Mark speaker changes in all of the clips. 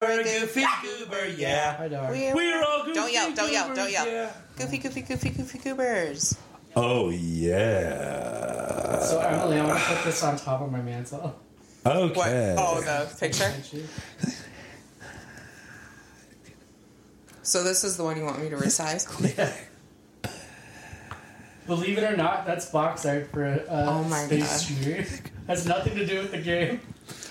Speaker 1: goober, goofy goober, yeah.
Speaker 2: Hi,
Speaker 1: We're all goofy
Speaker 3: Don't yell, don't yell, don't
Speaker 1: goobers,
Speaker 3: yell.
Speaker 1: yeah.
Speaker 3: Goofy, goofy, goofy, goofy goobers.
Speaker 1: Oh, yeah.
Speaker 2: So Emily, I want to put this on top of my mantle.
Speaker 3: What?
Speaker 1: Okay.
Speaker 3: Oh, the picture?
Speaker 2: Thank you.
Speaker 3: So this is the one you want me to resize?
Speaker 2: Believe it or not, that's box art for a
Speaker 3: Oh my
Speaker 2: space shooter. Has nothing to do with the game,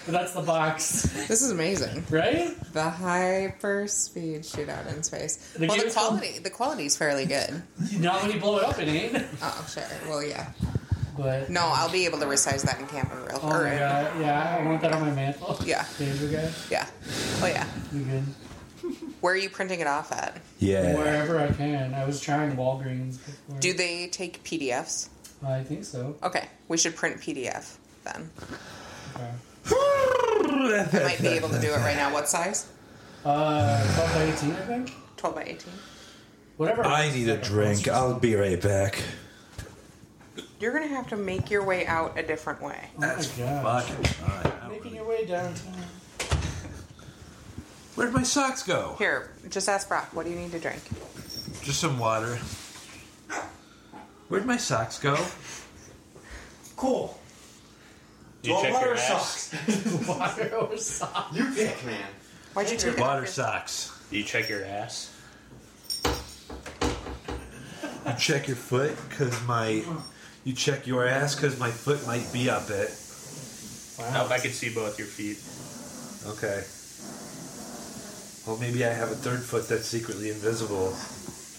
Speaker 2: but that's the box,
Speaker 3: This is amazing.
Speaker 2: right?
Speaker 3: The hyper speed shootout in space.
Speaker 2: The
Speaker 3: well, the
Speaker 2: game's called-
Speaker 3: quality, the quality is fairly good.
Speaker 2: Not when you blow it up, it ain't.
Speaker 3: Oh, sure. Well, yeah.
Speaker 2: But
Speaker 3: No, I'll be able to resize that in camera real
Speaker 2: oh my
Speaker 3: or-
Speaker 2: god, yeah, I want that on my mantle.
Speaker 3: Yeah.
Speaker 2: Danger guy,
Speaker 3: Yeah. Oh, yeah.
Speaker 2: you good?
Speaker 3: Where are you printing it off at?
Speaker 1: Yeah.
Speaker 2: Wherever I can. I was trying Walgreens before.
Speaker 3: Do they take PDFs?
Speaker 2: I think so.
Speaker 3: Okay, we should print PDF then.
Speaker 2: Okay.
Speaker 3: I might be able to do it right now. What size?
Speaker 2: Uh, 12 by 18, I think.
Speaker 3: 12 by 18.
Speaker 2: Whatever.
Speaker 1: I need a drink. I'll be right back.
Speaker 3: You're gonna have to make your way out a different way.
Speaker 2: That's Oh god.
Speaker 1: Fucking fine.
Speaker 2: Making your way downtown.
Speaker 1: Where'd my socks go?
Speaker 3: Here, just ask Brock, what do you need to drink?
Speaker 1: Just some water. Where'd my socks go?
Speaker 4: Cool.
Speaker 5: Do you
Speaker 4: Well,
Speaker 5: check
Speaker 4: water
Speaker 5: your
Speaker 4: or
Speaker 5: maps?
Speaker 4: socks?
Speaker 2: Water or sock.
Speaker 4: You pick, man.
Speaker 3: Why'd you take it?
Speaker 1: Water socks.
Speaker 5: Do you check your ass?
Speaker 1: You check your foot, cause my. You check your ass, cause my foot might be up it.
Speaker 5: Oh, I can see both your feet.
Speaker 1: Okay. Well, maybe I have a third foot that's secretly invisible.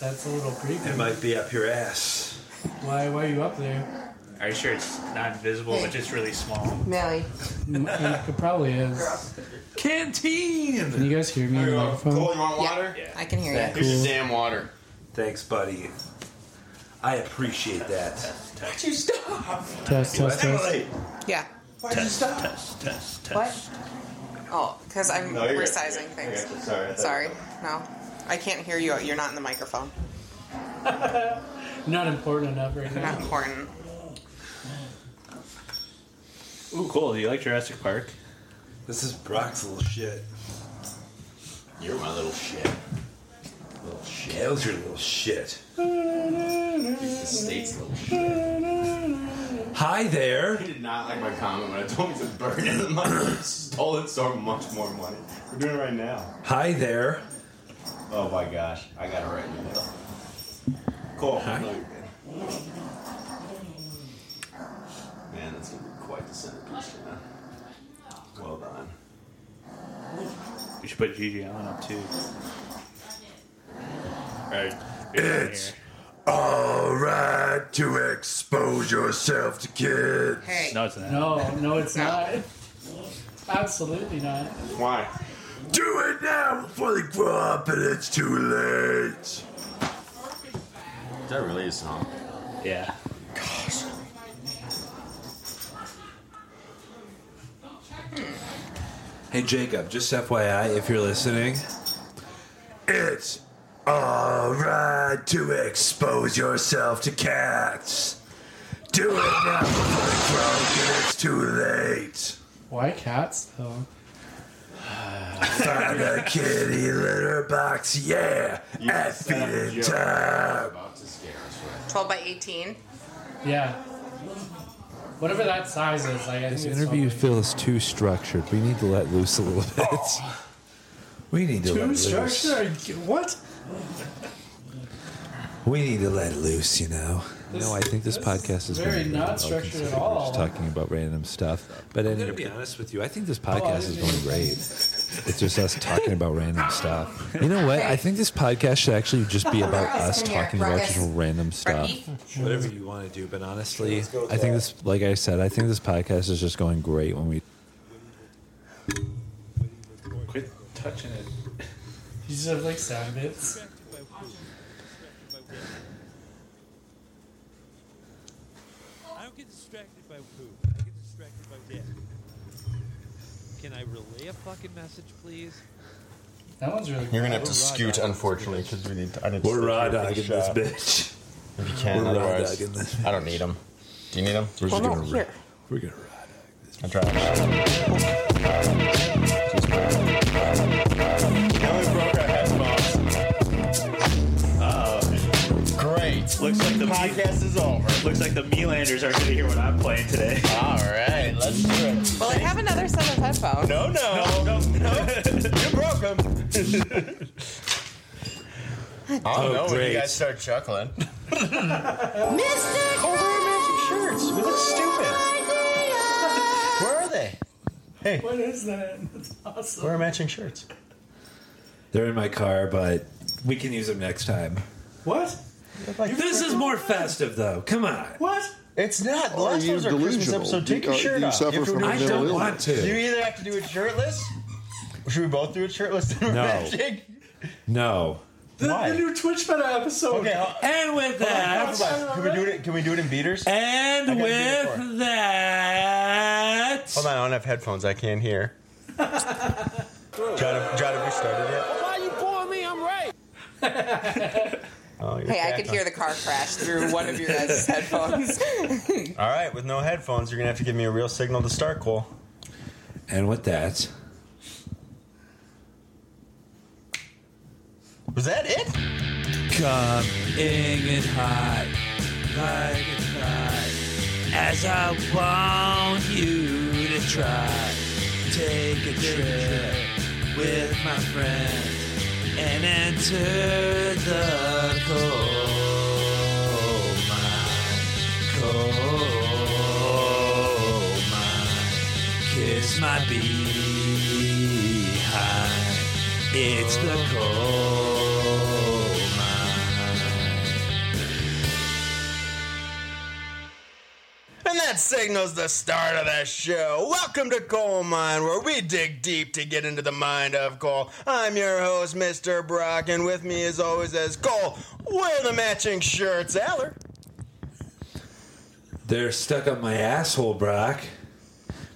Speaker 2: That's a little creepy.
Speaker 1: It might be up your ass.
Speaker 2: Why, why are you up there?
Speaker 5: Are you sure it's not invisible, but just really small?
Speaker 3: Millie.
Speaker 2: Mm, it probably is. Can
Speaker 1: Canteen!
Speaker 2: you guys hear me in the
Speaker 4: Cole,
Speaker 1: Mm-hmm.
Speaker 2: microphone?
Speaker 4: you want water?
Speaker 3: Yeah,
Speaker 5: Yeah.
Speaker 3: I can hear you.
Speaker 4: Here's your damn water.
Speaker 1: Thanks, buddy. I appreciate that.
Speaker 4: Why'd you stop?
Speaker 2: Test, test, test.
Speaker 4: Emily,
Speaker 3: Yeah.
Speaker 4: why'd you stop?
Speaker 5: Test, test, test.
Speaker 3: Oh, because I'm
Speaker 4: No, you're good.
Speaker 3: resizing
Speaker 4: I
Speaker 3: things.
Speaker 4: got you. Sorry. I thought-
Speaker 3: Sorry, no. I can't hear you. You're not in the microphone.
Speaker 2: Not important enough right
Speaker 3: You're not
Speaker 2: now.
Speaker 3: important.
Speaker 5: Ooh, cool. Do you like Jurassic Park?
Speaker 1: This is Brock's little shit.
Speaker 4: You're my little shit.
Speaker 1: Little shit. Hell's your little shit.
Speaker 4: You're the state's little shit.
Speaker 1: Hi there.
Speaker 4: He did not like my comment when I told him to burn it. The money stolen so much more money. We're doing it right now.
Speaker 1: Hi there.
Speaker 4: Oh my gosh, I got it right in the middle. Cool.
Speaker 1: Hi.
Speaker 4: No, you're good. Man, that's gonna be quite the centerpiece, man. Well done.
Speaker 5: We should put Gigi Allen up too. Alright.
Speaker 1: It's- Alright to expose yourself to kids.
Speaker 3: Hey.
Speaker 5: No, it's not.
Speaker 2: No, no, it's not. Absolutely not.
Speaker 4: Why?
Speaker 1: Do it now before they grow up and it's too late.
Speaker 4: Is that really a song?
Speaker 5: Yeah.
Speaker 1: Hey Jacob, just FYI, if you're listening, it's alright to expose yourself to cats. Do it now before they grow up and it's too late.
Speaker 2: Why cats, though?
Speaker 1: Find a kitty litter box, yeah, at feeding time.
Speaker 4: About to scare us with.
Speaker 3: 12 by 18.
Speaker 2: Yeah. Whatever that size is, like, I think
Speaker 1: This
Speaker 2: it's
Speaker 1: interview
Speaker 2: something.
Speaker 1: feels too structured. We need to let loose a little bit. We need to let
Speaker 2: Too
Speaker 1: loose.
Speaker 2: structured. What?
Speaker 1: We need to let loose, you know.
Speaker 2: This-
Speaker 6: no, I think this
Speaker 2: this is
Speaker 6: podcast is going
Speaker 2: very
Speaker 6: to be
Speaker 2: not
Speaker 6: well
Speaker 2: structured at
Speaker 6: considered. We're
Speaker 2: all.
Speaker 6: Just talking about random stuff, but Oh,
Speaker 1: I'm gonna
Speaker 6: anyway,
Speaker 1: be honest with you. I think this
Speaker 2: I
Speaker 1: podcast is
Speaker 2: didn't
Speaker 6: going great. It's just us talking about random stuff. You know what? I think this podcast should actually just be about us
Speaker 3: Ruckus, come here.
Speaker 6: talking about
Speaker 3: Ruckus.
Speaker 6: just random
Speaker 5: Uh,
Speaker 6: stuff.
Speaker 3: Rocky?
Speaker 1: whatever you want to do. But honestly,
Speaker 6: I think this, like I said, I think this podcast is just going great when we
Speaker 5: Quit touching it.
Speaker 2: You just have, like, sound bits.
Speaker 7: I don't get distracted by poop. I get distracted by dick. Can I relay a fucking message, please?
Speaker 2: That one's really
Speaker 4: You're gonna have to scoot, unfortunately, because we need. To, I need to
Speaker 1: we're
Speaker 4: stay
Speaker 1: raw
Speaker 4: here for the
Speaker 1: dogging this
Speaker 4: shot.
Speaker 1: bitch.
Speaker 4: If you can,
Speaker 1: We're raw
Speaker 4: otherwise,
Speaker 1: dogging this.
Speaker 4: I don't need them. Do you need them?
Speaker 3: Well, no, here.
Speaker 1: We're gonna.
Speaker 4: I try.
Speaker 8: podcast is over.
Speaker 5: Looks like the Mealanders aren't going to hear what I'm playing today.
Speaker 8: All right, let's do it.
Speaker 3: Well, I have another set of headphones.
Speaker 8: No, no, no, you broke them. I don't know when
Speaker 6: great.
Speaker 8: you guys start chuckling.
Speaker 9: Mr.
Speaker 8: Oh, we're magic shirts. We look stupid. Where are they?
Speaker 2: What is that? That's awesome.
Speaker 8: Where are matching shirts?
Speaker 6: They're in my car, but we can use them next time.
Speaker 2: What?
Speaker 6: This is more festive, though. Come on.
Speaker 2: What?
Speaker 8: It's not. The
Speaker 10: Are
Speaker 8: last
Speaker 10: you
Speaker 8: one was our Christmas
Speaker 10: delusional?
Speaker 8: episode. Take
Speaker 10: Do-
Speaker 8: your
Speaker 10: uh,
Speaker 8: shirt
Speaker 10: do you
Speaker 8: off.
Speaker 10: suffer
Speaker 8: If we're
Speaker 10: from
Speaker 8: doing
Speaker 6: I
Speaker 10: mental
Speaker 6: don't
Speaker 10: illness?
Speaker 6: want
Speaker 8: You
Speaker 6: to.
Speaker 8: either have to do it shirtless. Should we both do it shirtless? No.
Speaker 6: No.
Speaker 2: The,
Speaker 8: Why?
Speaker 2: the new Twitch Meta episode.
Speaker 8: Okay. hold-
Speaker 6: And with
Speaker 8: hold
Speaker 6: that,
Speaker 8: on. Can we do it? Can we do it in beaters? I
Speaker 6: and
Speaker 8: gotta do it with
Speaker 6: with that,
Speaker 8: Hold on. I don't have headphones. I can't hear. John, John, have you started yet? Why you pulling me? I'm right.
Speaker 3: Hey, I could hear the car crash through one of your guys' headphones.
Speaker 8: All right, with no headphones, you're gonna have to give me a real signal to start, Cole.
Speaker 6: and with that,
Speaker 8: Was that it?
Speaker 6: coming in hot like a tide, as I want you to try. Take a trip with my friends and enter the coal mine. Coal mine, kiss my behind. It's the coal mine.
Speaker 8: And that signals the start of the show. Welcome to Coal Mine, where we dig deep to get into the mind of coal. I'm your host, Mr. Brock, and with me, as always, is Cole. Wear the matching shirts, Aller.
Speaker 6: They're stuck on my asshole, Brock.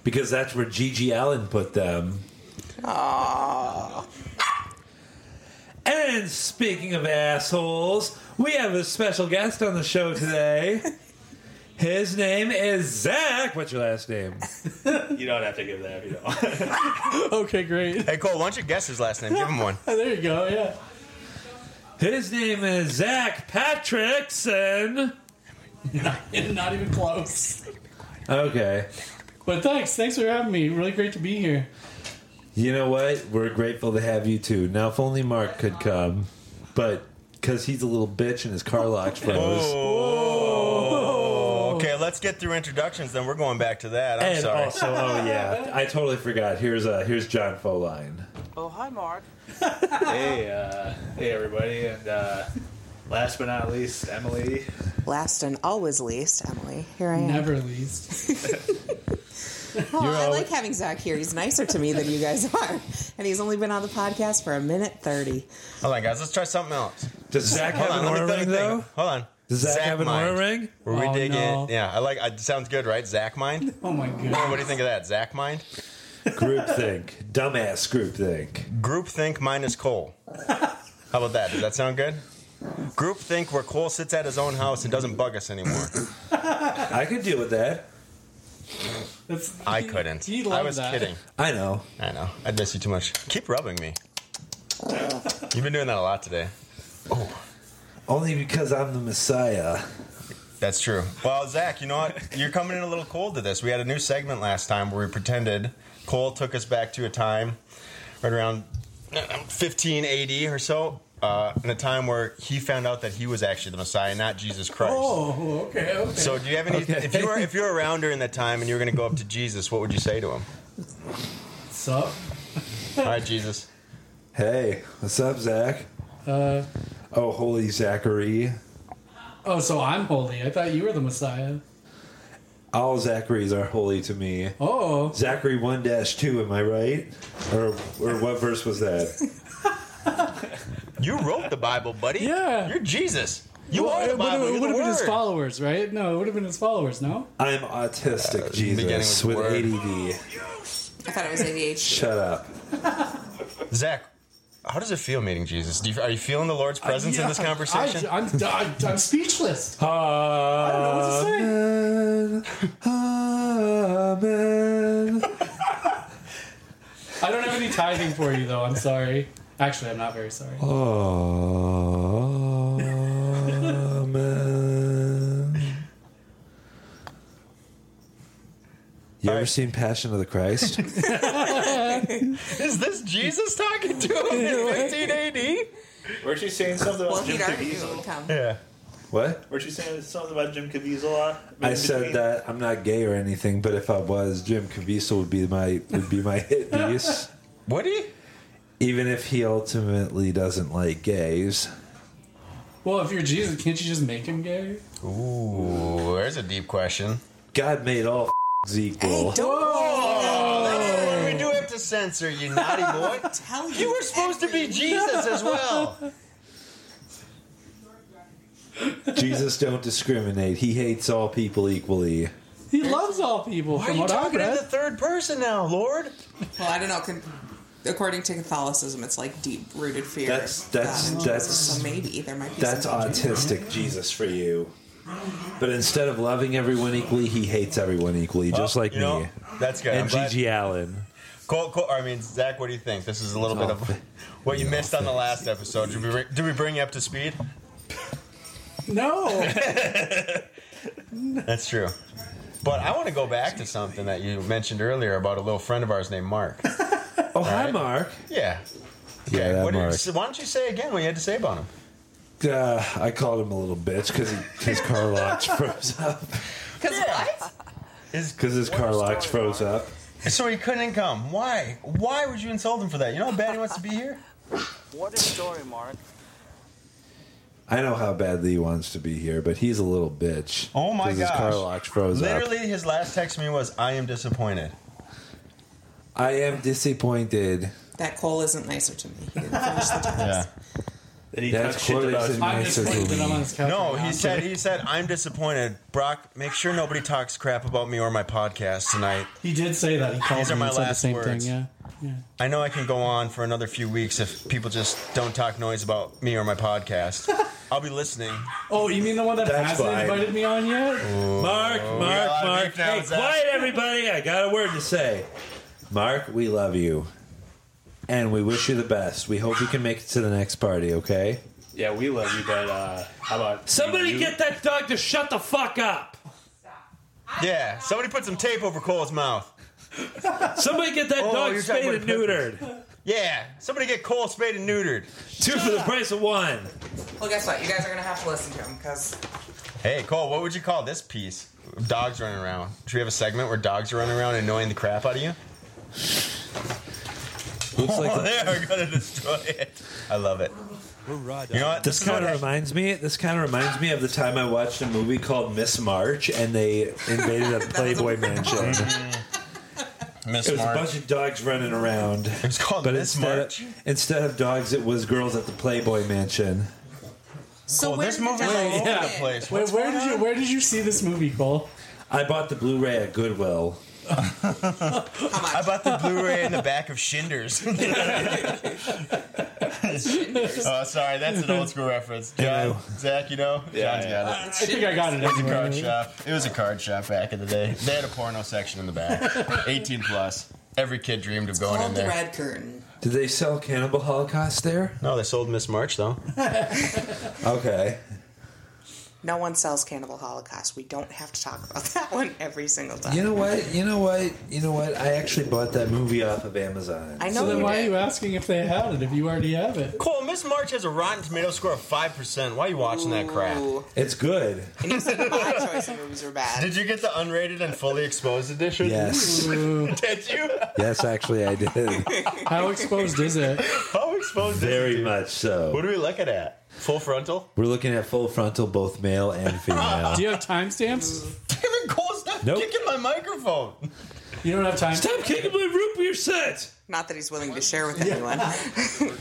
Speaker 6: Because that's where Gigi Allen put them. Aww. And speaking of assholes, we have a special guest on the show today. His name is Zach. What's your last name?
Speaker 5: You don't have to give that. You know.
Speaker 2: Okay, great.
Speaker 8: Hey, Cole, why don't you guess his last name? Give him one.
Speaker 2: there you go. Yeah.
Speaker 6: His name is Zach Patrickson.
Speaker 2: Not even close.
Speaker 6: Okay.
Speaker 2: But thanks. Thanks for having me. Really great to be here.
Speaker 6: You know what? We're grateful to have you too. Now, if only Mark could come, but because he's a little bitch and his car locks froze,
Speaker 8: Okay, let's get through introductions, then we're going back to that. I'm
Speaker 6: and
Speaker 8: sorry.
Speaker 6: also, oh yeah, I totally forgot. Here's uh, here's John Foline.
Speaker 3: oh, hi, Mark.
Speaker 5: hey, uh, hey, everybody, and uh, last but not least, Emily.
Speaker 3: Last and always least, Emily. Here I am.
Speaker 2: Never least.
Speaker 3: Oh, I like having Zach here. He's nicer to me than you guys are, and he's only been on the podcast for a minute thirty.
Speaker 8: Hold on, guys, let's try something else.
Speaker 6: Does Zach
Speaker 8: Hold
Speaker 6: have
Speaker 8: on,
Speaker 6: an
Speaker 8: let
Speaker 6: aura
Speaker 8: me think.
Speaker 6: ring though?
Speaker 8: Hold on.
Speaker 6: Does Zach, have an
Speaker 8: mind,
Speaker 6: aura ring?
Speaker 8: Where we
Speaker 2: Oh,
Speaker 8: dig
Speaker 2: no.
Speaker 8: in. Yeah, I like. I, sounds good, right? Zach mind.
Speaker 2: Oh my god.
Speaker 8: What do you think of that? Zach mind.
Speaker 6: Groupthink, dumbass groupthink.
Speaker 8: Group think minus Cole. How about that? Does that sound good? Group think where Cole sits at his own house and doesn't bug us anymore.
Speaker 6: I could deal with that.
Speaker 2: That's,
Speaker 8: I couldn't.
Speaker 2: He loved
Speaker 8: I was
Speaker 2: that.
Speaker 8: kidding.
Speaker 6: I know.
Speaker 8: I know. I miss you too much. Keep rubbing me. You've been doing that a lot today.
Speaker 6: Only because I'm the Messiah.
Speaker 8: That's true. Well, Oh, Zach, you know what? You're coming in a little cold to this. We had a new segment last time where we pretended Cole took us back to a time right around 1580 or so, uh, in a time where he found out that he was actually the Messiah, not Jesus Christ.
Speaker 2: Oh, okay, okay.
Speaker 8: So, do you have any?
Speaker 6: Okay.
Speaker 8: If you were if you were around during that time and you were going to go up to Jesus, what would you say to him?
Speaker 2: So,
Speaker 8: All right, Jesus.
Speaker 6: Hey, what's up, Zach?
Speaker 2: uh,
Speaker 6: Oh, holy Zachary!
Speaker 2: oh, so I'm holy. I thought you were the Messiah.
Speaker 6: All Zacharies are holy to me.
Speaker 2: Oh,
Speaker 6: Zachary 1 2, am I right? Or, or what verse was that?
Speaker 8: You wrote the Bible, buddy.
Speaker 2: Yeah.
Speaker 8: You're Jesus. You
Speaker 2: Well,
Speaker 8: are the
Speaker 2: it would have,
Speaker 8: Bible.
Speaker 2: it
Speaker 8: You're
Speaker 2: would
Speaker 8: the
Speaker 2: have been his
Speaker 8: Word.
Speaker 2: followers, right? No, it would have been his followers. No.
Speaker 6: I'm autistic,
Speaker 8: beginning
Speaker 6: Jesus,
Speaker 8: with
Speaker 6: with,
Speaker 8: the word.
Speaker 6: ADD.
Speaker 3: I thought it was ADHD.
Speaker 6: Shut up.
Speaker 8: Zach, how does it feel meeting Jesus? Do you, are you feeling the Lord's presence in this
Speaker 2: Uh, Yeah,
Speaker 8: conversation?
Speaker 2: I, I'm, I'm, I'm speechless.
Speaker 8: Uh,
Speaker 6: Amen. Amen.
Speaker 2: I don't have any tithing for you, though. I'm sorry. Actually,
Speaker 8: Oh.
Speaker 2: I'm not very sorry.
Speaker 6: Amen. ever seen Passion of the Christ?
Speaker 8: Is this Jesus talking to him in 1580?
Speaker 5: Weren't you saying something
Speaker 3: Well,
Speaker 5: about Jim
Speaker 3: he'd already
Speaker 5: Caviezel?
Speaker 3: come.
Speaker 8: Yeah.
Speaker 6: what?
Speaker 5: Weren't you saying something about Jim Caviezel? uh,
Speaker 6: I
Speaker 5: in
Speaker 6: said
Speaker 5: between?
Speaker 6: that I'm not gay or anything, but if I was, Jim Caviezel would be my would be my hit piece.
Speaker 8: Would he?
Speaker 6: Even if he ultimately doesn't like gays,
Speaker 2: Well, if you're Jesus, can't you just make him gay?
Speaker 8: Ooh, there's a deep question.
Speaker 6: God made all f-
Speaker 3: Hey,
Speaker 6: equal.
Speaker 3: don't
Speaker 8: We do have to censor you, naughty boy.
Speaker 3: tell you.
Speaker 8: You were supposed to be
Speaker 3: every-
Speaker 8: Jesus as well.
Speaker 6: Jesus don't discriminate. He hates all people equally.
Speaker 2: He loves all people.
Speaker 8: Why are
Speaker 2: from
Speaker 8: you
Speaker 2: what I've
Speaker 8: talking in
Speaker 2: read.
Speaker 8: the third person now, Lord?
Speaker 3: Well, I don't know. Con- according to Catholicism, it's like deep rooted fear.
Speaker 6: That's-
Speaker 3: of
Speaker 6: that's-
Speaker 3: God and
Speaker 6: that's-
Speaker 3: Jesus, so maybe there might be.
Speaker 6: That's
Speaker 3: some danger.
Speaker 6: autistic Jesus for you. But instead of loving everyone equally, he hates everyone equally, just like
Speaker 8: you
Speaker 6: me.
Speaker 8: know, That's good. I'm
Speaker 6: and
Speaker 8: glad-
Speaker 6: Gigi Allen.
Speaker 8: Cole, Cole, I mean, Zach, what do you think? This is a little bit of what you missed on the last episode. Did we, bring- did we bring you up to speed?
Speaker 2: No.
Speaker 8: That's true. But I want to go back to something that you mentioned earlier about a little friend of ours named Mark.
Speaker 6: Oh, hi,
Speaker 8: right.
Speaker 6: Mark.
Speaker 8: Yeah.
Speaker 6: Yeah, that
Speaker 8: what did you
Speaker 6: Mark.
Speaker 8: say- why don't you say again what you had to say about him?
Speaker 6: Uh, I called him a little bitch because his car locks froze up.
Speaker 8: Is-
Speaker 6: Because his car locks froze up.
Speaker 8: so he couldn't come. Why? Why would you insult him for that? You know how bad he wants to be here?
Speaker 9: What a story, Mark.
Speaker 6: I know how badly he wants to be here, but he's a little bitch.
Speaker 8: Oh, my
Speaker 6: 'Cause
Speaker 8: gosh.
Speaker 6: His car locks froze up.
Speaker 8: Literally, his last text to me was, I am disappointed.
Speaker 6: I am disappointed.
Speaker 3: That Cole isn't nicer to me. He didn't finish the text.
Speaker 8: Yeah.
Speaker 5: That he
Speaker 6: That's
Speaker 5: talks shit
Speaker 6: quote
Speaker 5: about
Speaker 6: is in
Speaker 5: Jim
Speaker 2: I'm
Speaker 6: Nicer to
Speaker 2: disappointed I'm
Speaker 6: me.
Speaker 2: on this couch.
Speaker 8: No,
Speaker 2: right now.
Speaker 8: he said he said I'm disappointed. Brock, make sure nobody talks crap about me or my podcast tonight.
Speaker 2: He did say that. He called
Speaker 8: These are
Speaker 2: me
Speaker 8: my
Speaker 2: and said
Speaker 8: last
Speaker 2: the same
Speaker 8: words.
Speaker 2: thing. Yeah.
Speaker 8: I know I can go on for another few weeks if people just don't talk noise about me or my podcast. I'll be listening.
Speaker 2: Oh, you mean the one that
Speaker 6: That's
Speaker 2: hasn't
Speaker 6: fine. Oh.
Speaker 2: invited me on yet?
Speaker 6: Mark,
Speaker 8: got a
Speaker 6: Mark,
Speaker 8: lot of
Speaker 6: Mark.
Speaker 8: beef now,
Speaker 6: Hey,
Speaker 8: Zach.
Speaker 6: quiet, everybody. I got a word to say. Mark, we love you. And we wish you the best. We hope you can make it to the next party, okay?
Speaker 5: Yeah, we love you, but uh, how about you-
Speaker 6: that dog to shut the fuck up.
Speaker 8: Yeah, somebody put some tape over Cole's mouth.
Speaker 6: Somebody get that
Speaker 8: Oh, you're talking about the
Speaker 6: neutered.
Speaker 8: Yeah, somebody get Cole spayed and neutered.
Speaker 6: Two for the price of one.
Speaker 3: Well, guess what? You guys are gonna have to listen to him because
Speaker 8: Hey Cole, what would you call this piece? Dogs running around. Should we have a segment where dogs are running around annoying the crap out of you?
Speaker 6: Looks
Speaker 8: Oh,
Speaker 6: like
Speaker 8: they are gonna destroy it. I love it.
Speaker 7: We're raw
Speaker 8: You know what?
Speaker 6: this
Speaker 8: is what
Speaker 6: kind of
Speaker 8: I-
Speaker 6: reminds me. This kind of reminds me of the time I watched a movie called Miss March, and they invaded a Playboy mansion.
Speaker 8: Miss
Speaker 6: It was a
Speaker 8: March.
Speaker 6: bunch of dogs running around,
Speaker 8: It was called
Speaker 6: but
Speaker 8: Miss
Speaker 6: instead
Speaker 8: March.
Speaker 6: of, instead of dogs, it was girls at the Playboy mansion.
Speaker 3: so
Speaker 8: Well,
Speaker 3: where
Speaker 8: this
Speaker 3: did the
Speaker 8: movie's all
Speaker 3: dog
Speaker 8: over
Speaker 2: yeah.
Speaker 8: the place.
Speaker 2: Wait,
Speaker 8: What's
Speaker 2: where
Speaker 8: going
Speaker 2: did you
Speaker 8: on?
Speaker 2: where did you see this movie, Cole?
Speaker 6: I bought the Blu-ray at Goodwill.
Speaker 3: How much?
Speaker 8: I bought the Blu-ray in the back of Shinders. oh, sorry, that's an old school reference. John, Zach, you know,
Speaker 5: Yeah,
Speaker 8: John's
Speaker 5: yeah.
Speaker 8: got it.
Speaker 2: I think I got it.
Speaker 8: It was a
Speaker 2: Anyway.
Speaker 8: card shop. It was a card shop back in the day. They had a porno section in the back, 18 plus. Every kid dreamed of going in
Speaker 3: Called the
Speaker 8: there.
Speaker 3: red curtain.
Speaker 6: Did they sell Cannibal Holocaust there?
Speaker 8: No, they sold Miss March though.
Speaker 6: Okay.
Speaker 3: No one sells Cannibal Holocaust. We don't have to talk about that one every single time.
Speaker 6: You know what? You know what? You know what? I actually bought that movie off of Amazon.
Speaker 3: I know.
Speaker 2: So then
Speaker 3: you
Speaker 2: why are
Speaker 3: did.
Speaker 2: you asking if they had it if you already have it?
Speaker 8: Cole, Miss March has a Rotten Tomato score of five percent. Why are you watching that crap?
Speaker 3: Ooh.
Speaker 6: It's good.
Speaker 3: And you said my choice of movies were bad.
Speaker 8: Did you get the unrated and fully exposed edition?
Speaker 6: Yes.
Speaker 2: Ooh,
Speaker 8: Did you?
Speaker 6: Yes, actually, I did.
Speaker 2: how exposed is it?
Speaker 8: How exposed? is it,
Speaker 6: Very
Speaker 8: dude?
Speaker 6: much so.
Speaker 8: What are we looking at? Full frontal?
Speaker 6: We're looking at full frontal, both male and female.
Speaker 2: Do you have timestamps?
Speaker 8: David Cole, stop
Speaker 6: Nope.
Speaker 8: kicking my microphone.
Speaker 2: You don't have time.
Speaker 6: Stop kicking my root beer set.
Speaker 3: Not that he's willing to share with anyone. Eh,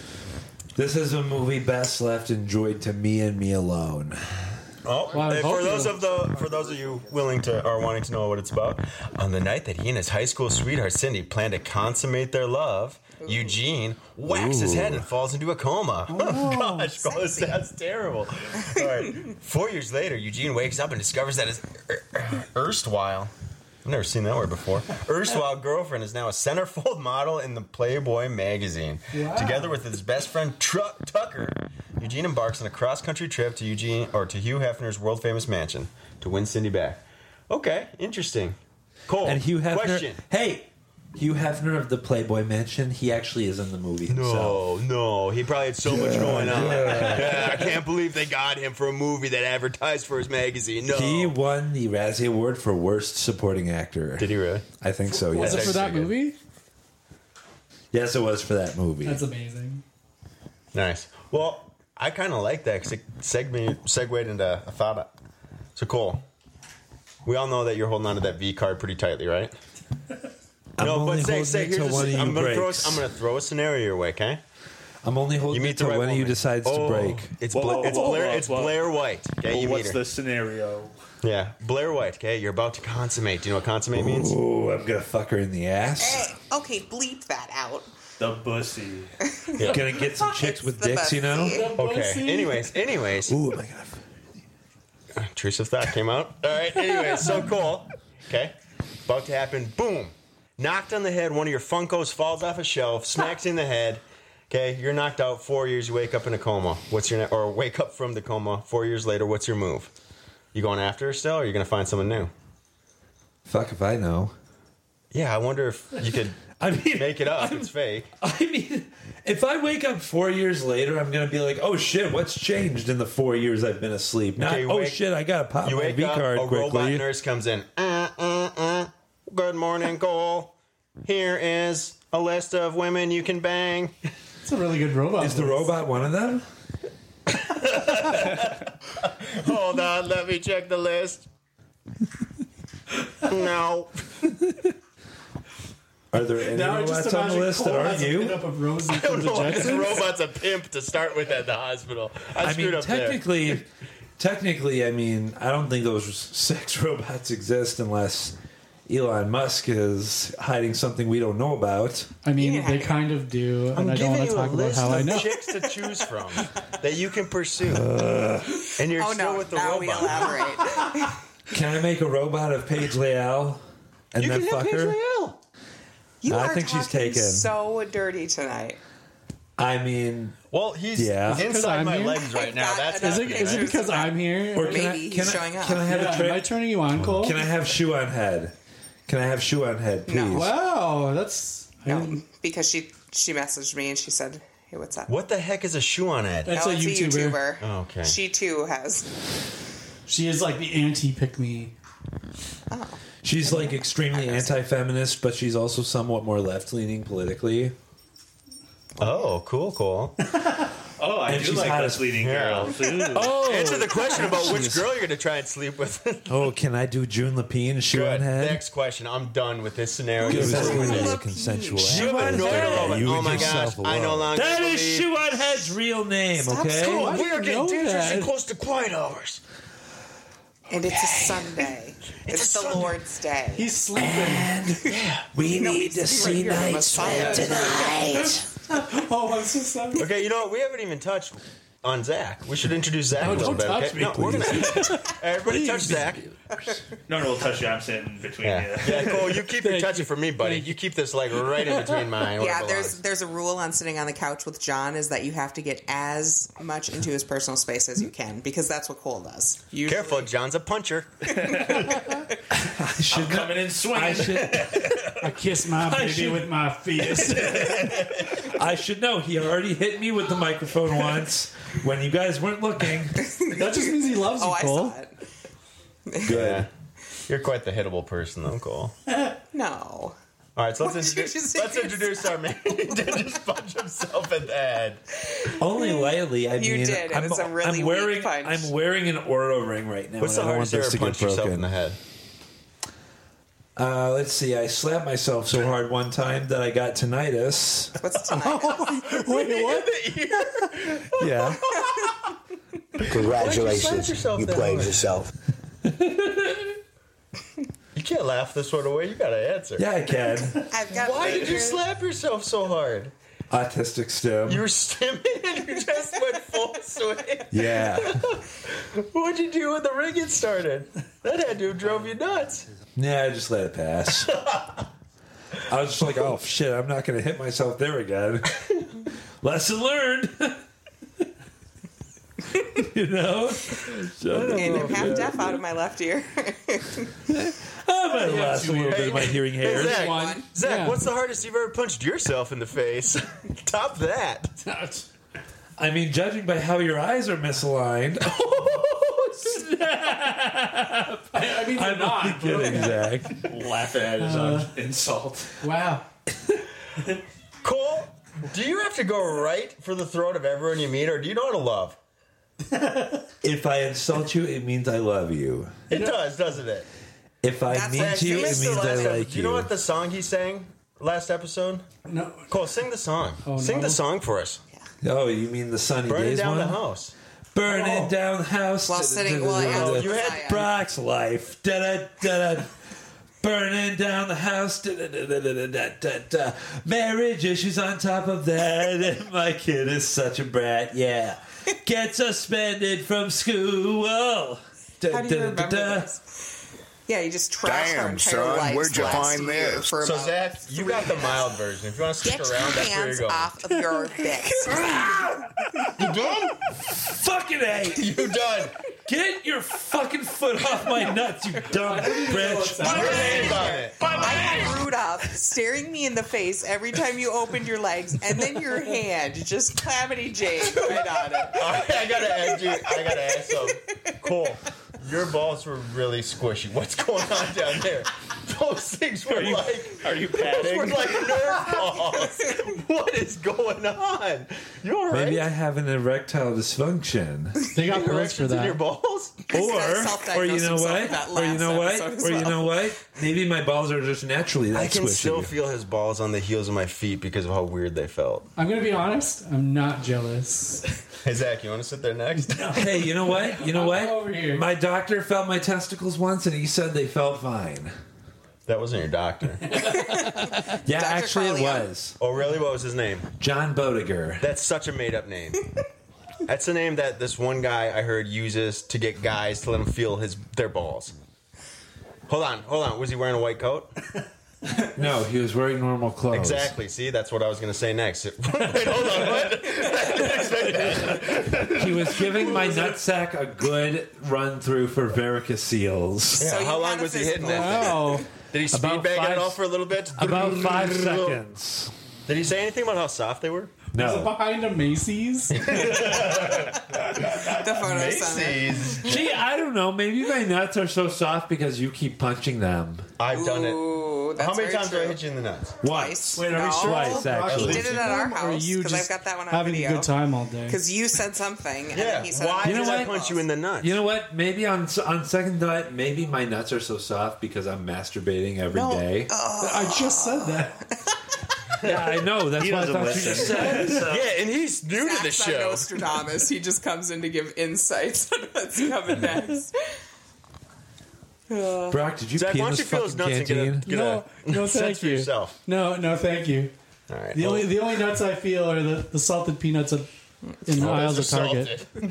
Speaker 6: This is a movie best left enjoyed to me and me alone.
Speaker 8: Oh,
Speaker 2: Well, I
Speaker 8: and
Speaker 2: hope
Speaker 8: for those
Speaker 2: you-
Speaker 8: of the for those of you willing to or wanting to know what it's about, on the night that he and his high school sweetheart Cindy plan to consummate their love, Eugene whacks his head and falls into a coma. Oh, gosh, Cole, this sounds terrible. All right, four years later, Eugene wakes up and discovers that his er- er- erstwhile. I've never seen that word before. Erstwhile girlfriend is now a centerfold model in the Playboy magazine. Together with his best friend Truck Tucker, Eugene embarks on a cross-country trip to Eugene or to Hugh Hefner's world-famous mansion to win Cindy back. Okay, interesting. Cole,
Speaker 6: and Hugh Hefner.
Speaker 8: question.
Speaker 6: Hey, Hugh Hefner of the Playboy Mansion. He actually is in the movie himself.
Speaker 8: No, no, he probably had so much going on. I can't believe they got him for a movie that advertised for his magazine. No,
Speaker 6: He won the Razzie Award for worst supporting actor.
Speaker 8: did he really?
Speaker 6: I think so.
Speaker 2: Was
Speaker 6: Yes.
Speaker 2: it for that movie?
Speaker 6: yes, it was for that movie.
Speaker 2: That's amazing.
Speaker 8: Nice. Well, I kind of like that because it segme- segued into a thought. So Cole, We all know that you're holding on to that V card pretty tightly, right?
Speaker 6: I'm
Speaker 8: no,
Speaker 6: only
Speaker 8: but say,
Speaker 6: holding
Speaker 8: say,
Speaker 6: it
Speaker 8: here's
Speaker 6: till
Speaker 8: a,
Speaker 6: one of
Speaker 8: I'm
Speaker 6: you
Speaker 8: gonna throw.
Speaker 6: breaks.
Speaker 8: I'm gonna throw a scenario your way, okay?
Speaker 6: I'm only
Speaker 8: You
Speaker 6: holding
Speaker 8: meet
Speaker 6: it
Speaker 8: the
Speaker 6: till
Speaker 8: right
Speaker 6: one of
Speaker 8: woman.
Speaker 6: you decides
Speaker 8: Oh,
Speaker 6: to break.
Speaker 8: It's,
Speaker 5: Whoa,
Speaker 8: Bla-
Speaker 5: whoa,
Speaker 8: it's
Speaker 5: whoa,
Speaker 8: Blair.
Speaker 5: whoa,
Speaker 8: it's
Speaker 5: whoa.
Speaker 8: Blair White. Okay, you meet
Speaker 5: What's
Speaker 8: her.
Speaker 5: the scenario?
Speaker 8: Yeah, Blair White. Okay, you're about to consummate. Do you know what consummate means?
Speaker 6: Ooh, I'm gonna fuck her in the ass.
Speaker 3: Hey, okay, bleep that out.
Speaker 5: The bussy.
Speaker 6: Gonna get some chicks
Speaker 3: It's
Speaker 6: with
Speaker 3: the
Speaker 6: dicks, you know.
Speaker 3: best.
Speaker 8: Okay. Anyways, anyways,
Speaker 6: Ooh, am I gonna?
Speaker 8: intrusive thought came out. All right. Anyways, so cool. Okay, about to happen. Boom. Knocked on the head. One of your Funkos falls off a shelf, smacks you in the head. Okay, you're knocked out. Four years. You wake up in a coma. What's your ne- or wake up from the coma? Four years later. What's your move? You going after her still, or are you gonna find someone new?
Speaker 6: Fuck if I know.
Speaker 8: Yeah, I wonder if you could
Speaker 6: I mean,
Speaker 8: make it up. It's fake.
Speaker 6: I mean, if I wake up four years later, I'm gonna be like, "Oh shit, what's changed in the four years I've been asleep?" Not,
Speaker 8: Okay, you
Speaker 6: "Oh
Speaker 8: wake-
Speaker 6: shit, I gotta pop
Speaker 8: You
Speaker 6: my
Speaker 8: wake
Speaker 6: V
Speaker 8: up,
Speaker 6: card
Speaker 8: a robot
Speaker 6: quickly."
Speaker 8: nurse comes in. Uh, uh, uh. Good morning, Cole. Here is a list of women you can bang.
Speaker 2: It's a really good robot.
Speaker 6: Is the
Speaker 2: voice.
Speaker 6: robot one of them?
Speaker 8: Hold on, let me check the list. No.
Speaker 6: Are there any
Speaker 2: Now I just
Speaker 6: robots on the
Speaker 2: imagine
Speaker 6: list
Speaker 2: Cole
Speaker 6: that aren't
Speaker 2: has a
Speaker 6: you?
Speaker 2: pinup of Rosie
Speaker 8: I don't
Speaker 2: from the
Speaker 8: know why this
Speaker 2: Jetsons.
Speaker 8: robot's a pimp to start with at the hospital. I,
Speaker 6: I
Speaker 8: screwed
Speaker 6: mean,
Speaker 8: up there.
Speaker 6: technically, technically, I mean, I don't think those sex robots exist unless Elon Musk is hiding something we don't know about.
Speaker 2: I mean,
Speaker 3: Yeah.
Speaker 2: they kind of do, and I'm I do not want to talk about how I know.
Speaker 8: chicks to choose from that you can pursue. and you're
Speaker 3: Oh
Speaker 8: still
Speaker 3: no,
Speaker 8: with the
Speaker 3: now we
Speaker 8: robot.
Speaker 3: elaborate.
Speaker 6: Can I make a robot of Paige Leal and then fuck her?
Speaker 3: You
Speaker 6: I
Speaker 3: are
Speaker 6: think she's
Speaker 3: talking
Speaker 6: taken.
Speaker 3: so dirty tonight.
Speaker 6: I mean,
Speaker 8: Well, he's
Speaker 6: Yeah. Is it
Speaker 2: 'cause
Speaker 8: inside
Speaker 2: I'm
Speaker 8: my
Speaker 2: here?
Speaker 8: legs right
Speaker 3: I've
Speaker 8: now.
Speaker 3: got
Speaker 8: That's
Speaker 3: another
Speaker 2: Is
Speaker 8: happening,
Speaker 2: it, is it
Speaker 8: right?
Speaker 2: because I'm here?
Speaker 6: or can I,
Speaker 3: Maybe
Speaker 6: can
Speaker 3: he's
Speaker 6: I-
Speaker 3: showing up.
Speaker 6: Can I have
Speaker 2: Yeah,
Speaker 6: a
Speaker 2: am I
Speaker 6: trick?
Speaker 2: turning you on, Cole?
Speaker 6: Can I have shoe on head? Can I have shoe on head, please?
Speaker 3: No.
Speaker 2: Wow, that's I
Speaker 3: No,
Speaker 2: didn't-
Speaker 3: because she she messaged me and she said, "Hey, what's up?"
Speaker 8: What the heck is a shoe on ad?
Speaker 2: that's
Speaker 3: No,
Speaker 2: a
Speaker 3: it's
Speaker 2: YouTuber.
Speaker 3: YouTuber.
Speaker 8: Oh, okay.
Speaker 3: She too has.
Speaker 2: She is like the anti pick me.
Speaker 6: She's like extremely anti-feminist, but she's also somewhat more left-leaning politically.
Speaker 8: Oh, cool, cool.
Speaker 5: Oh, I
Speaker 6: And
Speaker 5: do
Speaker 6: she's
Speaker 5: like
Speaker 6: hot
Speaker 5: this
Speaker 6: as-
Speaker 5: leading
Speaker 8: Yeah.
Speaker 5: girl. Ooh.
Speaker 8: Answer the question about which girl you're going to try and sleep with.
Speaker 6: Oh, can I do June Lapine shoe on
Speaker 8: Good.
Speaker 6: head?
Speaker 8: Next question. I'm done with this scenario.
Speaker 6: It was
Speaker 8: You
Speaker 6: when
Speaker 3: June
Speaker 6: it was a
Speaker 3: Lapine.
Speaker 6: consensual
Speaker 8: You
Speaker 6: act.
Speaker 8: annoyed all of it.
Speaker 6: You
Speaker 8: Oh
Speaker 6: and
Speaker 8: my gosh.
Speaker 6: yourself
Speaker 8: I no
Speaker 6: alone.
Speaker 8: longer.
Speaker 6: That is
Speaker 8: believe-
Speaker 6: shoe on head's real name.
Speaker 3: Stop
Speaker 6: okay.
Speaker 3: scrolling.
Speaker 8: Oh, we are
Speaker 2: know
Speaker 8: getting dangerous and
Speaker 2: that.
Speaker 8: close to quiet hours.
Speaker 3: And it's a Sunday. It's,
Speaker 8: a
Speaker 3: the
Speaker 8: Sunday.
Speaker 3: Lord's Day.
Speaker 2: He's sleeping.
Speaker 6: We
Speaker 3: No, he's right here, the Messiah.
Speaker 6: tonight.
Speaker 2: oh, I'm so sorry.
Speaker 8: Okay, you know what? We haven't even touched on Zach. We should introduce Zach a little
Speaker 2: don't
Speaker 8: bit.
Speaker 2: touch
Speaker 8: okay?
Speaker 2: me,
Speaker 8: no, we're gonna, everybody touch Zach.
Speaker 5: No one will touch you. I'm sitting between
Speaker 8: Yeah.
Speaker 5: you.
Speaker 8: yeah, Cole, you keep your touching for me, buddy. You keep this like right in between mine. where it
Speaker 3: Yeah,
Speaker 8: belongs.
Speaker 3: there's there's a rule on sitting on the couch with John is that you have to get as much into his personal space as you can because that's what Cole does. You
Speaker 8: Careful, John's a puncher.
Speaker 6: I should not.
Speaker 5: Coming in
Speaker 6: I
Speaker 5: swinging.
Speaker 6: should.
Speaker 2: I kiss my baby
Speaker 6: should-
Speaker 2: with my fist.
Speaker 6: I should know. He already hit me with the microphone once when you guys weren't looking.
Speaker 2: that just means he loves
Speaker 3: Oh,
Speaker 2: you,
Speaker 3: I
Speaker 2: Cole.
Speaker 3: saw it.
Speaker 8: Good. You're quite the hittable person, though, Cole.
Speaker 3: No.
Speaker 8: All right, so
Speaker 3: Why did
Speaker 8: let's,
Speaker 3: you
Speaker 8: introduce,
Speaker 3: just
Speaker 8: let's
Speaker 3: introduce
Speaker 8: introduce our man. He did just punch himself in the head.
Speaker 6: Only lightly. I
Speaker 3: You
Speaker 6: mean,
Speaker 3: did. It
Speaker 6: I'm,
Speaker 3: was a really
Speaker 6: I'm wearing.
Speaker 3: weak punch.
Speaker 6: I'm wearing an Oro ring right now.
Speaker 8: What's the
Speaker 6: and I don't want
Speaker 8: hardest you
Speaker 6: this
Speaker 8: ever
Speaker 6: to
Speaker 8: punched
Speaker 6: get
Speaker 8: yourself
Speaker 6: broken.
Speaker 8: in the head?
Speaker 6: Uh, let's see. I slapped myself so hard one time that I got tinnitus.
Speaker 3: What's tonight?
Speaker 2: Wait, what?
Speaker 6: Yeah.
Speaker 8: Congratulations, yourself you played yourself. you can't laugh this sort of way. You gotta answer.
Speaker 6: Yeah, I can.
Speaker 3: I've got
Speaker 8: Why did you
Speaker 3: fingers.
Speaker 8: slap yourself so hard?
Speaker 6: Autistic stem.
Speaker 8: You were stimming and you just went full swing.
Speaker 6: yeah.
Speaker 8: What'd you do when the ring get started? That had to have drove you nuts.
Speaker 6: Yeah, I just let it pass. I was just like, oh shit, I'm not gonna hit myself there again. Lesson learned. you know?
Speaker 3: and I'm half deaf out of my left ear.
Speaker 6: I might have lost a little bit of my hearing hairs.
Speaker 8: Zach,
Speaker 3: One.
Speaker 8: Zach
Speaker 7: Yeah.
Speaker 8: what's the hardest you've ever punched yourself in the face? Top that.
Speaker 6: I mean, judging by how your eyes are misaligned. Oh, snap!
Speaker 5: I mean,
Speaker 6: I'm not kidding, Zach.
Speaker 5: laughing at his own uh, insult.
Speaker 2: Wow.
Speaker 8: Cole, do you have to go right for the throat of everyone you meet, or do you know how to love?
Speaker 6: If I insult you, it means I love you.
Speaker 8: It does, doesn't it?
Speaker 6: If I
Speaker 3: That's
Speaker 6: meet
Speaker 3: actually-
Speaker 6: you, it
Speaker 8: Missed the
Speaker 6: means I
Speaker 8: last ep-
Speaker 6: like
Speaker 8: Do you know what the song he sang last episode?
Speaker 2: No.
Speaker 8: Cole, sing the song. sing
Speaker 2: no.
Speaker 8: the song for us.
Speaker 6: oh, you mean the sunny
Speaker 8: Burn it
Speaker 6: days
Speaker 8: down
Speaker 6: one?
Speaker 8: the house.
Speaker 6: Burn it down the house.
Speaker 3: While sitting- while I asked
Speaker 8: You had
Speaker 3: Messiah.
Speaker 6: Brock's life. Da da da da. Burning down the house. Da, da, da, da, da, da, da, da. Marriage issues on top of that. And my kid is such a brat. Yeah. Get suspended from school. Da,
Speaker 3: How do you remember this? Yeah, you just trash our
Speaker 10: Damn,
Speaker 3: entire
Speaker 10: son,
Speaker 3: lives
Speaker 10: where'd you
Speaker 3: last
Speaker 10: find
Speaker 3: year
Speaker 10: this?
Speaker 3: for
Speaker 8: So
Speaker 3: about-
Speaker 8: Zach, you got the mild version. If you want to stick
Speaker 3: Get your
Speaker 8: around, that's where you're
Speaker 3: hands
Speaker 8: going.
Speaker 3: off of your bitch.
Speaker 6: Fucking A.
Speaker 8: You done?
Speaker 6: Get your fucking foot off my nuts, you dumb bitch.
Speaker 8: Put your hands on it.
Speaker 3: I had Rudolph staring me in the face every time you opened your legs, and then your hand just clamity Jane right on it.
Speaker 8: All right, I gotta ask you. I gotta ask something. Cole, your balls were really squishy. What's going on down there? Those things were like
Speaker 5: Are you
Speaker 8: those
Speaker 5: padding?
Speaker 8: were like nerve balls. What is going on? You all right?
Speaker 6: Maybe I have an erectile dysfunction.
Speaker 2: They got
Speaker 8: Your
Speaker 2: points for
Speaker 8: erections in your
Speaker 2: that.
Speaker 8: balls?
Speaker 6: or
Speaker 3: gotta self-diagnose
Speaker 6: or you know
Speaker 3: himself
Speaker 6: what
Speaker 3: with that
Speaker 6: or you
Speaker 3: last
Speaker 6: know what
Speaker 3: episode as
Speaker 6: or you
Speaker 3: well.
Speaker 6: know what maybe my balls are just naturally that
Speaker 8: I can
Speaker 6: squishy
Speaker 8: still feel his balls on the heels of my feet because of how weird they felt.
Speaker 2: I'm gonna be honest. I'm not jealous.
Speaker 8: Hey Zach, you want to sit there next?
Speaker 6: hey you know what you know what
Speaker 2: over here.
Speaker 6: my doctor felt my testicles once and he said they felt fine
Speaker 8: That wasn't your doctor.
Speaker 6: yeah
Speaker 3: Dr.
Speaker 6: actually
Speaker 3: Carly,
Speaker 6: it
Speaker 3: yeah.
Speaker 6: was
Speaker 8: Oh really? What was his name?
Speaker 6: john bodiger
Speaker 8: That's such a made up name. That's a name that this one guy I heard uses to get guys to let him feel his their balls. Hold on, hold on. Was he wearing a white coat?
Speaker 6: no he was wearing normal clothes
Speaker 8: Exactly. See, that's what I was going to say next. Wait, hold on. What?
Speaker 6: he was giving my nutsack a good run through for varicoceles
Speaker 3: So you
Speaker 8: How long
Speaker 3: had a
Speaker 8: was he hitting
Speaker 3: physical-
Speaker 8: that?
Speaker 2: Oh,
Speaker 8: thing? Did he speed
Speaker 6: About
Speaker 8: bang it
Speaker 6: five-
Speaker 8: all for a little bit?
Speaker 6: about five seconds
Speaker 8: Did he say anything about how soft they were?
Speaker 2: is it
Speaker 6: no
Speaker 2: behind a Macy's?
Speaker 3: The photo center.
Speaker 6: gee i don't know maybe my nuts are so soft because you keep punching them
Speaker 8: I've done it.
Speaker 3: Ooh, that's
Speaker 8: How many
Speaker 3: very
Speaker 8: times
Speaker 3: true.
Speaker 8: did I hit you in the nuts?
Speaker 6: once
Speaker 2: Wait,
Speaker 3: No.
Speaker 2: are we sure?
Speaker 6: Twice, actually.
Speaker 3: He did it at our
Speaker 2: Or are
Speaker 3: house
Speaker 2: you
Speaker 3: because I've
Speaker 2: just
Speaker 3: got that one on
Speaker 2: having
Speaker 3: video.
Speaker 2: a good time all day?
Speaker 3: Because you said something, and
Speaker 8: Yeah.
Speaker 3: then he said,
Speaker 8: Why
Speaker 3: "I'm
Speaker 8: did
Speaker 6: know
Speaker 8: I
Speaker 6: what?
Speaker 8: punch you in the nuts?
Speaker 6: You know what? Maybe on on second thought, maybe my nuts are so soft because I'm masturbating every day.
Speaker 2: No.
Speaker 3: uh,
Speaker 2: I just said that.
Speaker 6: Yeah, I know. That's what I
Speaker 5: doesn't
Speaker 6: thought you
Speaker 5: listen.
Speaker 6: just said.
Speaker 8: yeah, and he's new to the
Speaker 3: Zach's on
Speaker 8: show.
Speaker 3: Nostradamus. He just comes in to give insights on what's coming next. Uh,
Speaker 6: Brock, did you
Speaker 8: Zach,
Speaker 6: pee
Speaker 8: why
Speaker 6: in
Speaker 8: don't you
Speaker 6: this
Speaker 8: feel his
Speaker 6: fucking
Speaker 8: nuts and get a,
Speaker 6: canteen?
Speaker 8: get
Speaker 2: No,
Speaker 8: a
Speaker 2: no, thank
Speaker 8: censor
Speaker 2: you.
Speaker 8: yourself?
Speaker 2: No, no, thank you.
Speaker 8: All right.
Speaker 2: The
Speaker 8: well-
Speaker 2: only the only nuts I feel are the, the salted peanuts in the aisles of Target.
Speaker 8: I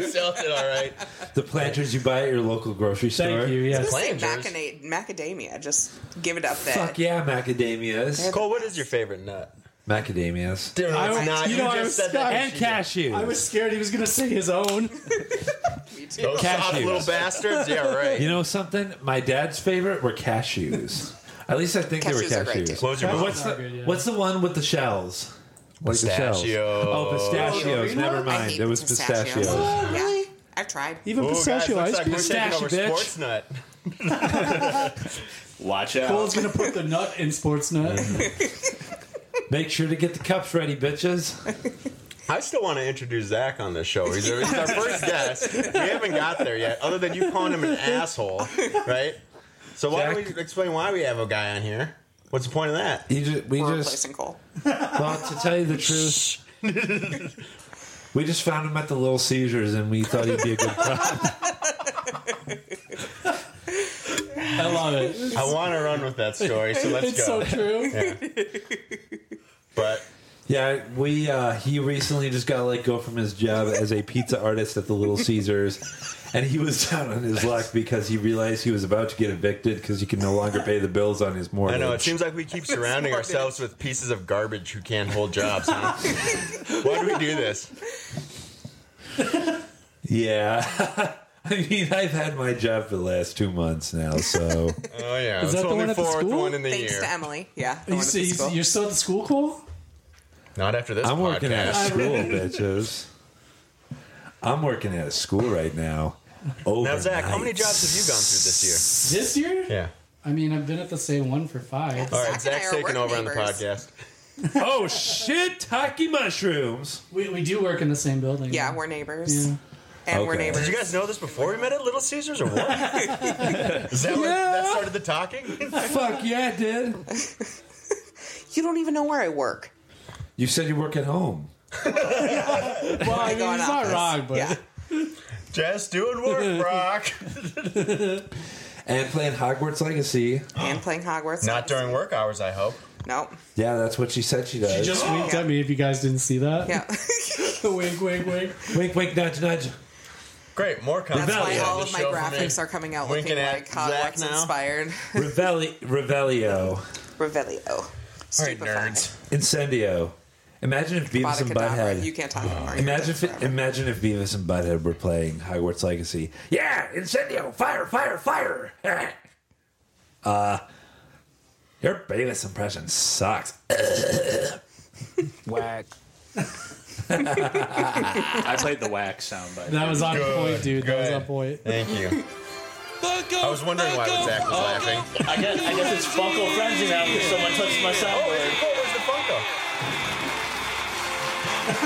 Speaker 8: salted, all right.
Speaker 6: The planters you buy at your local grocery store.
Speaker 2: Thank you.
Speaker 3: I
Speaker 2: Yes.
Speaker 3: was gonna say
Speaker 8: Planters.
Speaker 3: macana- macadamia. Just give it up there.
Speaker 6: Fuck yeah, macadamias.
Speaker 8: Cole, what is your favorite nut?
Speaker 6: Macadamias.
Speaker 8: Dude,
Speaker 2: I was- you know, I was stuck.
Speaker 6: And cashews.
Speaker 2: I was scared he was going to say his own.
Speaker 3: Me too.
Speaker 8: Those soft
Speaker 6: Cashews.
Speaker 8: little bastards. Yeah, right.
Speaker 6: you know something? My dad's favorite were cashews. At least I think they
Speaker 3: Cashews
Speaker 6: were
Speaker 3: are great,
Speaker 6: cashews.
Speaker 3: too.
Speaker 8: what was your
Speaker 6: But
Speaker 8: mom?
Speaker 6: what's the,
Speaker 2: good, yeah.
Speaker 6: what's the one with the shells? Like The
Speaker 8: Pistachios.
Speaker 6: shells. Oh, pistachios. Never
Speaker 3: I
Speaker 6: mind.
Speaker 3: hate
Speaker 6: It was
Speaker 3: pistachios.
Speaker 6: pistachios.
Speaker 8: Oh,
Speaker 3: really? I've tried.
Speaker 2: Even pistachio ice cream.
Speaker 8: we're taking over
Speaker 6: Pistachio, bitch.
Speaker 8: sports nut.
Speaker 5: Watch out.
Speaker 2: Cole's going to put the nut in sports nut.
Speaker 6: Make sure to get the cups ready, bitches.
Speaker 8: I still want to introduce Zach on this show. He's, he's our first guest. We haven't got there yet, other than you calling him an asshole, right? So why don't
Speaker 6: Zach.
Speaker 8: we explain why we have a guy on here? What's the point of that?
Speaker 6: You just, we
Speaker 3: We're
Speaker 6: just
Speaker 3: replacing Cole.
Speaker 6: well to tell you the truth. we just found him at the Little Seizures, and we thought he'd be a good cop.
Speaker 2: I love it.
Speaker 8: I want to run with that story, so let's
Speaker 2: It's
Speaker 8: go.
Speaker 2: so true.
Speaker 8: but
Speaker 6: yeah, we uh, he recently just got let go from his job as a pizza artist at the Little Caesars, and he was down on his luck because he realized he was about to get evicted because he could no longer pay the bills on his mortgage.
Speaker 8: I know it seems like we keep surrounding ourselves with pieces of garbage who can't hold jobs. Huh? Why do we do this?
Speaker 1: Yeah. I mean, I've had my job for the last two months now, so
Speaker 8: Oh yeah,
Speaker 2: Is
Speaker 8: it's
Speaker 2: that the
Speaker 8: only
Speaker 2: one at the
Speaker 8: forward
Speaker 2: school?
Speaker 8: one in the
Speaker 3: Thanks
Speaker 8: year.
Speaker 3: to Emily. Yeah. the
Speaker 2: You
Speaker 3: one at the
Speaker 2: see,
Speaker 3: school.
Speaker 2: you're still at the school, Cole?
Speaker 8: Not after this.
Speaker 1: I'm working at
Speaker 8: podcast.
Speaker 1: a school, bitches. I'm working at a school right now.
Speaker 8: Now, Zach, how many
Speaker 1: Overnights.
Speaker 8: jobs have you gone through this
Speaker 2: This year?
Speaker 8: year? Yeah.
Speaker 2: I mean, I've been at the same one for five.
Speaker 8: All right,
Speaker 3: Zach and I
Speaker 8: Zach's
Speaker 3: are
Speaker 8: taking
Speaker 3: work
Speaker 8: over on the
Speaker 3: neighbors.
Speaker 8: podcast.
Speaker 1: Oh shit! Taki mushrooms.
Speaker 2: We, we do work in the same building.
Speaker 3: Yeah, we're neighbors.
Speaker 2: Yeah.
Speaker 3: And we're
Speaker 1: Okay.
Speaker 3: neighbors.
Speaker 8: Did you guys know this before we met at Little Caesars or what? Is that what that started the talking?
Speaker 1: Fuck yeah, I did.
Speaker 3: You don't even know where I work.
Speaker 1: You said you work at home.
Speaker 2: Well, I mean,
Speaker 3: Going
Speaker 2: it's not
Speaker 3: office.
Speaker 2: wrong, but
Speaker 3: Yeah.
Speaker 8: Just doing work, Brock.
Speaker 1: And playing Hogwarts Legacy.
Speaker 3: And playing Hogwarts.
Speaker 8: Not during work hours, I hope.
Speaker 3: Nope.
Speaker 1: Yeah, that's what she said she does.
Speaker 2: she just winked at me if you guys didn't see that.
Speaker 3: Yeah.
Speaker 2: wink, wink, wink.
Speaker 1: wink, wink, nudge, nudge.
Speaker 8: Great, more content.
Speaker 3: That's why
Speaker 8: on
Speaker 3: all
Speaker 8: the
Speaker 3: of my
Speaker 8: show for me.
Speaker 3: graphics are coming out
Speaker 8: Winking
Speaker 3: looking
Speaker 8: at
Speaker 3: like
Speaker 8: Zach
Speaker 3: Hogwarts
Speaker 8: now.
Speaker 3: inspired.
Speaker 1: Revelli- Revelio.
Speaker 3: Revelio.
Speaker 8: All right,
Speaker 3: Stupefy.
Speaker 8: nerds.
Speaker 1: Incendio. Imagine if Beavis and
Speaker 3: Avada Kedavra. You
Speaker 1: Butthead.
Speaker 3: can't talk anymore.
Speaker 1: Imagine if, imagine if Beavis and Butthead were playing Hogwarts Legacy. Yeah, incendio, fire, fire, fire. uh, your Beavis impression sucks.
Speaker 5: Whack. I played the whack soundbite.
Speaker 2: That was on
Speaker 8: Good,
Speaker 2: point, dude. That was
Speaker 8: good.
Speaker 2: on point.
Speaker 8: Thank you. I was wondering why Zach was laughing.
Speaker 5: I guess, I guess it's Funko Frenzy now because someone touched my
Speaker 8: Oh,
Speaker 5: soundboard.
Speaker 8: wait, oh, where's the Funko?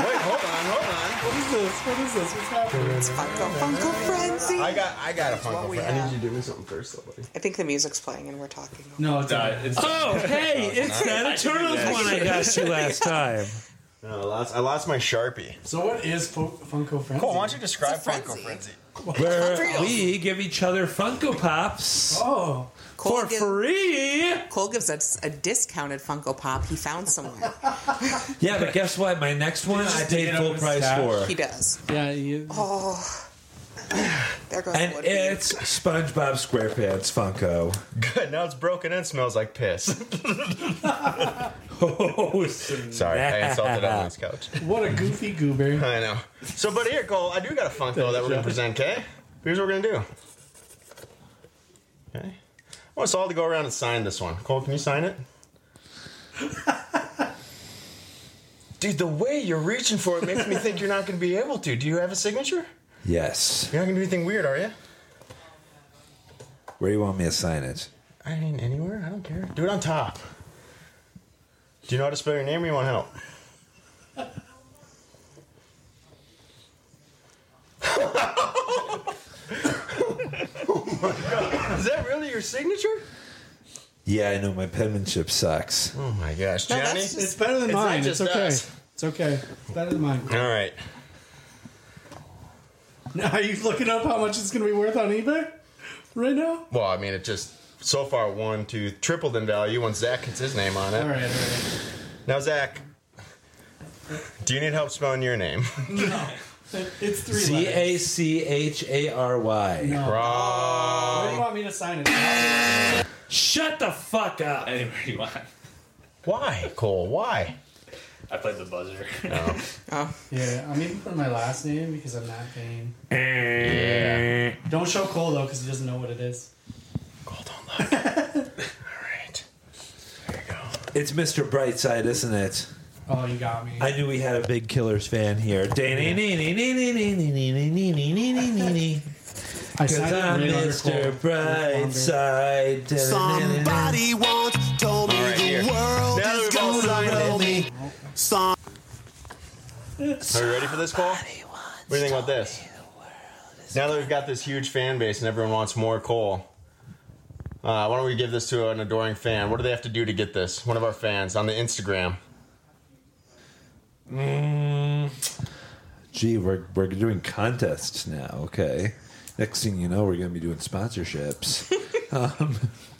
Speaker 8: Wait, hold on, hold
Speaker 2: What is this? What is this? What's happening?
Speaker 3: Funko, Funko Frenzy.
Speaker 8: on. I got, I got a Funko.
Speaker 3: we
Speaker 8: for- I
Speaker 3: have.
Speaker 8: need you to do me something first, though, buddy.
Speaker 3: I think the music's playing and we're talking.
Speaker 2: No, it's not.
Speaker 1: Oh, hey, it's that Eternals one I got you last time.
Speaker 8: No, I lost, I lost my Sharpie.
Speaker 2: So what is Fo- Funko Frenzy?
Speaker 8: Cool, why don't you describe
Speaker 3: It's a
Speaker 8: Funko
Speaker 3: frenzy.
Speaker 8: Frenzy?
Speaker 1: Where we give each other Funko Pops
Speaker 2: Oh,
Speaker 3: Cole,
Speaker 1: for
Speaker 3: gives,
Speaker 1: free.
Speaker 3: Cole gives us a discounted Funko Pop he found somewhere.
Speaker 1: Yeah, but guess what? My next one I
Speaker 2: just dig
Speaker 1: paid
Speaker 2: it up
Speaker 1: full
Speaker 2: and
Speaker 1: price
Speaker 2: stash.
Speaker 1: for.
Speaker 3: he does.
Speaker 2: yeah. You,
Speaker 3: Oh. there goes
Speaker 1: And
Speaker 3: Woody.
Speaker 1: it's SpongeBob SquarePants Funko.
Speaker 8: Good, now it's broken and smells like piss.
Speaker 1: Oh,
Speaker 8: Sorry, I insulted
Speaker 1: snap.
Speaker 8: on this couch.
Speaker 2: What a goofy goober.
Speaker 8: I know. So, but here, Cole, I do got a Funko that we're gonna present. Okay, here's what we're gonna do. Okay, I want us all to go around and sign this one. Cole, can you sign it? Dude, the way you're reaching for it makes me think you're not gonna be able to. Do you have a signature?
Speaker 1: Yes.
Speaker 8: You're not gonna do anything weird, are you?
Speaker 1: Where do you want me to sign it?
Speaker 8: I mean, anywhere. I don't care. Do it on top. Do you know how to spell your name, or you want help? oh my god! Is that really your signature?
Speaker 1: Yeah, I know my penmanship sucks.
Speaker 8: Oh my gosh,
Speaker 3: No,
Speaker 8: Johnny!
Speaker 3: that's just-
Speaker 2: It's better than
Speaker 8: It's not
Speaker 2: mine. It's
Speaker 8: just
Speaker 2: okay.
Speaker 8: us.
Speaker 2: It's okay. It's better than mine.
Speaker 8: All right.
Speaker 2: Now, are you looking up how much it's going to be worth on eBay right now?
Speaker 8: Well, I mean, it just so far one, two, tripled in value once Zach gets his name on it.
Speaker 2: All right, all right.
Speaker 8: Now, Zach, do you need help spelling your name?
Speaker 2: It's three
Speaker 1: C
Speaker 2: letters.
Speaker 1: A C H A R Y.
Speaker 8: Wrong.
Speaker 2: Where do you want me to sign it?
Speaker 1: Shut the fuck up.
Speaker 5: Anywhere you want.
Speaker 8: Why, Cole? Why?
Speaker 5: I played the buzzer.
Speaker 2: Yeah, I'm even putting my last name because I'm not paying. Don't show Cole though because he doesn't know what it is.
Speaker 8: Cole, don't look. all right. There you go.
Speaker 1: It's Mr. Brightside, isn't it?
Speaker 2: Oh, you got me.
Speaker 1: I knew we had a big Killers fan here.
Speaker 2: I
Speaker 1: Cause I'm Mr. Brightside.
Speaker 4: Somebody once told me
Speaker 8: All right,
Speaker 4: the
Speaker 8: here.
Speaker 4: world
Speaker 8: Now
Speaker 4: is
Speaker 8: that we've all
Speaker 4: gonna
Speaker 8: signed
Speaker 4: roll
Speaker 8: it.
Speaker 4: me. Some
Speaker 8: Are you ready for this, Cole? What do you think about this? Now that we've got this huge fan base and everyone wants more Cole, uh, why don't we give this to an adoring fan? What do they have to do to get this? One of our fans on the Instagram.
Speaker 1: Mm. Gee, we're, we're doing contests now. Okay. Next thing you know, we're going to be doing sponsorships.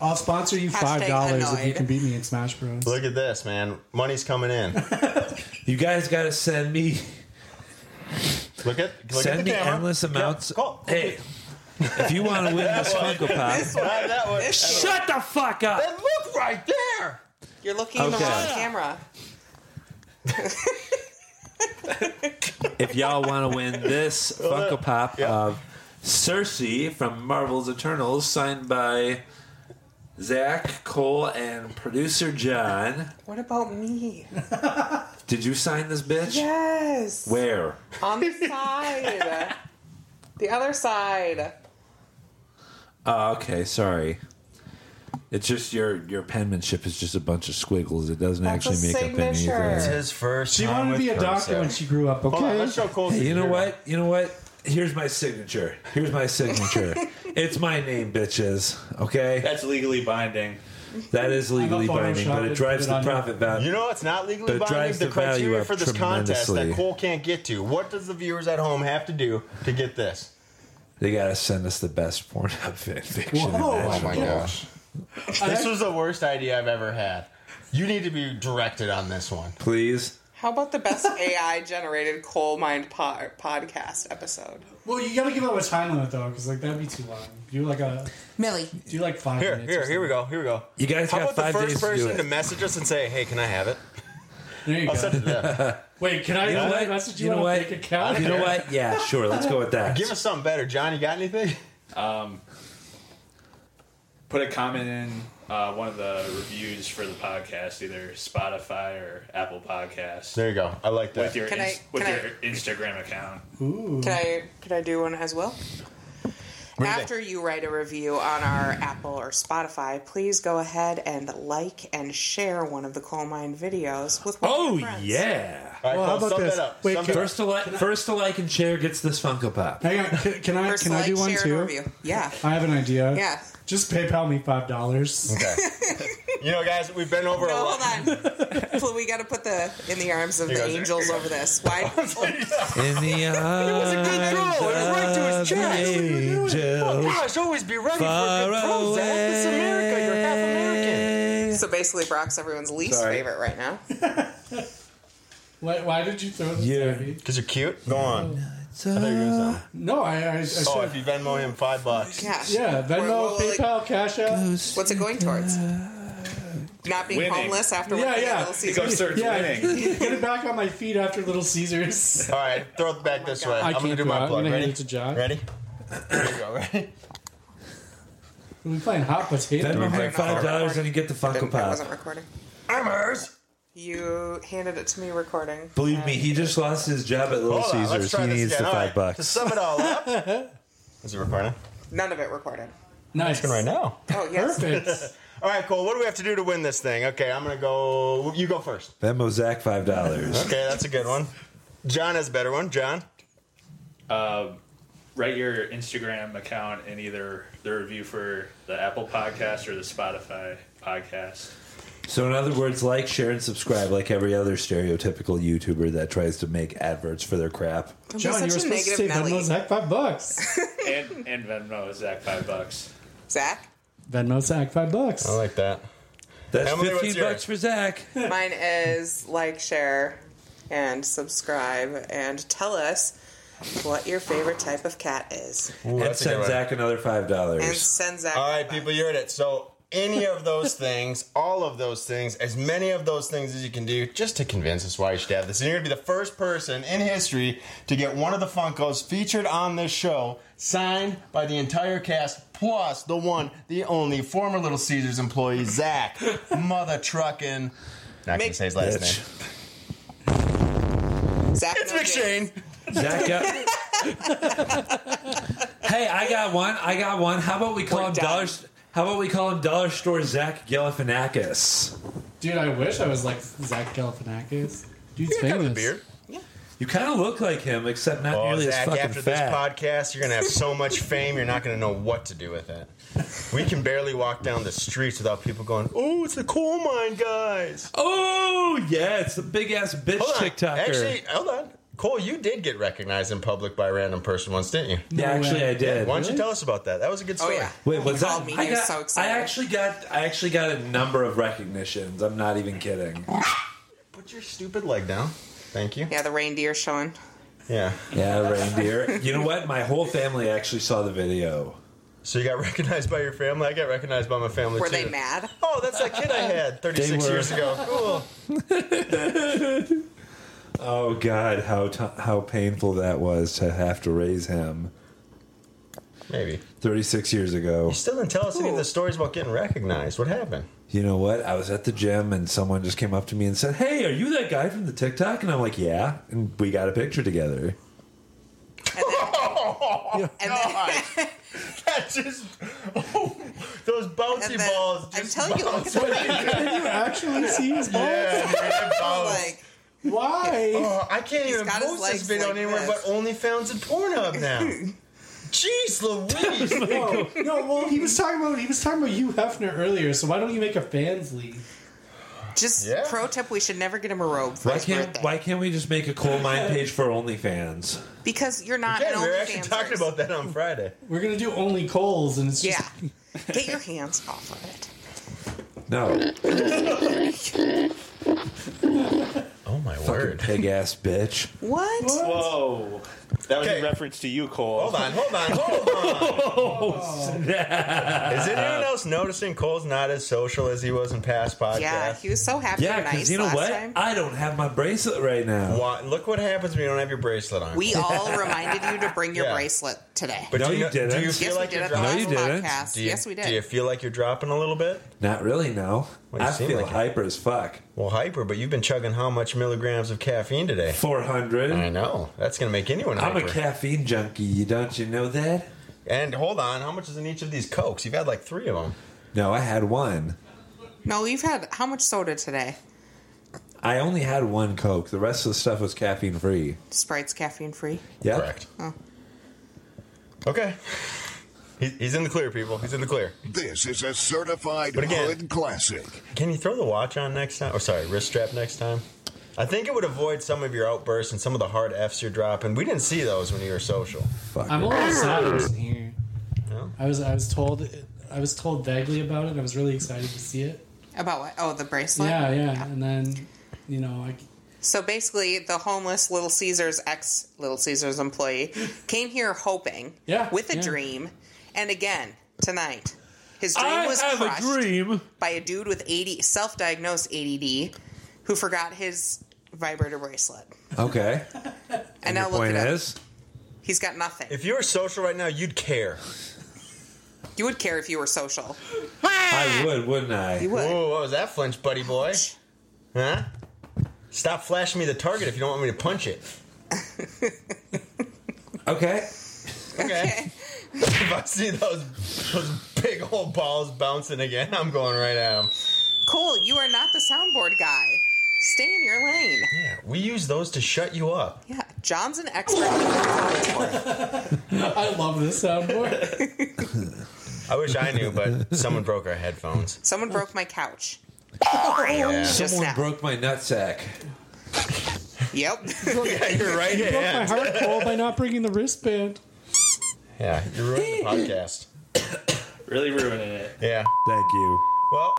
Speaker 2: I'll sponsor you five
Speaker 3: Hashtag
Speaker 2: dollars if you
Speaker 3: annoyed.
Speaker 2: can beat me in Smash Bros.
Speaker 8: Look at this, man. Money's coming in.
Speaker 1: you guys got to send me
Speaker 8: Look at look
Speaker 1: send
Speaker 8: at the
Speaker 1: me
Speaker 8: camera.
Speaker 1: endless amounts.
Speaker 8: Cole, Cole,
Speaker 1: Hey, if you want to win this Funko Pop,
Speaker 8: Not that one.
Speaker 1: shut the fuck up.
Speaker 8: And look right there.
Speaker 3: You're looking at the
Speaker 1: Okay.
Speaker 3: wrong camera.
Speaker 6: if y'all want to win this Funko Pop of Cersei from Marvel's Eternals, signed by Zach Cole and producer John,
Speaker 3: What about me?
Speaker 6: did you sign this bitch?
Speaker 3: Yes.
Speaker 6: Where?
Speaker 3: On the side. the other side.
Speaker 6: Oh, okay, sorry. It's just your your penmanship is just a bunch of squiggles. It doesn't
Speaker 3: That's a
Speaker 6: actually make up anything.
Speaker 3: signature. It's his
Speaker 8: first.
Speaker 2: She wanted to be a doctor when she grew up. Okay.
Speaker 6: Hey, you know what? You know what? Here's my signature. Here's my signature. it's my name, bitches. Okay,
Speaker 5: That's legally binding.
Speaker 6: that is legally binding, but it drives the profit value.
Speaker 8: You know what's not legally
Speaker 6: That
Speaker 8: binding?
Speaker 6: drives
Speaker 8: The
Speaker 6: the value
Speaker 8: criteria
Speaker 6: up
Speaker 8: for this contest that
Speaker 6: tremendously.
Speaker 8: Cole can't get to. What does the viewers at home have to do to get this?
Speaker 6: They gotta send us the best porn up fan fiction.
Speaker 8: Oh my
Speaker 6: imaginable.
Speaker 8: gosh. Uh, This was the worst idea I've ever had. You need to be directed on this one.
Speaker 6: Please.
Speaker 3: How about the best AI generated coal mine po- podcast episode?
Speaker 2: Well, you gotta give up a time limit though, because like that'd be too long. Do like a
Speaker 3: Millie.
Speaker 2: do like five
Speaker 8: Here,
Speaker 2: minutes.
Speaker 8: here, here we go. Here we go.
Speaker 6: You guys
Speaker 8: How
Speaker 6: got
Speaker 8: about the
Speaker 6: five
Speaker 8: first
Speaker 6: days to do
Speaker 8: person
Speaker 6: it.
Speaker 8: to message us and say, "Hey, can I have it?"
Speaker 2: There you
Speaker 8: I'll
Speaker 2: go.
Speaker 8: send it to them.
Speaker 2: Wait, can I
Speaker 6: You know what?
Speaker 2: message you,
Speaker 6: You know
Speaker 2: on a
Speaker 6: what?
Speaker 2: fake account?
Speaker 6: You know what? Yeah, sure. Let's go with that.
Speaker 8: Give us something better, John. You got anything?
Speaker 5: Put a comment in uh, one of the reviews for the podcast, either Spotify or Apple Podcasts,
Speaker 8: There you go. I like that.
Speaker 5: with your
Speaker 3: Can I-
Speaker 5: ins- with
Speaker 3: can I-
Speaker 5: your Instagram account.
Speaker 2: Ooh.
Speaker 3: Can I could I do one as well?
Speaker 8: What do you think?
Speaker 3: After you write a review on our Apple or Spotify, please go ahead and like and share one of the coal mine videos with one of
Speaker 6: Oh
Speaker 3: your friends.
Speaker 6: yeah.
Speaker 8: All right,
Speaker 2: Well, how
Speaker 8: Cole,
Speaker 2: about
Speaker 8: sum
Speaker 2: this?
Speaker 8: that up.
Speaker 2: Wait,
Speaker 8: Sum
Speaker 2: can-
Speaker 8: that up.
Speaker 6: First to like, first to like and share gets this Funko Pop.
Speaker 2: Hang on. Can, can I
Speaker 3: First
Speaker 2: can I
Speaker 3: like,
Speaker 2: do one
Speaker 3: share, and
Speaker 2: too?
Speaker 3: review. Yeah.
Speaker 2: I have an idea.
Speaker 3: Yeah.
Speaker 2: Just PayPal me five dollars.
Speaker 8: Okay. you know, guys, we've been over a
Speaker 3: No,
Speaker 8: lot.
Speaker 3: hold on. Well, we got to put the in the arms of
Speaker 8: You
Speaker 3: the
Speaker 8: guys-
Speaker 3: angels over this. Why?
Speaker 6: In the arms
Speaker 8: a good throw. It was right to his
Speaker 6: of
Speaker 8: chest.
Speaker 6: angels.
Speaker 8: gosh, always be ready
Speaker 6: Far
Speaker 1: eh?
Speaker 6: away.
Speaker 3: so basically, Brock's everyone's least
Speaker 6: Sorry.
Speaker 3: favorite right now.
Speaker 2: Why, why did you throw this?
Speaker 6: Yeah.
Speaker 2: at me?
Speaker 8: Because you're cute. Go
Speaker 6: I
Speaker 8: on. There you go, son.
Speaker 2: No, I I, I said,
Speaker 8: Oh, if you Venmo him five bucks.
Speaker 3: Yeah.
Speaker 2: yeah. Venmo,
Speaker 3: Well, like-
Speaker 2: PayPal, Cash App.
Speaker 3: What's it going towards? Not being
Speaker 5: Winning.
Speaker 3: homeless after
Speaker 2: Uh, Yeah,
Speaker 3: working
Speaker 2: yeah.
Speaker 3: at Little
Speaker 5: It goes
Speaker 3: Caesars.
Speaker 5: towards
Speaker 2: Yeah,
Speaker 5: winning.
Speaker 2: get it back on my feet after Little Caesars.
Speaker 8: All right, throw it
Speaker 3: Oh
Speaker 8: back this way.
Speaker 2: I
Speaker 8: I'm gonna
Speaker 2: can't
Speaker 8: do
Speaker 2: do it.
Speaker 8: my
Speaker 2: I'm
Speaker 8: plug.
Speaker 2: gonna hand
Speaker 8: Ready?
Speaker 2: it to John.
Speaker 8: Ready? There you go. Ready?
Speaker 2: We playing hot potato.
Speaker 6: Venmo for
Speaker 3: not
Speaker 6: five dollars and you get the Funko
Speaker 3: Didn't- I wasn't
Speaker 6: Pop.
Speaker 3: recording.
Speaker 8: I'm hers.
Speaker 3: You handed it to me recording.
Speaker 6: Believe me, he just lost his job at Little
Speaker 8: Hold on, let's
Speaker 6: Caesars.
Speaker 8: try
Speaker 6: He
Speaker 8: this
Speaker 6: needs
Speaker 8: again.
Speaker 6: the
Speaker 8: All
Speaker 6: five
Speaker 8: right, To
Speaker 6: bucks.
Speaker 8: sum it all up, is it recording?
Speaker 3: None of it recorded.
Speaker 2: Nice.
Speaker 8: Right now.
Speaker 3: Oh yes.
Speaker 2: Perfect.
Speaker 8: All right, Cole. What do we have to do to win this thing? Okay, I'm gonna go. You go first.
Speaker 6: Venmo Zach five dollars.
Speaker 8: Okay, that's a good one. John has a better one. John.
Speaker 5: Write your Instagram account in either the review for the Apple Podcast or the Spotify Podcast.
Speaker 6: So in other words, like, share, and subscribe, like every other stereotypical YouTuber that tries to make adverts for their crap.
Speaker 3: Don't be
Speaker 2: John, you were
Speaker 3: such a
Speaker 2: supposed to
Speaker 3: negative
Speaker 2: say
Speaker 3: Nelly.
Speaker 2: Venmo Zach five bucks.
Speaker 5: And and Venmo Zach five bucks.
Speaker 3: Zach,
Speaker 2: Venmo Zach five bucks.
Speaker 8: like that.
Speaker 6: That's
Speaker 8: Emily, what's
Speaker 6: fifteen bucks for Zach.
Speaker 3: mine is like, share, and subscribe, and tell us what your favorite type of cat is,
Speaker 8: Ooh,
Speaker 6: and
Speaker 8: a good
Speaker 6: send
Speaker 8: one.
Speaker 6: Zach another five
Speaker 3: and
Speaker 6: dollars.
Speaker 3: send Zach.
Speaker 8: All right, people, you heard it. So, any of those things, all of those things, as many of those things as you can do, just to convince us why you should have this. And you're going to be the first person in history to get one of the Funkos featured on this show, signed by the entire cast, plus the one, the only former Little Caesars employee, Zach, mother truckin'. Not going to
Speaker 3: Mick-
Speaker 8: say his last
Speaker 6: Bitch.
Speaker 8: name.
Speaker 3: Zach
Speaker 8: It's
Speaker 3: knows
Speaker 8: McShane.
Speaker 6: Zach got. hey, I got one. I got one. How about we call
Speaker 3: We're
Speaker 6: him
Speaker 3: done.
Speaker 6: dollar? How about we call him Dollar Store Zach Galifianakis?
Speaker 2: Dude, I wish I was like Zach Galifianakis. Dude's
Speaker 8: Here comes
Speaker 2: famous.
Speaker 8: the beard.
Speaker 6: You kind of look like him, except not
Speaker 8: Oh,
Speaker 6: nearly
Speaker 8: Zach,
Speaker 6: as fucking
Speaker 8: after
Speaker 6: fat.
Speaker 8: this podcast, you're going to have so much fame, you're not going to know what to do with it. We can barely walk down the streets without people going, oh, it's the coal mine guys.
Speaker 6: oh yeah, it's the big ass bitch
Speaker 8: Hold on.
Speaker 6: TikToker.
Speaker 8: Actually, hold on. Cole, you did get recognized in public by a random person once, didn't you?
Speaker 6: yeah,
Speaker 2: No
Speaker 6: actually,
Speaker 2: way.
Speaker 6: I did.
Speaker 8: Why don't you tell us about that? That was a good
Speaker 3: Oh
Speaker 8: story.
Speaker 3: yeah.
Speaker 6: Wait,
Speaker 3: He
Speaker 6: was that?
Speaker 3: called me.
Speaker 6: I,
Speaker 3: He was
Speaker 6: got-
Speaker 3: so
Speaker 6: I
Speaker 3: excited.
Speaker 6: actually got. I actually got a number of recognitions. I'm not even kidding.
Speaker 8: Put your stupid leg down. Thank you.
Speaker 3: Yeah, the reindeer showing.
Speaker 8: Yeah.
Speaker 6: Yeah, reindeer. You know what? My whole family actually saw the video.
Speaker 8: So you got recognized by your family. I got recognized by my family
Speaker 3: Were
Speaker 8: too.
Speaker 3: they mad?
Speaker 8: Oh, that's that kid I had 36
Speaker 6: They were.
Speaker 8: years ago. Cool.
Speaker 1: Oh God, how t- how painful that was to have to raise him.
Speaker 8: Maybe
Speaker 1: thirty six years ago.
Speaker 8: You still didn't tell us any of the stories about getting recognized. What happened?
Speaker 1: You know what? I was at the gym and someone just came up to me and said, "Hey, are you that guy from the TikTok?" And I'm like, "Yeah." And we got a picture together.
Speaker 8: Oh, God. that just. Oh, those bouncy
Speaker 3: And then-
Speaker 8: balls
Speaker 3: I'm
Speaker 8: just.
Speaker 3: telling you, look at
Speaker 8: bounce
Speaker 3: the
Speaker 8: away.
Speaker 3: picture.
Speaker 2: Can you actually see his balls?
Speaker 8: Yeah, dude, they're bounced.
Speaker 3: like
Speaker 2: Why?
Speaker 8: Oh, I can't even
Speaker 3: got his
Speaker 8: post
Speaker 3: legs
Speaker 8: this video
Speaker 3: like
Speaker 8: anywhere
Speaker 3: this.
Speaker 8: but OnlyFans and Pornhub now. Jeez Louise!
Speaker 2: No, no. Well, he was talking about he was talking about you Hefner earlier. So why don't you make a fans league?
Speaker 3: just
Speaker 8: Yeah.
Speaker 3: pro tip: we should never get him a robe for
Speaker 1: Why
Speaker 3: his
Speaker 1: can't
Speaker 3: birthday
Speaker 1: Why can't we just make a coal mine page for OnlyFans?
Speaker 3: because you're not
Speaker 8: yeah,
Speaker 3: an
Speaker 8: we were actually
Speaker 3: OnlyFans.
Speaker 8: talking about that on Friday.
Speaker 2: We're gonna do only Coles, and it's just
Speaker 3: Yeah, get your hands off of it.
Speaker 1: No,
Speaker 8: Oh my
Speaker 1: fucking pig ass bitch.
Speaker 3: What?
Speaker 5: Whoa. That was
Speaker 8: Okay.
Speaker 5: a reference to you, Cole.
Speaker 8: Hold on, hold on, hold on. Is anyone
Speaker 1: Oh,
Speaker 8: else noticing Cole's not as social as he was in past podcasts?
Speaker 3: Yeah, he was so happy
Speaker 1: Yeah,
Speaker 3: and
Speaker 1: because
Speaker 3: nice
Speaker 1: you know
Speaker 3: last
Speaker 1: what?
Speaker 3: time.
Speaker 1: I don't have my bracelet right now.
Speaker 8: Why- look what happens when you don't have your bracelet on.
Speaker 3: we all reminded you to bring your
Speaker 8: Yeah.
Speaker 3: bracelet today.
Speaker 8: but
Speaker 1: No,
Speaker 8: do
Speaker 1: you
Speaker 8: know-
Speaker 1: didn't.
Speaker 8: Do you feel
Speaker 3: yes, we
Speaker 8: like
Speaker 3: did
Speaker 8: you're
Speaker 3: at the
Speaker 8: dropping?
Speaker 3: last
Speaker 1: you didn't.
Speaker 3: podcast.
Speaker 8: Do you-
Speaker 3: yes, we did.
Speaker 8: Do you feel like you're dropping a little bit?
Speaker 1: Not really. No,
Speaker 8: Well, you
Speaker 1: I
Speaker 8: seem
Speaker 1: feel
Speaker 8: like it.
Speaker 1: hyper as fuck.
Speaker 8: Well, hyper, but you've been chugging how much milligrams of caffeine today?
Speaker 1: Four
Speaker 8: I
Speaker 1: hundred.
Speaker 8: know. That's going to make anyone
Speaker 1: I'm
Speaker 8: Mm. hyper.
Speaker 1: a caffeine junkie. You don't you know that?
Speaker 8: and hold on, how much is in each of these Cokes? You've had like three of them.
Speaker 1: No, I had one.
Speaker 3: no, you've had how much soda today?
Speaker 1: I only had one Coke. The rest of the stuff was caffeine free.
Speaker 3: Sprite's caffeine free.
Speaker 1: Yeah.
Speaker 8: Correct. Okay. He- He's in the clear, people. He's in the clear.
Speaker 11: This is a certified
Speaker 8: But again-
Speaker 11: hood classic.
Speaker 8: Can you throw the watch on next time? Or sorry, wrist strap next time? I think it would avoid some of your outbursts and some of the hard Fs you're dropping. We didn't see those when you were social.
Speaker 1: Fuck.
Speaker 2: I'm a
Speaker 1: it.
Speaker 2: little sad I wasn't here.
Speaker 8: No?
Speaker 2: I was I was told I was told vaguely about it. and I was really excited to see it.
Speaker 3: About what? Oh, the bracelet.
Speaker 2: Yeah, yeah. And then you know, I,
Speaker 3: So basically, the homeless Little Caesars ex Little Caesars employee came here hoping,
Speaker 2: Yeah,
Speaker 3: with a
Speaker 2: yeah.
Speaker 3: dream, and again tonight, his dream was crushed by a dude with AD self-diagnosed ADD who forgot his vibrator bracelet.
Speaker 1: Okay.
Speaker 3: And, now
Speaker 1: Your
Speaker 3: look
Speaker 1: point
Speaker 3: at
Speaker 1: is,
Speaker 3: he's got nothing.
Speaker 8: If you were social right now, you'd care.
Speaker 3: you would care if you were social.
Speaker 1: I would, wouldn't I?
Speaker 3: You would.
Speaker 8: Whoa, what was that flinch, buddy boy? Huh? Stop flashing me the target if you don't want me to punch it.
Speaker 1: Okay.
Speaker 8: Okay. if I see those those big old balls bouncing again, I'm going right at them.
Speaker 3: Cole, you are not the soundboard guy. Stay in your lane.
Speaker 8: Yeah, we use those to shut you up.
Speaker 3: Yeah, John's an expert. on the soundboard.
Speaker 2: I love this soundboard.
Speaker 8: I wish I knew, but someone broke our headphones.
Speaker 3: Someone broke my couch.
Speaker 8: Yeah.
Speaker 3: Just
Speaker 1: Someone
Speaker 3: now.
Speaker 1: broke my nutsack.
Speaker 3: Yep.
Speaker 8: Yeah, you're right.
Speaker 2: Broke my
Speaker 8: Yeah,
Speaker 2: heart Cole by not bringing the wristband.
Speaker 8: yeah you ruined the podcast.
Speaker 5: Really ruining it.
Speaker 8: Yeah.
Speaker 1: Thank you.
Speaker 8: Well,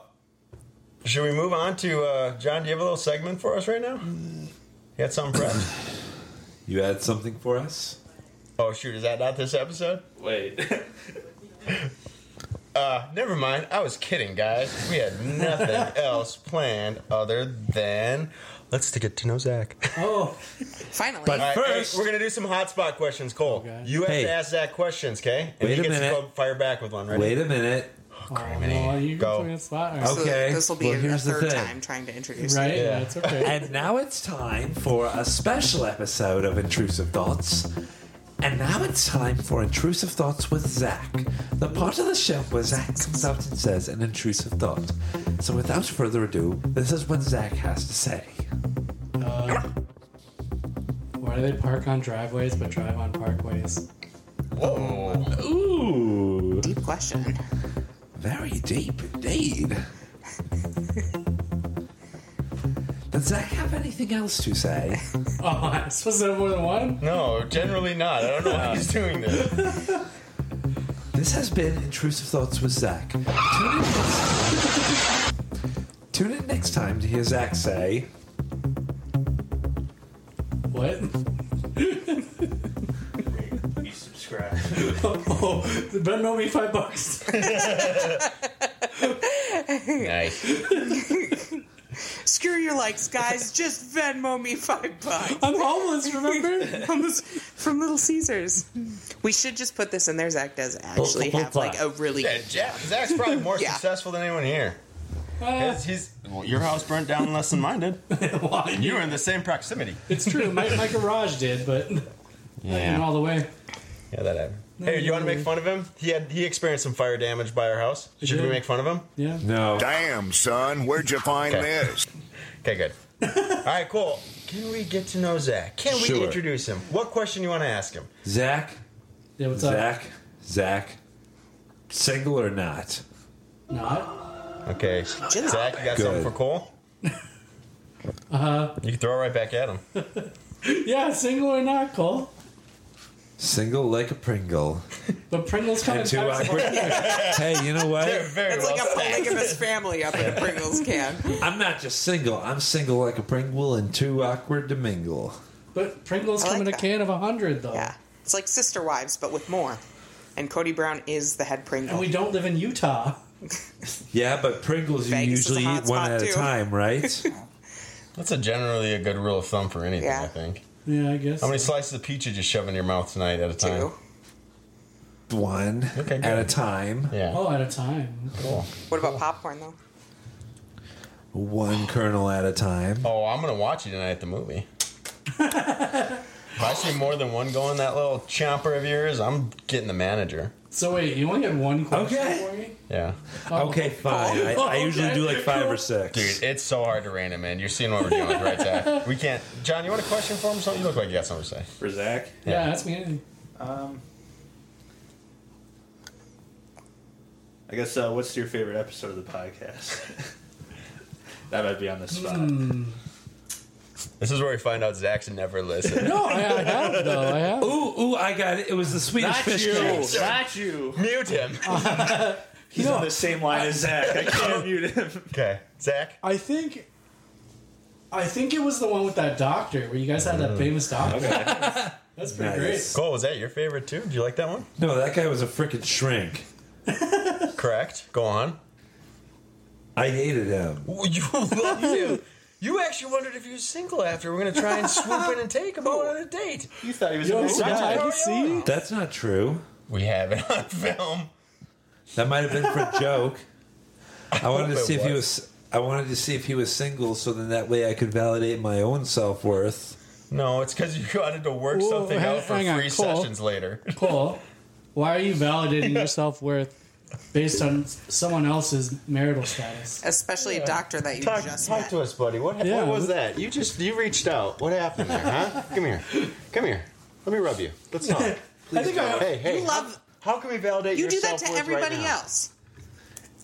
Speaker 8: should we move on to uh, John? Do you have a little segment for us right now? You got something prepped?
Speaker 1: You had something for us?
Speaker 8: oh shoot, is that not this episode?
Speaker 5: Wait.
Speaker 8: Uh, never mind. I was kidding, guys. We had nothing else planned other than let's to get to know Zach.
Speaker 2: Oh,
Speaker 3: Finally.
Speaker 8: All right,
Speaker 1: First-
Speaker 8: hey, we're gonna do some hotspot questions, Cole.
Speaker 2: Okay.
Speaker 8: You have
Speaker 1: Hey.
Speaker 8: to ask Zach questions, okay? And
Speaker 1: Wait
Speaker 8: he
Speaker 1: a
Speaker 8: gets
Speaker 1: minute.
Speaker 8: to go fire back with one, right?
Speaker 1: Wait a minute.
Speaker 2: oh no, you
Speaker 8: Go.
Speaker 2: go. Put me on the spot. All
Speaker 3: So
Speaker 2: right.
Speaker 1: Okay,
Speaker 3: This will be
Speaker 1: well,
Speaker 3: the
Speaker 1: here's the
Speaker 3: third
Speaker 1: thing.
Speaker 3: time trying to introduce
Speaker 2: Right?
Speaker 3: you.
Speaker 2: Yeah, it's okay.
Speaker 1: And now it's time for a special episode of Intrusive Thoughts. And now it's time for Intrusive Thoughts with Zach, the part of the show where Zach comes out and says an intrusive thought. So without further ado, this is what Zach has to say.
Speaker 2: Why do they park on driveways but drive on parkways?
Speaker 1: Ooh,
Speaker 3: Deep question.
Speaker 1: very deep indeed. Does Zach have anything else to say?
Speaker 2: Oh, I'm supposed to have more than one?
Speaker 8: No, generally not. I don't know why he's doing this.
Speaker 1: This has been Intrusive Thoughts with Zach. Tune in next, Tune in next time to hear Zach say,
Speaker 2: What?
Speaker 5: you subscribe.
Speaker 2: Oh, better know me five bucks.
Speaker 8: Nice.
Speaker 3: Screw sure you're like, guys, just Venmo me five bucks.
Speaker 12: I'm homeless, remember?
Speaker 3: homeless from Little Caesars. We should just put this in there. Zach does actually have like a really
Speaker 8: Yeah,
Speaker 3: good
Speaker 8: Jack, Zach's probably more
Speaker 3: Yeah.
Speaker 8: successful than anyone here. His- his- well, your house burnt down less than mine did. and you were in the same proximity.
Speaker 2: It's true. My, my garage did, but not even all the way.
Speaker 8: Yeah, that happened. Hey, you want to make fun of him? He had he experienced some fire damage by our house. Should we
Speaker 13: did.
Speaker 8: make fun of him?
Speaker 2: Yeah.
Speaker 8: No.
Speaker 13: Damn, son, where'd you find
Speaker 8: Okay.
Speaker 13: this?
Speaker 8: Okay, good. All right, cool. Can we get to know Zach? Can we
Speaker 6: Sure.
Speaker 8: introduce him? What question you want to ask him?
Speaker 6: Zach.
Speaker 2: Yeah, what's up?
Speaker 6: Zach. Zach. Single or not?
Speaker 2: Not.
Speaker 8: Okay, Zach, you got
Speaker 6: Good.
Speaker 8: something for Cole?
Speaker 2: Uh huh.
Speaker 8: You can throw it right back at him.
Speaker 2: Yeah, single or not, Cole.
Speaker 6: Single like a Pringle.
Speaker 2: But Pringles come
Speaker 6: And
Speaker 2: in
Speaker 6: too
Speaker 2: packs.
Speaker 6: awkward. hey, you know what?
Speaker 3: That's like a polygamous family up in a Pringles can.
Speaker 6: I'm not just single. I'm single like a Pringle and too awkward to mingle.
Speaker 2: But Pringles
Speaker 3: I
Speaker 2: come in
Speaker 3: like
Speaker 2: a can of hundred though.
Speaker 3: Yeah. It's like Sister Wives, but with more. And Cody Brown is the head Pringle.
Speaker 2: And we don't live in Utah.
Speaker 6: Yeah, but Pringles you
Speaker 3: Vegas is a
Speaker 6: usually
Speaker 3: hot
Speaker 6: eat one
Speaker 3: spot,
Speaker 6: at
Speaker 3: too.
Speaker 6: a time, right?
Speaker 8: That's a generally a good rule of thumb for anything,
Speaker 3: Yeah.
Speaker 8: I think.
Speaker 2: Yeah, I guess.
Speaker 8: How many slices of peach did you shove in your mouth tonight at a time?
Speaker 6: one at a time.
Speaker 8: Yeah.
Speaker 2: Oh, at a time.
Speaker 8: Cool.
Speaker 3: What about popcorn though?
Speaker 6: One kernel at a time.
Speaker 8: Oh, I'm gonna watch you tonight at the movie. if I see more than one going that little chomper of yours, I'm getting the manager.
Speaker 2: So wait, you only had one question for me?
Speaker 8: Yeah.
Speaker 2: Oh. Okay, fine. I- I usually do, like, five or
Speaker 6: six.
Speaker 8: Dude, it's so hard to rein him in. You're seeing what we're dealing with, right, Zach? We can't. John, you want a question for him? or Something? You look like you got something to say.
Speaker 5: For Zach?
Speaker 2: Oh, Yeah, ask me anything.
Speaker 5: Um, I guess, uh, what's your favorite episode of the podcast? that might be on the spot.
Speaker 8: This is where we find out Zach's never listened.
Speaker 2: No, I, I have though. I have.
Speaker 6: Ooh, ooh, I got it. It was the Swedish
Speaker 5: Not
Speaker 6: fish
Speaker 5: you.
Speaker 6: cakes.
Speaker 5: Not you.
Speaker 8: Mute him.
Speaker 5: He's on the same line as Zach. I can't mute him.
Speaker 8: Okay, Zach.
Speaker 2: I think. I think it was the one with that doctor where you guys had that famous doctor. That's pretty great.
Speaker 8: Cole, was that your favorite too? Did you like that one?
Speaker 6: No, that guy was a freaking shrink.
Speaker 8: Correct. Go on.
Speaker 6: I hated him.
Speaker 8: You love him. You actually wondered if he was single after. We're gonna try and swoop in and take him out on a date. You thought he was.
Speaker 2: Yo, yeah, I can see.
Speaker 6: That's not true.
Speaker 8: We have it on film.
Speaker 6: That might have been for a joke. I wanted to
Speaker 8: hope it
Speaker 6: see if he was. I wanted to see if he was single, so then that way I could validate my own self worth.
Speaker 8: No, it's because you wanted to work
Speaker 2: Whoa,
Speaker 8: something
Speaker 2: hang-
Speaker 8: out for
Speaker 2: hang on,
Speaker 8: free
Speaker 2: Cole.
Speaker 8: sessions later.
Speaker 2: Cole, why are you validating your self worth based on s- someone else's marital status?
Speaker 3: Especially a doctor that you
Speaker 8: Talk,
Speaker 3: just
Speaker 8: talk to us, buddy. What,
Speaker 2: Yeah,
Speaker 8: what was
Speaker 2: what-
Speaker 8: that? You just you reached out. What happened there? Huh? Come here. Come here. Let me rub you. Let's talk.
Speaker 2: I think I.
Speaker 8: hey, hey.
Speaker 3: You love
Speaker 8: how can we validate
Speaker 3: you
Speaker 8: your
Speaker 3: do that to
Speaker 8: self-worth
Speaker 3: everybody
Speaker 8: right now?
Speaker 3: else.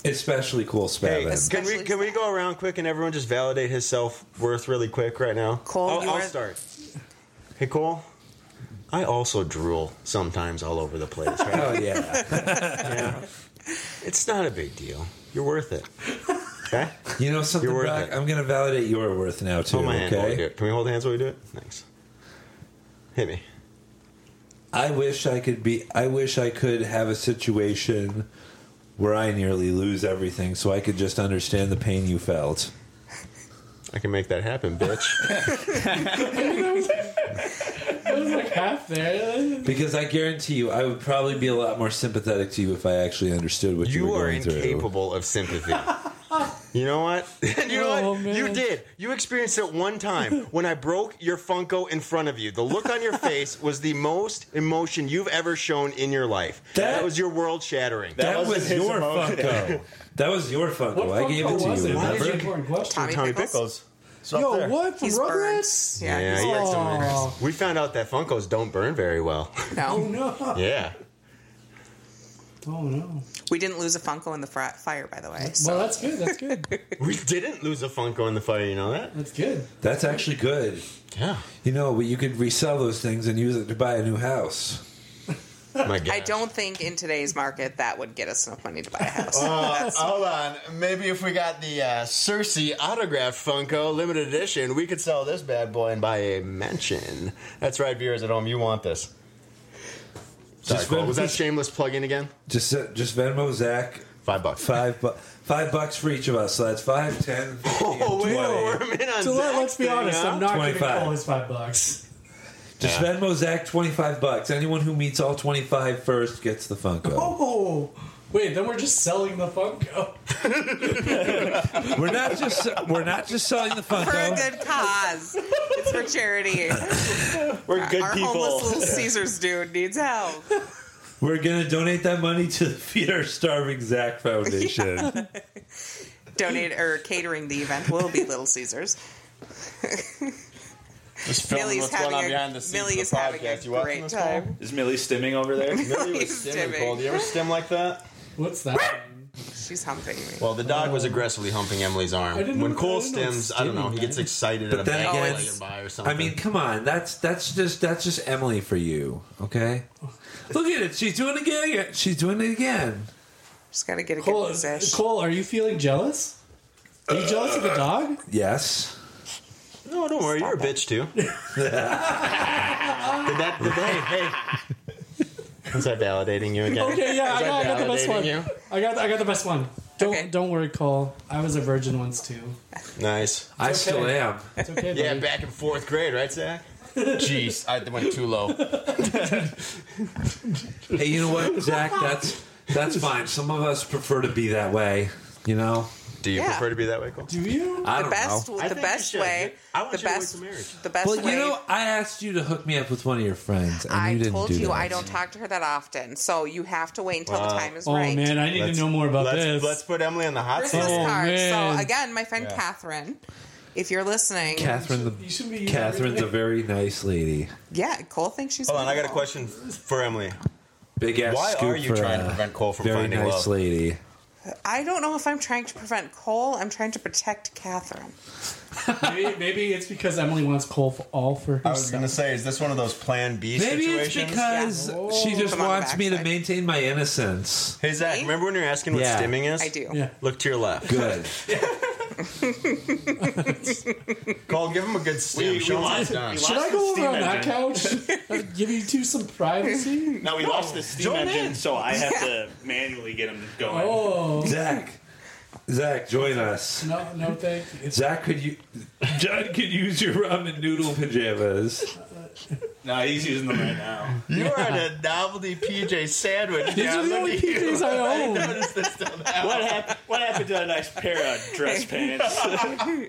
Speaker 6: Especially cool
Speaker 8: Hey,
Speaker 6: Spavin.
Speaker 8: can we can we go around quick and everyone just validate his self worth really quick right now?
Speaker 3: Cole,
Speaker 8: I'll,
Speaker 3: you
Speaker 8: I'll
Speaker 3: are-
Speaker 8: start. Hey, Cole. I also drool sometimes all over the place. Right?
Speaker 6: oh yeah.
Speaker 8: It's not a big deal. You're worth it. Okay?
Speaker 6: You know something,
Speaker 8: You're worth
Speaker 6: Brock?
Speaker 8: it.
Speaker 6: I'm gonna validate your worth now too.
Speaker 8: Hold my hand while we do
Speaker 6: okay.
Speaker 8: it. Can we hold hands while we do it? Thanks. Hit me.
Speaker 6: I wish I could be. I wish I could have a situation where I nearly lose everything, so I could just understand the pain you felt.
Speaker 8: I can make that happen, bitch.
Speaker 2: I was like half there.
Speaker 6: Because I guarantee you, I would probably be a lot more sympathetic to you if I actually understood what you,
Speaker 8: you
Speaker 6: were
Speaker 8: are
Speaker 6: going through.
Speaker 8: incapable of sympathy. You know what? you know
Speaker 2: Oh,
Speaker 8: what?
Speaker 2: man.
Speaker 8: You did. You experienced it one time when I broke your Funko in front of you. The look on your face was the most emotion you've ever shown in your life. That,
Speaker 6: That-
Speaker 8: was your world shattering.
Speaker 6: That,
Speaker 4: wasn't
Speaker 6: was
Speaker 4: his
Speaker 6: your
Speaker 4: emotion.
Speaker 6: Funko. That was your Funko.
Speaker 2: What
Speaker 6: I gave it to
Speaker 2: was
Speaker 6: you.
Speaker 2: it? Why did you
Speaker 6: Remember?
Speaker 2: important question?
Speaker 3: Tommy,
Speaker 8: Tommy
Speaker 3: Pickles.
Speaker 8: Pickles. It's up
Speaker 2: Yo,
Speaker 8: there.
Speaker 2: what from
Speaker 3: He's burned.
Speaker 2: Rugrats?
Speaker 3: Yeah,
Speaker 8: Yeah,
Speaker 3: he's-
Speaker 8: he had some
Speaker 2: Oh.
Speaker 8: regrets. We found out that Funkos don't burn very well.
Speaker 2: Oh
Speaker 3: no.
Speaker 2: no!
Speaker 8: yeah.
Speaker 2: Oh no!
Speaker 3: We didn't lose a Funko in the fr- fire, by the way. So
Speaker 2: Well, that's good. That's good.
Speaker 8: We didn't lose a Funko in the fire, you know that?
Speaker 2: That's good.
Speaker 6: That's actually good.
Speaker 8: Yeah.
Speaker 6: You know, you could resell those things and use it to buy a new house.
Speaker 8: My God.
Speaker 3: I don't think in today's market that would get us enough money to buy a house.
Speaker 8: Uh, hold on. Maybe if we got the uh, Cersei autographed Funko limited edition, we could sell this bad boy and buy a mansion. That's right, viewers at home. You want this. Sorry,
Speaker 6: Just
Speaker 8: Cole,
Speaker 6: Venmo-
Speaker 8: was that shameless plug in again?
Speaker 6: Just, just uh, Venmo Zach
Speaker 8: Five bucks.
Speaker 6: Five, bu- five bucks for each of us. So that's five, ten,
Speaker 8: Oh,
Speaker 6: wait,
Speaker 2: so let, let's be honest. I'm not going to
Speaker 6: 25.
Speaker 2: call his five bucks.
Speaker 6: Just Venmo Zach 25 bucks. Anyone who meets all 25 first gets the Funko.
Speaker 2: Oh, wait. Then we're just selling the Funko.
Speaker 6: we're not just we're not just selling the
Speaker 3: For a
Speaker 6: Funko.
Speaker 3: good cause. It's for charity.
Speaker 6: We're good
Speaker 3: Our
Speaker 6: people.
Speaker 3: homeless little Caesars dude needs help.
Speaker 6: We're going to donate that money to the Feed Our Starving Zach Foundation.
Speaker 3: Donate or catering the event will be Little Caesars.
Speaker 8: Just
Speaker 5: filming
Speaker 3: Millie's
Speaker 5: what's going
Speaker 3: having
Speaker 5: on
Speaker 3: a-
Speaker 5: behind the scenes of
Speaker 3: Millie
Speaker 5: the
Speaker 3: is having
Speaker 5: podcast.
Speaker 3: a
Speaker 5: You watching
Speaker 3: great
Speaker 5: this,
Speaker 3: time.
Speaker 5: Is Millie stimming over there?
Speaker 8: Millie was
Speaker 3: He's
Speaker 8: stimming,
Speaker 3: stimming.
Speaker 8: Cole. Do you ever stim like that?
Speaker 2: What's that?
Speaker 3: She's humping me.
Speaker 8: Well, the dog was aggressively humping Emily's arm.
Speaker 3: I didn't
Speaker 8: When
Speaker 3: know-
Speaker 8: Cole
Speaker 3: I didn't know
Speaker 8: stims, I don't know, he
Speaker 6: stimming,
Speaker 8: gets
Speaker 6: man.
Speaker 8: excited
Speaker 6: But
Speaker 8: at a
Speaker 6: then
Speaker 8: bag
Speaker 6: again,
Speaker 8: he can "Oh, buy or something.
Speaker 6: I mean, come on, that's that's just that's just Emily for you, okay? Look at it, she's doing it again. She's doing it again.
Speaker 3: Just gotta get a
Speaker 2: Cole,
Speaker 3: good possession.
Speaker 2: Cole, are you feeling jealous? Are you jealous of the dog?
Speaker 6: Yes.
Speaker 8: No, don't worry, you're a bitch too. did that? Did they? Hey. Was I validating you again?
Speaker 2: Okay, yeah, I
Speaker 8: Was
Speaker 2: got, I got the best
Speaker 8: validating
Speaker 2: one.
Speaker 8: you?
Speaker 2: I got, I got the best one. Don't, don't worry, Cole. I was a virgin once too.
Speaker 8: Nice.
Speaker 6: I
Speaker 2: It's okay.
Speaker 6: still am.
Speaker 2: It's okay.
Speaker 8: Yeah,
Speaker 2: buddy.
Speaker 8: back in fourth grade, right, Zach? Jeez, I went too low.
Speaker 6: Hey, you know what, Zach? That's that's fine. Some of us prefer to be that way. You know.
Speaker 8: Do
Speaker 3: you Yeah. prefer to
Speaker 8: be that way, Cole?
Speaker 2: Do you?
Speaker 6: I
Speaker 3: the
Speaker 6: don't
Speaker 3: best,
Speaker 6: know.
Speaker 3: the best way, the best, the best
Speaker 6: Well,
Speaker 3: way.
Speaker 6: you know, I asked you to hook me up with one of your friends, and
Speaker 3: I
Speaker 6: you didn't
Speaker 3: told
Speaker 6: do
Speaker 3: you
Speaker 6: that.
Speaker 3: I don't talk to her that often, so you have to wait until the time is
Speaker 6: Oh,
Speaker 3: right.
Speaker 6: man, I need to know more about
Speaker 8: let's,
Speaker 6: this.
Speaker 8: Let's put Emily on the hot seat.
Speaker 3: Christmas card. So again, my friend Catherine, if you're listening,
Speaker 6: Catherine, the, Catherine's a very nice lady.
Speaker 3: yeah, Cole thinks she's.
Speaker 8: Hold on, I got a question for Emily.
Speaker 6: Big ass.
Speaker 8: Why
Speaker 6: scoop
Speaker 8: are you
Speaker 6: for
Speaker 8: trying
Speaker 6: a
Speaker 8: to prevent Cole from
Speaker 6: very
Speaker 8: finding
Speaker 6: nice
Speaker 8: love?
Speaker 6: lady?
Speaker 3: I don't know if I'm trying to prevent Cole. I'm trying to protect Catherine.
Speaker 2: maybe, maybe it's because Emily wants Cole for all for herself.
Speaker 8: I was gonna say, is this one of those Plan B
Speaker 6: Maybe it's
Speaker 8: situations?
Speaker 6: because she just wants me to maintain my innocence.
Speaker 8: Hey Zach, remember when you were asking what
Speaker 6: Yeah.
Speaker 8: stimming is?
Speaker 6: I do.
Speaker 2: Yeah.
Speaker 8: Look to your left.
Speaker 6: Good.
Speaker 8: Cole, give him a good stim.
Speaker 2: We-
Speaker 8: Show
Speaker 2: we
Speaker 8: him
Speaker 2: lost-
Speaker 8: it's done.
Speaker 2: Should I go over on that couch? Uh, give you two some privacy?
Speaker 5: No, we lost the steam
Speaker 2: join
Speaker 5: engine,
Speaker 2: in.
Speaker 5: so I have
Speaker 2: Yeah.
Speaker 5: to manually get him going.
Speaker 2: Oh.
Speaker 6: Zach, Zach, join us.
Speaker 2: No, no, thank you.
Speaker 6: Zach, could you? John could use your ramen noodle pajamas.
Speaker 5: No, he's using them right now.
Speaker 8: You are a novelty PJ sandwich.
Speaker 5: These are the only PJs I own.
Speaker 8: noticed this till now.
Speaker 5: What happened? What happened to a nice pair of dress pants?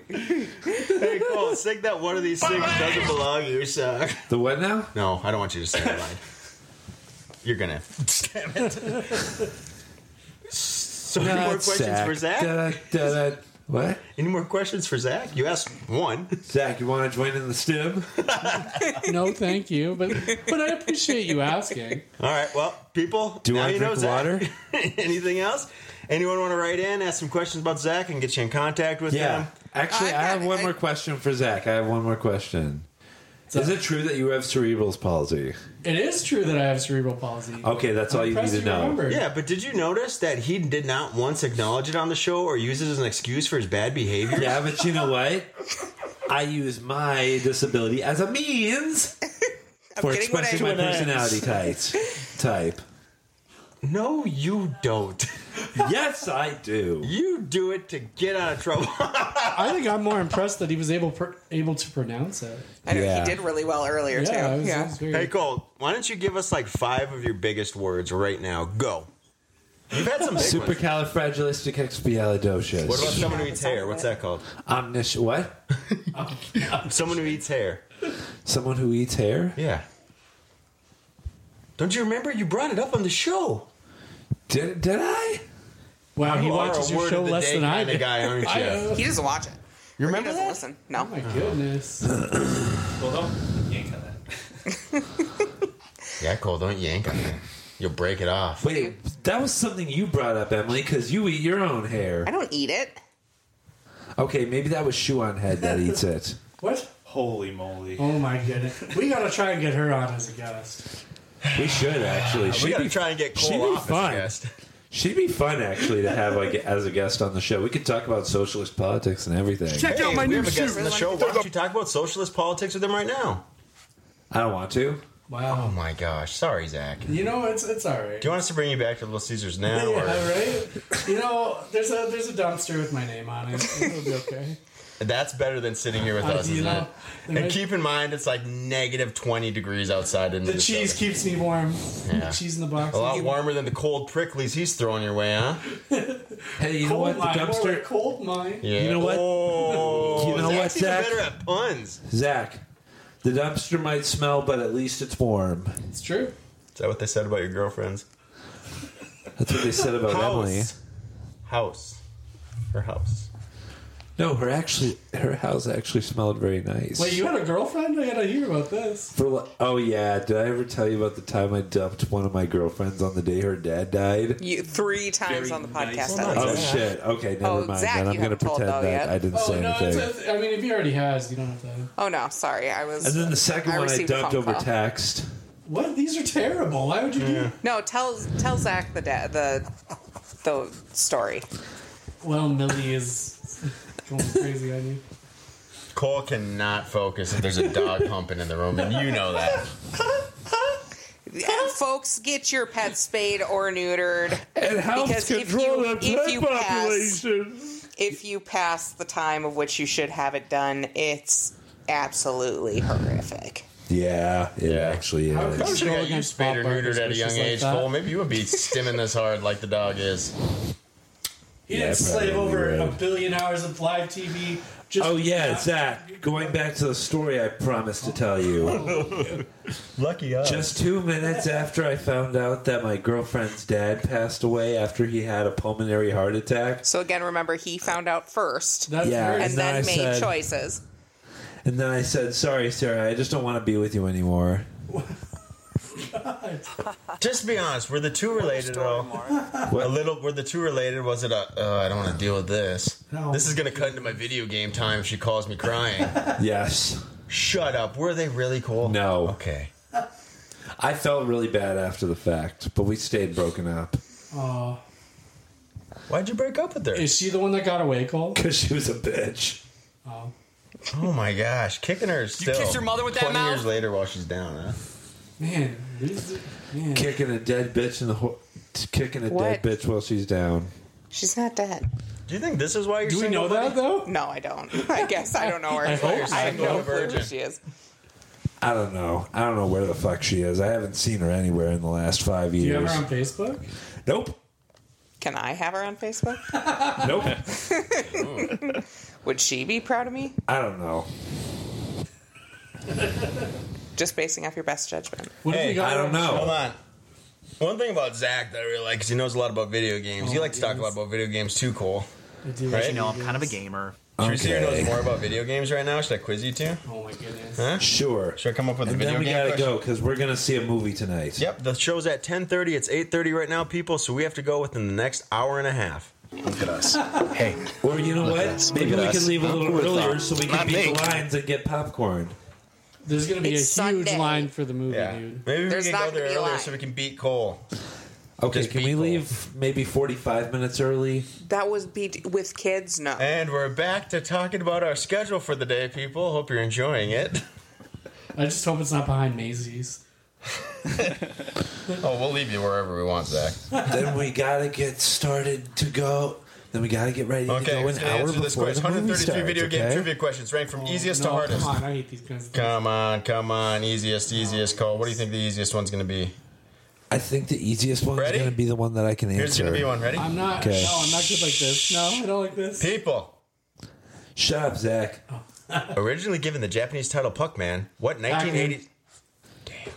Speaker 8: hey Cole, sing that one of these things doesn't belong in your sock.
Speaker 6: The what now?
Speaker 8: No, I don't want you to say it line. You're gonna. Damn it. So any more questions for Zach?
Speaker 6: What?
Speaker 8: Any more questions for Zach? You asked one.
Speaker 6: Zach, you want to join in the stim?
Speaker 2: no, thank you. But but I appreciate you asking.
Speaker 8: All right, well, people,
Speaker 6: Do you
Speaker 8: now
Speaker 6: wanna
Speaker 8: you know
Speaker 6: drink
Speaker 8: Zach.
Speaker 6: water?
Speaker 8: Anything else? Anyone want to write in, ask some questions about Zach, and get you in contact with
Speaker 6: Yeah.
Speaker 8: him?
Speaker 6: Actually, I have one more question for Zach. I have one more question. Is it true that you have cerebral palsy?
Speaker 2: It is true that I have cerebral palsy.
Speaker 6: Okay, that's all you need to know.
Speaker 8: Yeah, but did you notice that he did not once acknowledge it on the show or use it as an excuse for his bad behavior?
Speaker 6: Yeah, but you know what? I use my disability as a means for
Speaker 8: getting what I-
Speaker 6: expressing
Speaker 8: To
Speaker 6: my
Speaker 8: an ass.
Speaker 6: personality type. Type.
Speaker 8: No, you don't.
Speaker 6: yes, I do.
Speaker 8: You do it to get out of trouble.
Speaker 2: I think I'm more impressed that he was able pr- able to pronounce it.
Speaker 3: I know
Speaker 8: Yeah.
Speaker 3: he did really well earlier too.
Speaker 2: Yeah, I was- I
Speaker 3: yeah,
Speaker 2: was
Speaker 8: Hey, Cole, why don't you give us like five of your biggest words right now? Go. You've had some big ones.
Speaker 6: Supercalifragilisticexpialidocious.
Speaker 8: What about someone who eats hair? What's that called?
Speaker 6: Omnis- what?
Speaker 8: Someone who eats hair.
Speaker 6: Someone who eats hair?
Speaker 8: Yeah. Don't you remember? You brought it up on the show.
Speaker 6: Did, did I?
Speaker 2: Wow, he
Speaker 8: You are
Speaker 2: watches
Speaker 8: a
Speaker 2: your
Speaker 8: word
Speaker 2: show
Speaker 8: of the
Speaker 2: less
Speaker 8: day
Speaker 2: than I
Speaker 8: kinda
Speaker 2: do.
Speaker 8: guy, aren't you?
Speaker 2: I, uh,
Speaker 3: he doesn't watch it.
Speaker 8: You
Speaker 3: remember he doesn't listen? No.
Speaker 2: my goodness.
Speaker 5: Well, don't yank on that.
Speaker 8: Yeah, Cole, don't yank on that. You'll break it off.
Speaker 6: Wait, that was something you brought up, Emily, because you eat your own hair.
Speaker 3: I don't eat it.
Speaker 6: Okay, maybe that was Shoe on Head that eats it.
Speaker 2: What?
Speaker 5: Holy moly!
Speaker 2: Oh my goodness. We gotta try and get her on as a guest.
Speaker 6: We should actually.
Speaker 8: we gotta try and get Cole
Speaker 6: she'd be
Speaker 8: off as
Speaker 6: fun.
Speaker 8: guest.
Speaker 6: She'd be fun actually to have like as a guest on the show. We could talk about socialist politics and everything.
Speaker 8: Hey, we have a guest on the show. Why don't you talk about socialist politics with him right now?
Speaker 6: I don't want to.
Speaker 2: Wow.
Speaker 8: Oh my gosh. Sorry, Zach. Do
Speaker 2: You know, it's it's all right.
Speaker 8: you want us to bring you back to Little Caesars now?
Speaker 2: yeah,
Speaker 8: or?
Speaker 2: right? You know, there's a there's a dumpster with my name on it. It'll be okay.
Speaker 8: That's better than sitting here with
Speaker 2: Uh,
Speaker 8: us,
Speaker 2: you
Speaker 8: isn't
Speaker 2: know,
Speaker 8: it?
Speaker 2: there
Speaker 8: And
Speaker 2: might-
Speaker 8: keep in mind, it's like negative 20 degrees outside in
Speaker 2: The cheese keeps me warm.
Speaker 8: Yeah.
Speaker 2: The cheese in the box.
Speaker 8: A lot warmer than the cold pricklies he's throwing your way, huh?
Speaker 6: hey, you know what? The dumpster.
Speaker 2: Cold mine.
Speaker 8: Yeah.
Speaker 6: You know what?
Speaker 8: Oh,
Speaker 6: you know what,
Speaker 8: Zach's even
Speaker 6: Zach?
Speaker 8: better at puns.
Speaker 6: Zach, the dumpster might smell, but at least it's warm. It's
Speaker 2: true.
Speaker 8: Is that what they said about your girlfriends?
Speaker 6: That's what they said about Emily.
Speaker 8: House. Her house.
Speaker 6: No, her actually, her house actually smelled very nice.
Speaker 2: Wait, you had a girlfriend? I gotta hear about this.
Speaker 6: For li- oh yeah, did I ever tell you about the time I dumped one of my girlfriends on the day her dad died?
Speaker 3: You three times on the podcast.
Speaker 2: nice.
Speaker 3: Alex.
Speaker 6: Oh
Speaker 2: Yeah.
Speaker 6: shit. Okay, never
Speaker 3: Oh,
Speaker 6: mind.
Speaker 3: Zach,
Speaker 6: then
Speaker 3: you
Speaker 6: I'm gonna
Speaker 3: haven't told
Speaker 6: pretend
Speaker 3: though
Speaker 6: that
Speaker 3: yet.
Speaker 6: I didn't
Speaker 2: Oh
Speaker 6: say
Speaker 2: no,
Speaker 6: anything.
Speaker 2: it's a, I mean, if he already has, you don't have to.
Speaker 3: Oh no, sorry, I was.
Speaker 6: and then the second one I
Speaker 3: received a
Speaker 6: dumped
Speaker 3: phone
Speaker 6: over
Speaker 3: call.
Speaker 6: text.
Speaker 2: What? These are terrible. Why would you do?
Speaker 3: No, tell tell Zach the da- the the story.
Speaker 2: Well, Millie is going crazy on you.
Speaker 8: Cole cannot focus if there's a dog humping in the room, and you know that.
Speaker 3: And folks, get your pet spayed or neutered.
Speaker 6: It helps control the pet
Speaker 3: Pass, if you pass the time of which you should have it done, it's absolutely horrific.
Speaker 6: Yeah, it actually
Speaker 8: I
Speaker 6: is.
Speaker 8: probably should have got you
Speaker 2: against
Speaker 8: spayed
Speaker 2: Bob
Speaker 8: or
Speaker 2: Barker's
Speaker 8: neutered at a young
Speaker 2: wishes like
Speaker 8: age,
Speaker 2: that.
Speaker 8: Cole. Maybe you would be stimming this hard like the dog is.
Speaker 2: He
Speaker 8: Yeah,
Speaker 2: didn't slave
Speaker 8: probably
Speaker 2: over a
Speaker 8: would.
Speaker 2: billion hours of live TV. Just
Speaker 6: oh yeah, Zach. Going back to the story I promised to tell you.
Speaker 8: Lucky us.
Speaker 6: Just two minutes after I found out that my girlfriend's dad passed away after he had a pulmonary heart attack,
Speaker 3: So again, remember he found out first,
Speaker 6: That's Yeah, very-
Speaker 3: and
Speaker 6: and then
Speaker 3: then
Speaker 6: I
Speaker 3: made
Speaker 6: said-
Speaker 3: choices.
Speaker 6: and then I said, "Sorry, Sarah, I just don't want to be with you anymore."
Speaker 8: Just be honest. Were the two related at all? A little. Were the two related? Was it a? Uh, I don't want to deal with this. This is gonna cut into my video game time. if She calls me crying.
Speaker 6: yes.
Speaker 8: Shut up. Were they really cool?
Speaker 6: No.
Speaker 8: Okay.
Speaker 6: I felt really bad after the fact, but we stayed broken up
Speaker 2: Oh.
Speaker 8: Why'd you break up with her?
Speaker 2: Is she the one that got away, Cole?
Speaker 6: because she was a bitch.
Speaker 2: Oh.
Speaker 8: Oh my gosh, kicking her still.
Speaker 2: kissed your mother with that
Speaker 8: 20 years
Speaker 2: mouth?
Speaker 8: later while she's down, huh?
Speaker 2: Man, these, man.
Speaker 6: Kicking a dead bitch in the ho- t- kicking a dead bitch while she's down.
Speaker 3: She's not dead.
Speaker 8: Do you think this is why you're?
Speaker 2: Do we know that though?
Speaker 3: No, I don't. I guess I don't know her.
Speaker 6: I hope
Speaker 3: I have
Speaker 6: so.
Speaker 3: no
Speaker 6: You're
Speaker 3: clue
Speaker 6: virgin.
Speaker 3: who she is.
Speaker 6: I don't know. I don't know where the fuck she is. I haven't seen her anywhere in the last five
Speaker 2: Do you
Speaker 6: years.
Speaker 2: have her on Facebook?
Speaker 6: nope.
Speaker 3: Can I have her on Facebook?
Speaker 6: Nope.
Speaker 3: Would she be proud of me?
Speaker 6: I don't know.
Speaker 3: Just basing off your best judgment.
Speaker 8: Hey, Hold on. One thing about Zach that I really like, 'cause he knows a lot about video games.
Speaker 6: Oh,
Speaker 8: you like to talk a lot about video games too, Cole.
Speaker 14: As you know, I'm kind of a gamer.
Speaker 8: Should we see who
Speaker 6: Okay.
Speaker 8: knows more about video games right now? Should I quiz you two?
Speaker 2: Oh my goodness.
Speaker 8: Huh?
Speaker 6: Sure.
Speaker 8: Should I come up with a
Speaker 6: and
Speaker 8: video
Speaker 6: then we
Speaker 8: game
Speaker 6: gotta
Speaker 8: question?
Speaker 6: go because we're gonna see a movie tonight.
Speaker 8: Yep, the show's at 10.30. It's 8.30 right now, people, so we have to go within the next hour and a half. Look at us. hey.
Speaker 6: Or you know
Speaker 8: Look at
Speaker 6: what?
Speaker 8: us.
Speaker 6: Maybe
Speaker 8: Look at
Speaker 6: we
Speaker 8: us.
Speaker 6: can leave a
Speaker 8: Who
Speaker 6: little
Speaker 8: would've
Speaker 6: earlier
Speaker 8: thought?
Speaker 6: so we
Speaker 8: Not
Speaker 6: can beat
Speaker 8: me.
Speaker 6: the lines and get popcorn.
Speaker 2: There's gonna be
Speaker 8: It's
Speaker 2: a huge line for the movie, dude.
Speaker 8: Maybe
Speaker 2: There's
Speaker 8: we
Speaker 2: not
Speaker 8: can go
Speaker 2: gonna
Speaker 8: there
Speaker 2: be a
Speaker 8: earlier
Speaker 2: line.
Speaker 8: so we can beat Cole.
Speaker 6: Okay, can we leave maybe forty-five minutes early?
Speaker 3: That was be with kids. No.
Speaker 8: And we're back to talking about our schedule for the day, people. Hope you're enjoying it.
Speaker 2: I just hope it's not behind Maisie's.
Speaker 8: oh, we'll leave you wherever we want, Zach.
Speaker 6: then we gotta get started to go. Then we gotta get ready to
Speaker 8: Okay,
Speaker 6: go
Speaker 8: let's
Speaker 6: an
Speaker 8: get
Speaker 6: hour
Speaker 8: answer this
Speaker 6: before
Speaker 8: question.
Speaker 6: the movie
Speaker 8: 133
Speaker 6: starts.
Speaker 8: video game
Speaker 6: okay? Oh,
Speaker 8: trivia questions ranked from easiest to
Speaker 2: Oh, No,
Speaker 8: hardest.
Speaker 2: Come on, I hate these kinds of
Speaker 8: Come on, come on. Easiest, easiest call. What do you think the easiest one's going to be?
Speaker 6: I think the easiest one is gonna be the one that I can answer.
Speaker 8: Here's going to be one. Ready?
Speaker 2: I'm not.
Speaker 6: Okay.
Speaker 2: No, I'm not good like this. No, I don't like this.
Speaker 8: People.
Speaker 6: Shut up, Zach.
Speaker 8: Originally given the Japanese title Puck Man, what 1980?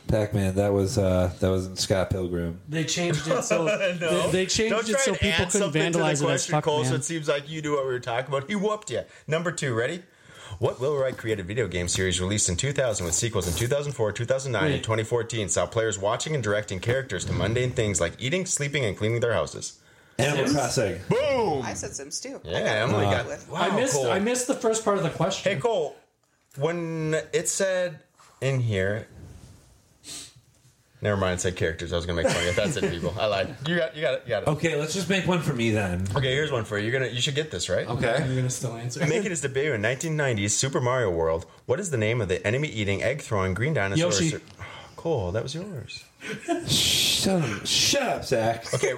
Speaker 6: Pac-Man. That was uh, that was in Scott Pilgrim.
Speaker 2: They changed it so
Speaker 8: No.
Speaker 2: they, they changed
Speaker 8: Oh. Don't
Speaker 2: it
Speaker 8: try
Speaker 2: so
Speaker 8: and
Speaker 2: people
Speaker 8: add
Speaker 2: couldn't
Speaker 8: something to the
Speaker 2: vandalize it as
Speaker 8: question,
Speaker 2: fuck,
Speaker 8: Cole,
Speaker 2: man.
Speaker 8: So it seems like you knew what we were talking about. He whooped you. Number two, ready? What Will Wright created video game series released in 2000 with sequels in 2004, 2009,
Speaker 2: Wait.
Speaker 8: and 2014 saw players watching and directing characters to mundane things like eating, sleeping, and cleaning their houses?
Speaker 6: Animal Crossing.
Speaker 8: Boom!
Speaker 3: I said Sims too.
Speaker 8: Yeah,
Speaker 3: I got
Speaker 8: Emily
Speaker 6: Uh,
Speaker 8: got. Wow,
Speaker 2: I missed.
Speaker 8: Cole.
Speaker 2: I missed the first part of the question.
Speaker 8: Oh, Hey Cole, when it said in here, never mind. It said characters. I was gonna make fun of it. That's it, people. I lied. You got. You got it. You got it.
Speaker 6: Okay, let's just make one for me then.
Speaker 8: Okay, here's one for you. You're gonna. You should get this right.
Speaker 2: I'm gonna still answer.
Speaker 8: Making his debut in 1990's Super Mario World, what is the name of the enemy-eating, egg-throwing green dinosaur?
Speaker 2: Yoshi.
Speaker 8: Sir- Cole. That was yours.
Speaker 6: Shut up, shut up Zach.
Speaker 8: Okay.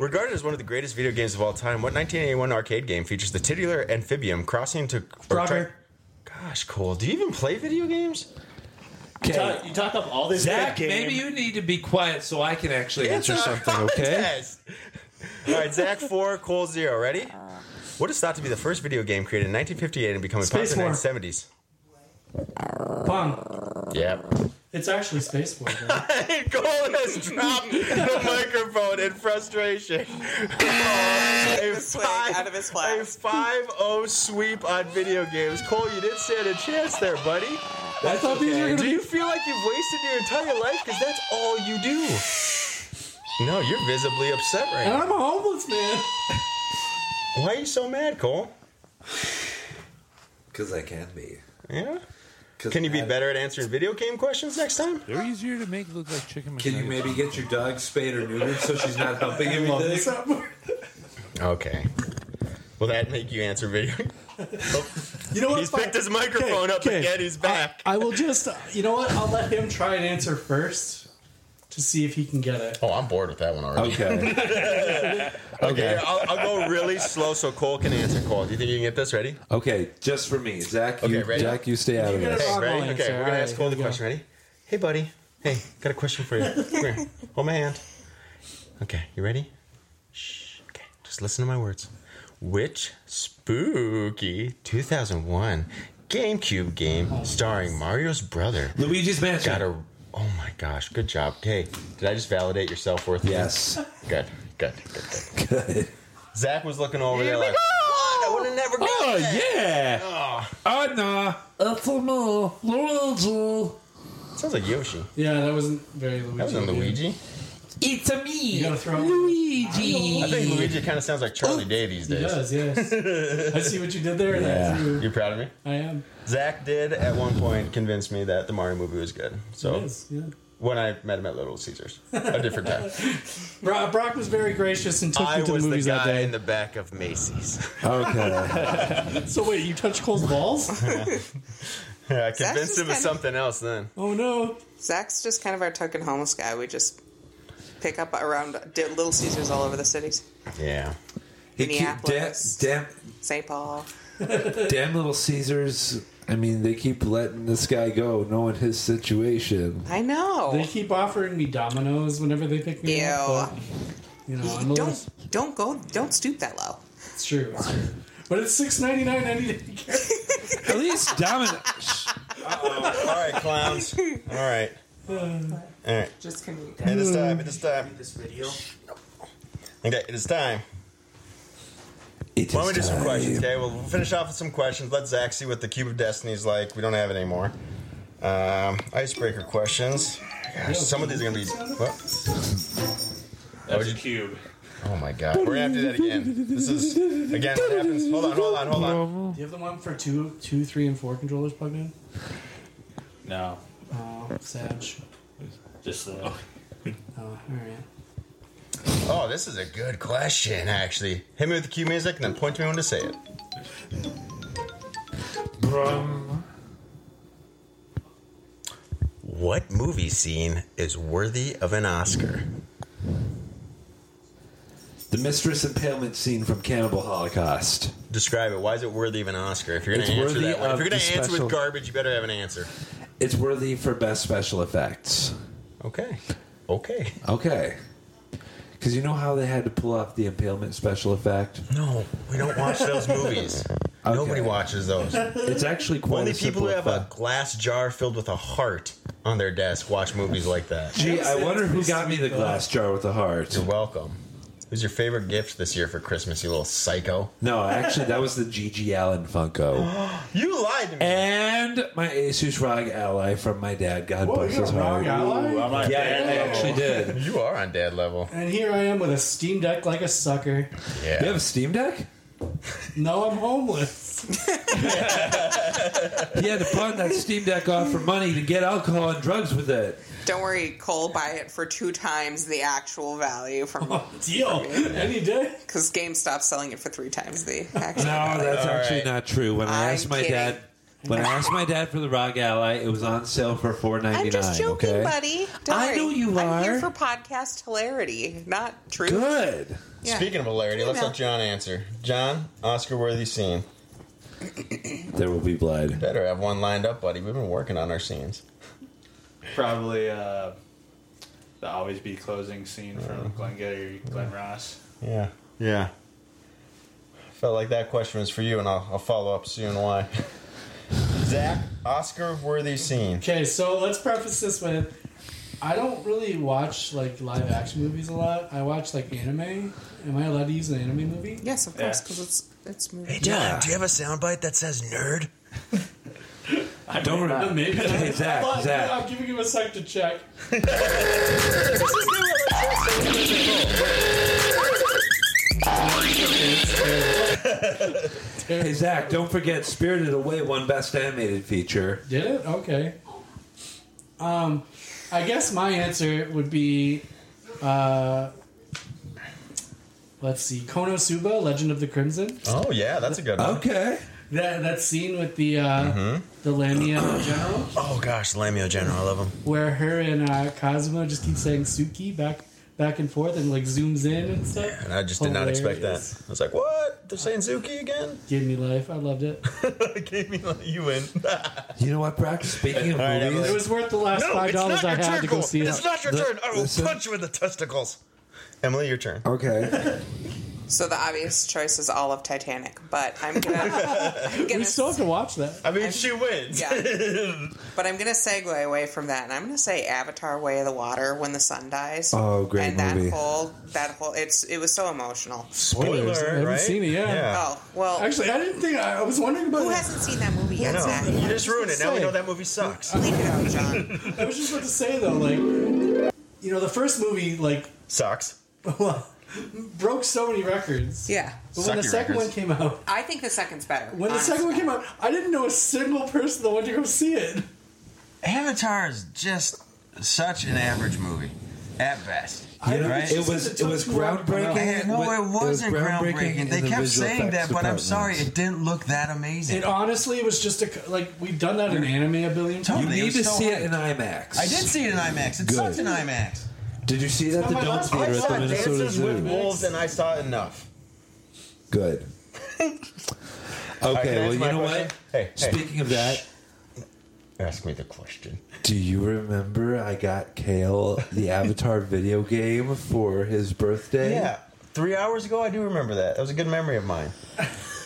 Speaker 8: Regarded as one of the greatest video games of all time, what 1981 arcade game features the titular amphibian crossing to. or tri- Gosh, Cole, do you even play video games?
Speaker 5: You talk, Uh, you talk up all this
Speaker 6: Zach,
Speaker 5: good game.
Speaker 6: maybe you need to be quiet so I can actually
Speaker 8: It's
Speaker 6: answer
Speaker 8: all
Speaker 6: something,
Speaker 8: right,
Speaker 6: okay?
Speaker 8: yes. All right, Zach four, Cole zero. Ready? What is thought to be the first video game created in 1958 and becoming
Speaker 2: Space
Speaker 8: popular in
Speaker 2: War.
Speaker 8: the 1970s?
Speaker 2: Pong.
Speaker 8: Yeah.
Speaker 2: It's actually space war. though.
Speaker 8: Cole has dropped the microphone in frustration. a five, out of his class. A 5-0 sweep on video games. Cole, you didn't stand a chance there, buddy. I
Speaker 6: thought these were gonna
Speaker 8: Do
Speaker 6: be-
Speaker 8: you feel like you've wasted your entire life? Because that's all you do. No, you're visibly upset right
Speaker 2: And
Speaker 8: now.
Speaker 2: I'm a homeless man.
Speaker 8: Why are you so mad, Cole?
Speaker 1: Because I can be.
Speaker 8: Yeah. Can you be better at answering video game questions next time? They're easier to make look like chicken.
Speaker 1: Can you maybe get your dog spayed or neutered so she's not helping him
Speaker 8: Love
Speaker 1: with
Speaker 8: this
Speaker 1: this?
Speaker 8: Okay. Will that make you answer video?
Speaker 2: You know what?
Speaker 8: He's picked his microphone up again. He's back.
Speaker 2: I will just. uh, You know what? I'll let him try and answer first to see if he can get it.
Speaker 8: Oh, I'm bored with that one already.
Speaker 1: Okay.
Speaker 8: Okay, I'll, I'll go really slow so Cole can answer. Cole, do you think you can get this? Ready?
Speaker 1: Okay, just for me, Zach.
Speaker 8: Okay,
Speaker 1: you,
Speaker 8: ready?
Speaker 1: Zach, you stay out of this.
Speaker 8: Okay, ready? Okay, we're gonna ask Cole the question. Ready? Hey, buddy. Hey, got a question for you. Come here. Hold my hand. Okay, you ready? Shh. Okay, just listen to my words. Which spooky 2001 GameCube game starring Mario's brother
Speaker 6: Luigi's Mansion
Speaker 8: got a? Oh my gosh! Good job. Hey, did I just validate your self worth?
Speaker 1: Yes.
Speaker 8: Good. Good. Good. Good. good. Zach was looking over there like.
Speaker 6: I
Speaker 8: would have never
Speaker 6: Oh, yeah.
Speaker 8: Oh.
Speaker 6: Oh, no. It's a
Speaker 2: Oh,
Speaker 6: no. Luigi.
Speaker 8: Sounds like Yoshi.
Speaker 2: Yeah, that wasn't very Luigi.
Speaker 8: That wasn't Luigi.
Speaker 6: It's a me.
Speaker 2: You gotta throw it.
Speaker 6: Luigi.
Speaker 8: I think Luigi kind of sounds like Charlie Day these
Speaker 2: He
Speaker 8: days.
Speaker 2: does, yes. I see what you did there. and
Speaker 8: Yeah.
Speaker 2: That's you.
Speaker 8: You proud of me?
Speaker 2: I am.
Speaker 8: Zach did at one point convince me that the Mario movie was good. So
Speaker 2: It is, yeah.
Speaker 8: when I met him at Little Caesars, a different time.
Speaker 2: Bro- Brock was very gracious and took
Speaker 8: I
Speaker 2: me to the
Speaker 8: was the
Speaker 2: movies that
Speaker 8: guy
Speaker 2: day.
Speaker 8: in the back of Macy's.
Speaker 2: so wait, you touched Cole's balls?
Speaker 8: yeah, I
Speaker 3: Zach's
Speaker 8: convinced
Speaker 3: just
Speaker 8: him of
Speaker 3: kinda-
Speaker 8: something else then.
Speaker 2: Oh no.
Speaker 3: Zach's just kind of our tuck and homeless guy. We just pick up around di- Little Caesars all over the cities.
Speaker 8: Yeah.
Speaker 1: He keep, damn,
Speaker 3: Minneapolis.
Speaker 1: damn,
Speaker 3: St. Paul.
Speaker 1: damn little Caesars. I mean, they keep letting this guy go, knowing his situation.
Speaker 3: I know.
Speaker 2: They keep offering me dominoes whenever they pick me up. but, You know, I'm a little.
Speaker 3: Don't don't go. Don't stoop that low.
Speaker 2: It's true. It's true. But it's six ninety nine any day.
Speaker 6: At least Domino.
Speaker 8: All right, clowns. All right. All right.
Speaker 3: Just commute.
Speaker 8: It is time. It is time.
Speaker 9: This video.
Speaker 8: Okay, it is time. Why don't we do some questions? Okay, we'll finish off with some questions. Let Zach see what the Cube of Destiny is like. We don't have it anymore. Um, icebreaker questions. Gosh, some of these are gonna be. What?
Speaker 5: That's a cube.
Speaker 8: Oh my god, we're gonna have to do that again. This is again. What happens? Hold on, hold on, hold on.
Speaker 2: Do you have the one for two, two, three, and four controllers plugged in?
Speaker 5: No,
Speaker 2: Oh, Sag.
Speaker 5: just the.
Speaker 2: Oh, all right.
Speaker 8: Oh, this is a good question actually. Hit me with the cue music and then point to me when to say it. What movie scene is worthy of an Oscar?
Speaker 1: The mistress impalement scene from Cannibal Holocaust.
Speaker 8: Describe it. Why is it worthy of an Oscar? If you're gonna
Speaker 1: It's
Speaker 8: answer
Speaker 1: worthy
Speaker 8: that, one, if
Speaker 1: of
Speaker 8: you're gonna
Speaker 1: the
Speaker 8: answer
Speaker 1: special-
Speaker 8: with garbage, you better have an answer.
Speaker 1: It's worthy for best special effects.
Speaker 8: Okay. Okay.
Speaker 1: Okay. Because you know how they had to pull off the impalement special effect?
Speaker 8: No, we don't watch those movies. Nobody watches those.
Speaker 1: It's actually quite
Speaker 8: Only
Speaker 1: a
Speaker 8: people
Speaker 1: simple
Speaker 8: who have a
Speaker 1: effect.
Speaker 8: glass jar filled with a heart on their desk watch movies like that.
Speaker 1: Gee, I wonder who got me the glass jar with the heart.
Speaker 8: You're welcome. Who's your favorite gift this year for Christmas, you little psycho?
Speaker 1: No, actually, that was the Gigi Allen Funko.
Speaker 8: You lied to me.
Speaker 1: And my Asus ROG Ally from my dad. God
Speaker 2: Whoa,
Speaker 1: bless
Speaker 2: you
Speaker 1: his
Speaker 2: got a
Speaker 1: heart.
Speaker 2: ROG Ally? Ooh, I'm on
Speaker 1: yeah,
Speaker 2: dad
Speaker 1: I
Speaker 2: level.
Speaker 1: actually did.
Speaker 8: You are on dad level.
Speaker 2: And here I am with a Steam Deck like a sucker.
Speaker 8: Yeah.
Speaker 1: You have a Steam Deck?
Speaker 2: No, I'm homeless.
Speaker 6: He had to pawn that Steam Deck off for money to get alcohol and drugs with it.
Speaker 3: Don't worry, Cole. Buy it for two times the actual value from
Speaker 6: Oh.
Speaker 2: Deal. Any day.
Speaker 3: because GameStop's selling it for three times the actual.
Speaker 1: No, that's
Speaker 8: All
Speaker 1: actually
Speaker 8: right.
Speaker 1: not true. When I
Speaker 3: I'm
Speaker 1: asked my
Speaker 3: kidding.
Speaker 1: dad,
Speaker 6: When I asked my dad for the Rock Ally, it was on sale for four ninety nine.
Speaker 3: I'm just joking,
Speaker 6: okay?
Speaker 3: buddy. Don't
Speaker 6: I
Speaker 3: worry.
Speaker 6: know you
Speaker 3: I'm
Speaker 6: are.
Speaker 3: here for podcast hilarity, not truth.
Speaker 6: Good.
Speaker 3: Yeah.
Speaker 8: Speaking of hilarity, let's
Speaker 3: Email.
Speaker 8: let John answer. John, Oscar worthy scene.
Speaker 6: There will be blood.
Speaker 8: Better have one lined up, buddy. We've been working on our scenes.
Speaker 5: Probably uh, the always be closing scene from Glenn Getty, Glenn Ross.
Speaker 8: Yeah. Yeah. Felt like that question was for you, and I'll, I'll follow up soon why. Zach, Oscar worthy scene.
Speaker 2: Okay, so let's preface this with I don't really watch like live action movies a lot. I watch like anime. Am I allowed to use an anime movie?
Speaker 3: Yes, of course, because it's it's movie.
Speaker 8: you have a soundbite that says nerd?
Speaker 2: I
Speaker 6: don't remember.
Speaker 2: Maybe
Speaker 6: Hey, Zach,
Speaker 2: But,
Speaker 6: Zach.
Speaker 2: I'm giving him a sec to check.
Speaker 6: Hey Zach, don't forget Spirited Away won Best Animated Feature.
Speaker 2: Did it? Okay. Um, I guess my answer would be, uh, let's see, Konosuba, Legend of the Crimson.
Speaker 8: Oh, yeah, that's a good one.
Speaker 6: Okay.
Speaker 2: That that scene with the uh,
Speaker 6: Mm-hmm.
Speaker 2: the Lamia general,
Speaker 8: Oh, gosh, Lamio General. I love him.
Speaker 2: where her and uh, Kazuma just keep saying Suki back back and forth, and like zooms in and stuff.
Speaker 8: And I just did not expect that. I was like, what? They're saying Zuki again?
Speaker 2: Gave me life. I loved it.
Speaker 8: Gave me life. You win.
Speaker 6: You know what, Brock? Speaking of
Speaker 8: All right,
Speaker 6: movies,
Speaker 8: Emily.
Speaker 2: It was worth the last five dollars I had to go see it.
Speaker 3: Listen.
Speaker 8: you in the testicles. Emily, your turn.
Speaker 6: Okay.
Speaker 3: So the obvious choice is all of Titanic, but I'm gonna, I'm
Speaker 2: We
Speaker 3: gonna
Speaker 2: still have to watch that.
Speaker 8: I mean, she wins.
Speaker 3: Yeah. but I'm gonna segue away from that, and I'm gonna say Avatar: Way of the Water when the sun dies.
Speaker 6: Oh, great
Speaker 3: And that
Speaker 6: movie.
Speaker 3: whole that whole it's it was so emotional.
Speaker 2: Spoilers, I haven't right? seen it yet. Yeah.
Speaker 3: Oh well,
Speaker 2: Actually, I didn't think. I, I was wondering about
Speaker 3: who
Speaker 2: that.
Speaker 3: hasn't seen that movie yet.
Speaker 8: No,
Speaker 3: Zach?
Speaker 8: you Oh, just ruined it. Now we
Speaker 2: Say.
Speaker 8: know that movie sucks.
Speaker 3: Leave it out, John.
Speaker 2: I was just about to say though, like, you know, the first movie like
Speaker 8: sucks.
Speaker 2: broke so many records.
Speaker 3: Yeah.
Speaker 2: But when the
Speaker 8: Sucky
Speaker 2: second
Speaker 8: records.
Speaker 2: one came out,
Speaker 3: I think the second's better.
Speaker 2: when the
Speaker 3: honestly.
Speaker 2: second one came out, I didn't know a single person that wanted to go see it.
Speaker 8: Avatar is just such an average movie, at best.
Speaker 6: You know,
Speaker 8: right?
Speaker 6: it was it was groundbreaking.
Speaker 8: No,
Speaker 6: with-
Speaker 8: it wasn't groundbreaking.
Speaker 6: in
Speaker 8: They
Speaker 6: the
Speaker 8: kept
Speaker 6: visual
Speaker 8: saying
Speaker 6: effects
Speaker 8: that, but I'm
Speaker 6: department.
Speaker 8: sorry, it didn't look that amazing.
Speaker 2: It honestly was just a like we've done that in anime a billion times.
Speaker 6: You
Speaker 8: Totally, it
Speaker 6: need
Speaker 8: was
Speaker 6: to
Speaker 8: so
Speaker 6: see
Speaker 8: hyped.
Speaker 6: it in IMAX.
Speaker 8: I did see it in IMAX. It
Speaker 6: Good.
Speaker 8: sucked in IMAX.
Speaker 6: Did you see it at the
Speaker 8: I
Speaker 6: Dome
Speaker 8: saw
Speaker 6: Theater at the Minnesota
Speaker 8: Dances with
Speaker 6: Zoo?
Speaker 8: Wolves, and I saw enough.
Speaker 6: Good.
Speaker 8: All right, can I
Speaker 6: Okay, well,
Speaker 8: answer
Speaker 6: you
Speaker 8: my
Speaker 6: know
Speaker 8: question?
Speaker 6: what?
Speaker 8: Hey, hey.
Speaker 6: Speaking of that,
Speaker 8: Ask me the question.
Speaker 6: do you remember I got Kale the Avatar video game for his birthday?
Speaker 8: Yeah, three hours ago, I do remember that. That was a good memory of mine.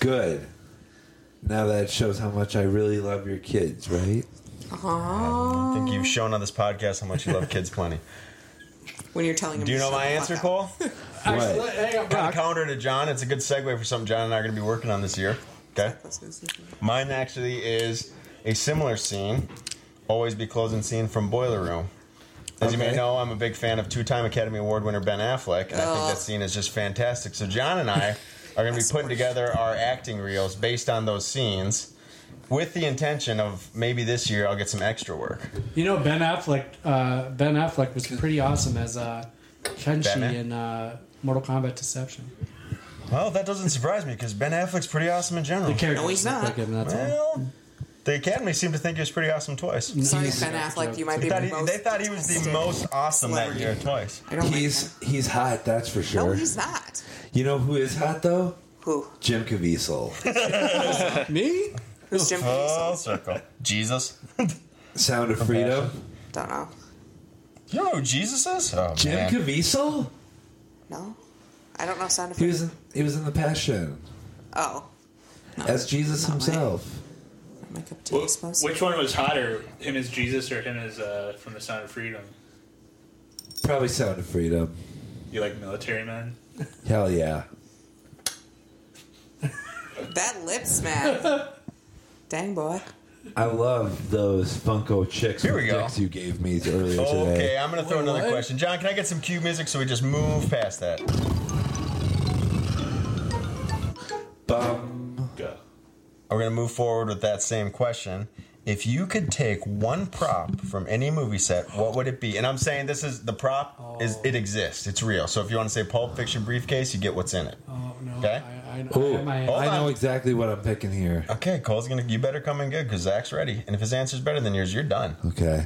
Speaker 6: Good. Now that shows how much I really love your kids, right?
Speaker 3: Aw.
Speaker 8: I think you've shown on this podcast how much you love kids plenty.
Speaker 3: when you're telling him.
Speaker 8: Do you
Speaker 3: to
Speaker 8: know
Speaker 3: shut
Speaker 8: my
Speaker 3: the fuck
Speaker 8: answer,
Speaker 3: up.
Speaker 8: Cole?
Speaker 2: Actually, hang on,
Speaker 8: Kind of
Speaker 2: Brock.
Speaker 8: counter to John. It's a good segue for something John and I are going to be working on this year. Okay. Mine actually is a similar scene. Always be closing scene from Boiler Room. As you may
Speaker 6: Okay.
Speaker 8: know, I'm a big fan of two-time Academy Award winner Ben Affleck, and I think that scene is just fantastic. So John and I are going to be putting together our acting reels based on those scenes, with the intention of maybe this year I'll get some extra work.
Speaker 2: You know, Ben Affleck. Uh, ben Affleck was pretty awesome as uh, Kenshi
Speaker 8: Batman?
Speaker 2: in uh, Mortal Kombat Deception.
Speaker 8: Well, that doesn't surprise me because Ben Affleck's pretty awesome in general.
Speaker 2: The character
Speaker 3: No, he's
Speaker 2: looked
Speaker 3: not.
Speaker 2: like him, that's all.
Speaker 8: Well, the Academy seemed to think he was pretty awesome twice.
Speaker 3: Sorry, Ben Affleck. You might
Speaker 8: They
Speaker 3: be
Speaker 8: thought,
Speaker 3: the
Speaker 8: he,
Speaker 3: most.
Speaker 8: they thought he was the most awesome that year twice.
Speaker 3: I don't like
Speaker 6: He's he's hot, that's for
Speaker 3: him.
Speaker 6: sure.
Speaker 3: No, he's not.
Speaker 6: you know who is hot though?
Speaker 3: Who?
Speaker 6: Jim Caviezel.
Speaker 2: Me?
Speaker 3: Who's Jim Caviezel?
Speaker 8: Full circle. Jesus.
Speaker 6: Sound
Speaker 8: Oh,
Speaker 6: of Freedom.
Speaker 3: Don't know.
Speaker 8: You don't know who Jesus is? Oh,
Speaker 6: Jim
Speaker 8: man.
Speaker 6: Caviezel?
Speaker 3: No, I don't know. Sound of
Speaker 6: He was in, he was in the Passion
Speaker 3: Oh,
Speaker 6: as Jesus himself.
Speaker 3: my cup of tea
Speaker 5: Wh-
Speaker 3: is supposed
Speaker 5: Which one was hotter, him as Jesus or him as uh, from the Sound of Freedom?
Speaker 6: Probably Sound of Freedom.
Speaker 5: You like military men?
Speaker 6: Hell yeah.
Speaker 3: That lip smack. Dang boy.
Speaker 6: I love those Funko chicks
Speaker 8: Here we
Speaker 6: with
Speaker 8: go.
Speaker 6: dicks you gave me earlier today.
Speaker 8: Oh, Okay, I'm going to throw another question. John, can I get some cue music so we just move past that?
Speaker 6: Bum.
Speaker 5: Go.
Speaker 8: We're going to move forward with that same question. If you could take one prop from any movie set, what would it be? And I'm saying this is the prop is it exists. It's real. So if you want to say Pulp Fiction briefcase, you get what's in it.
Speaker 2: Oh no!
Speaker 8: Okay.
Speaker 2: I, I,
Speaker 8: Ooh, Oh.
Speaker 2: I, my,
Speaker 8: hold
Speaker 2: I
Speaker 8: on.
Speaker 2: know
Speaker 8: exactly what I'm picking here. Okay, Cole's gonna. You better come in good because Zach's ready. And if his answer's better than yours, you're done.
Speaker 1: Okay.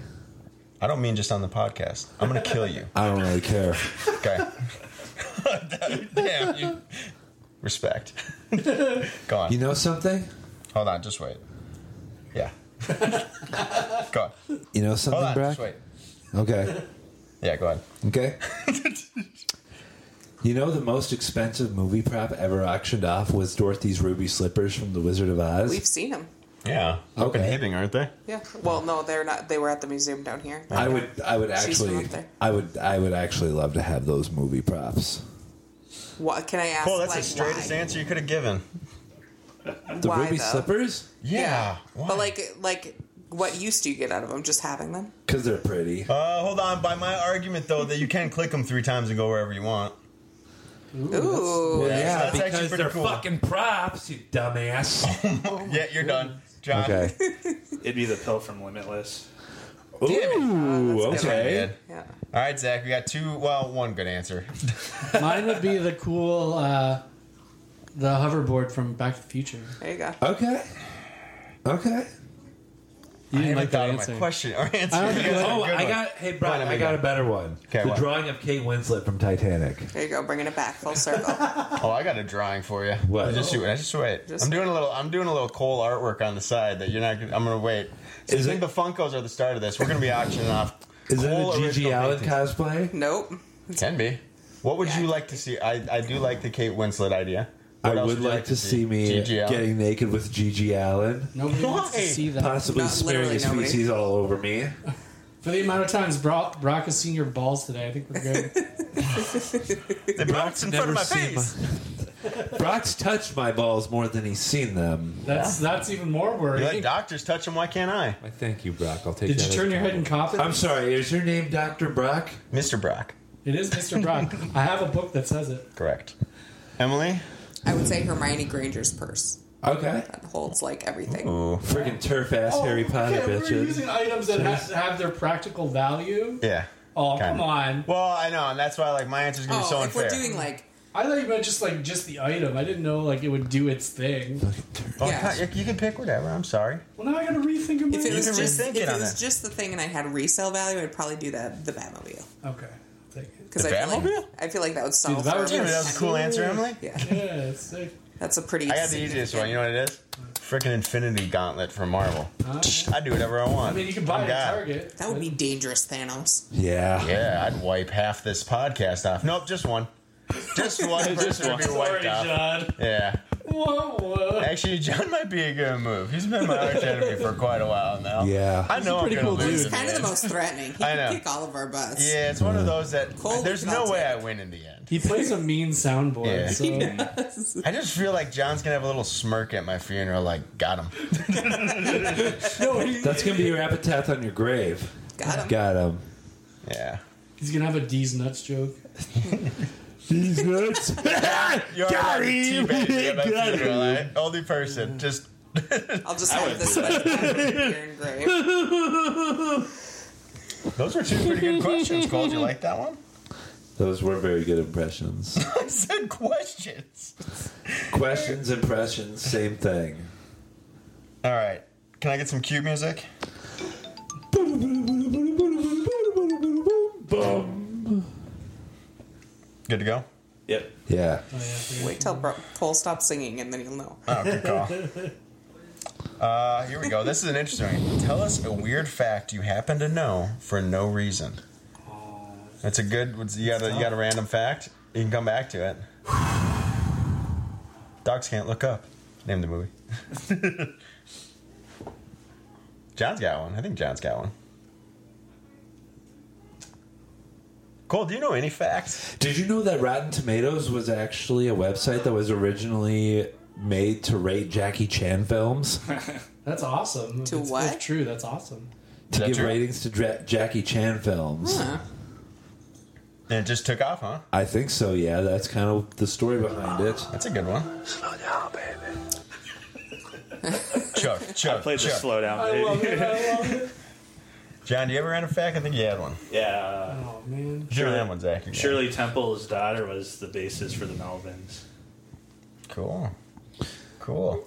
Speaker 8: I don't mean just on the podcast. I'm gonna kill you.
Speaker 1: I don't really care.
Speaker 8: Okay. Damn you. Respect. Go on.
Speaker 1: You know something?
Speaker 8: Hold on, just wait. Yeah. go on.
Speaker 1: You know something,
Speaker 8: Hold on,
Speaker 1: Brad?
Speaker 8: just wait.
Speaker 1: Okay.
Speaker 8: Yeah, go ahead.
Speaker 1: Okay. you know the most expensive movie prop ever auctioned off was Dorothy's ruby slippers from The Wizard of Oz.
Speaker 3: We've seen them.
Speaker 8: Yeah. Up and hitting, aren't they?
Speaker 3: Yeah. Well, no, they're not. They were at the museum down here.
Speaker 1: I would I would
Speaker 3: She's from
Speaker 1: actually
Speaker 3: up there.
Speaker 1: I would I would actually love to have those movie props.
Speaker 3: What can I ask?
Speaker 8: Cole, that's
Speaker 3: like,
Speaker 8: the straightest
Speaker 3: why?
Speaker 8: answer you could have given.
Speaker 1: The
Speaker 3: Why,
Speaker 1: ruby
Speaker 3: though?
Speaker 1: slippers?
Speaker 8: Yeah.
Speaker 3: But like, like, what use do you get out of them? Just having them?
Speaker 1: Because they're pretty.
Speaker 8: Uh, hold on. By my argument, though, that you can click them three times and go wherever you want.
Speaker 3: Ooh.
Speaker 8: Well, yeah,
Speaker 6: yeah,
Speaker 8: that's actually
Speaker 6: because
Speaker 8: pretty
Speaker 6: they're
Speaker 8: cool.
Speaker 6: fucking props, you dumbass.
Speaker 8: yeah, you're done, John.
Speaker 1: Okay.
Speaker 5: It'd be the pill from Limitless.
Speaker 8: Ooh,
Speaker 5: that's good.
Speaker 8: okay.
Speaker 3: Yeah.
Speaker 8: All right, Zach, we got two. Well, one good answer.
Speaker 2: Mine would be the cool, uh, the hoverboard from Back to the Future.
Speaker 3: There you go.
Speaker 1: Okay. Okay.
Speaker 2: You
Speaker 8: I
Speaker 2: didn't
Speaker 8: haven't
Speaker 2: like that
Speaker 8: thought of my
Speaker 2: answer.
Speaker 8: question or answer.
Speaker 2: I don't think
Speaker 8: You guys
Speaker 2: you-
Speaker 8: had a
Speaker 6: oh,
Speaker 8: good
Speaker 6: I
Speaker 8: one.
Speaker 6: got. Hey, Brian,
Speaker 8: Brian,
Speaker 6: I
Speaker 8: I'm
Speaker 6: got a
Speaker 8: good.
Speaker 6: better one.
Speaker 8: Okay,
Speaker 6: the
Speaker 8: what?
Speaker 6: drawing of Kate Winslet from Titanic.
Speaker 3: There you go. Bringing it back full circle.
Speaker 8: Oh, I got a drawing for you. What? Just wait. Just wait.
Speaker 3: Just-
Speaker 8: I'm doing a little. I'm doing a little coal artwork on the side that you're not. gonna- I'm gonna wait. So I think the Funkos are the start of this. We're gonna be auctioning off.
Speaker 1: Is it
Speaker 8: Cole
Speaker 1: a Gigi
Speaker 8: original
Speaker 1: Allen
Speaker 8: paintings.
Speaker 1: cosplay?
Speaker 3: Nope.
Speaker 8: Can be. What would you like to see? I, I do like the Kate Winslet idea. What
Speaker 1: I
Speaker 8: else
Speaker 1: would
Speaker 8: you
Speaker 1: like, to see me
Speaker 8: Gigi Allen?
Speaker 1: getting naked with Gigi Allen.
Speaker 2: Nobody wants to
Speaker 8: Why?
Speaker 2: see that.
Speaker 1: Possibly
Speaker 2: Not
Speaker 1: smearing
Speaker 2: literally
Speaker 1: his
Speaker 2: nobody.
Speaker 1: feces all over me.
Speaker 2: For the amount of times Brock, Brock has seen your balls today, I think we're good.
Speaker 8: The box in front of my face.
Speaker 1: Brock's touched my balls more than he's seen them.
Speaker 2: That's that's even more
Speaker 8: You
Speaker 2: worrying.
Speaker 8: let doctors touch them. Why can't I?
Speaker 1: I thank you, Brock. I'll take.
Speaker 2: Did
Speaker 1: that
Speaker 2: you
Speaker 1: as
Speaker 2: turn
Speaker 1: a
Speaker 2: your head and cop it?
Speaker 1: compliment. I'm sorry. Is your name Doctor Brock?
Speaker 8: Mr. Brock.
Speaker 2: It is Mr. Brock. I have a book that says it.
Speaker 8: Correct. Emily.
Speaker 3: I would say Hermione Granger's purse.
Speaker 1: Okay.
Speaker 3: That holds like everything.
Speaker 1: Oh.
Speaker 8: Ooh.
Speaker 1: Friggin' turf ass Harry Potter
Speaker 2: Oh, okay, We're
Speaker 1: bitches.
Speaker 2: using items that have, have their practical value.
Speaker 8: Yeah.
Speaker 2: Oh,
Speaker 8: Kinda.
Speaker 2: come on.
Speaker 8: Well, I know, and that's why like my answer's
Speaker 3: Oh,
Speaker 8: gonna be so unfair.
Speaker 3: like.
Speaker 2: I thought you meant just like just the item. I didn't know like it would do its thing.
Speaker 8: Oh, God, you can pick whatever. I'm sorry.
Speaker 2: Well, now I gotta rethink about
Speaker 3: If it
Speaker 8: You
Speaker 3: was
Speaker 8: can
Speaker 3: just
Speaker 8: rethink
Speaker 3: if
Speaker 8: it
Speaker 3: it
Speaker 8: on
Speaker 3: was
Speaker 8: that.
Speaker 3: just the thing and I had resale value, I'd probably do that the Batmobile.
Speaker 2: Okay. Thank
Speaker 3: Because
Speaker 8: The
Speaker 3: I feel
Speaker 8: Batmobile?
Speaker 3: like I feel like that would
Speaker 2: Dude,
Speaker 3: solve.
Speaker 2: that
Speaker 3: for
Speaker 2: was,
Speaker 8: Dude, that was a cool answer, Emily.
Speaker 3: Yeah,
Speaker 2: Yeah, it's sick.
Speaker 3: that's a pretty.
Speaker 8: I got the easiest one. You know what it is? Freaking Infinity Gauntlet from Marvel. I do whatever I want.
Speaker 2: I mean, you can buy
Speaker 8: I'm
Speaker 2: it at
Speaker 8: God.
Speaker 2: Target.
Speaker 3: That would be dangerous, Thanos.
Speaker 1: Yeah.
Speaker 8: Yeah, I'd wipe half this podcast off. Nope, just one. Just one person would be wiped off. Yeah.
Speaker 2: Whoa, whoa.
Speaker 8: Actually, John might be a good move. He's been my arch enemy for quite a while now.
Speaker 1: Yeah.
Speaker 8: I know I'm
Speaker 2: pretty
Speaker 8: gonna
Speaker 2: cool
Speaker 8: lose.
Speaker 2: dude.
Speaker 8: in
Speaker 3: Kind of the
Speaker 8: end.
Speaker 3: most threatening. He
Speaker 8: I
Speaker 3: can
Speaker 8: know.
Speaker 3: kick all of our butts.
Speaker 8: Yeah, it's one of those that
Speaker 3: Cole
Speaker 8: there's
Speaker 3: can
Speaker 8: no way I
Speaker 3: outtake.
Speaker 8: win in the end.
Speaker 2: He plays a mean soundboard.
Speaker 8: Yeah.
Speaker 2: So
Speaker 8: I just feel like John's gonna have a little smirk at my funeral, like got him.
Speaker 2: no, he,
Speaker 1: That's gonna be your epitaph on your grave.
Speaker 3: Got him.
Speaker 1: Got him.
Speaker 8: Yeah.
Speaker 2: he's gonna have a D's nuts joke.
Speaker 1: These nuts.
Speaker 8: You're
Speaker 1: Got
Speaker 8: like
Speaker 1: him.
Speaker 8: teabagging at my
Speaker 1: Got
Speaker 8: funeral, eh? Only person. Just
Speaker 3: I'll just have this much here in grave.
Speaker 8: those were two pretty good questions. Cole, Did you like that one?
Speaker 1: Those were very good impressions.
Speaker 8: I said questions.
Speaker 1: Questions, impressions, same thing.
Speaker 8: All right. Can I get some cue music? Good to go.
Speaker 5: Yep.
Speaker 1: Yeah.
Speaker 2: Oh, yeah,
Speaker 3: Wait till Bro- Cole stops singing and then you'll know.
Speaker 8: Oh, good call. Uh, here we go. This is an interesting one. Tell us a weird fact you happen to know for no reason. That's a good. You got a you got a random fact. You can come back to it. Dogs can't look up. Name the movie. John's got one. I think John's got one. Cole, do you know any facts?
Speaker 1: Did you know that Rotten Tomatoes was actually a website that was originally made to rate Jackie Chan films?
Speaker 2: That's awesome.
Speaker 3: To
Speaker 2: If it's
Speaker 3: what?
Speaker 2: True. That's awesome.
Speaker 1: To
Speaker 8: that
Speaker 1: give
Speaker 8: true?
Speaker 1: ratings to dra- Jackie Chan films.
Speaker 8: Uh-huh. And it just took off, huh?
Speaker 1: I think so, yeah. That's kind of the story behind it.
Speaker 8: That's a good one. Chuck, Chuck.
Speaker 5: I played the
Speaker 8: Chuck.
Speaker 5: slow down.
Speaker 2: I love it. I love it.
Speaker 8: John, do you ever rent a fac? I think you had one.
Speaker 5: Yeah.
Speaker 2: Oh man.
Speaker 8: Sure, that one's accurate.
Speaker 5: Shirley Temple's daughter was the bassist for the Melvins.
Speaker 8: Cool. Cool.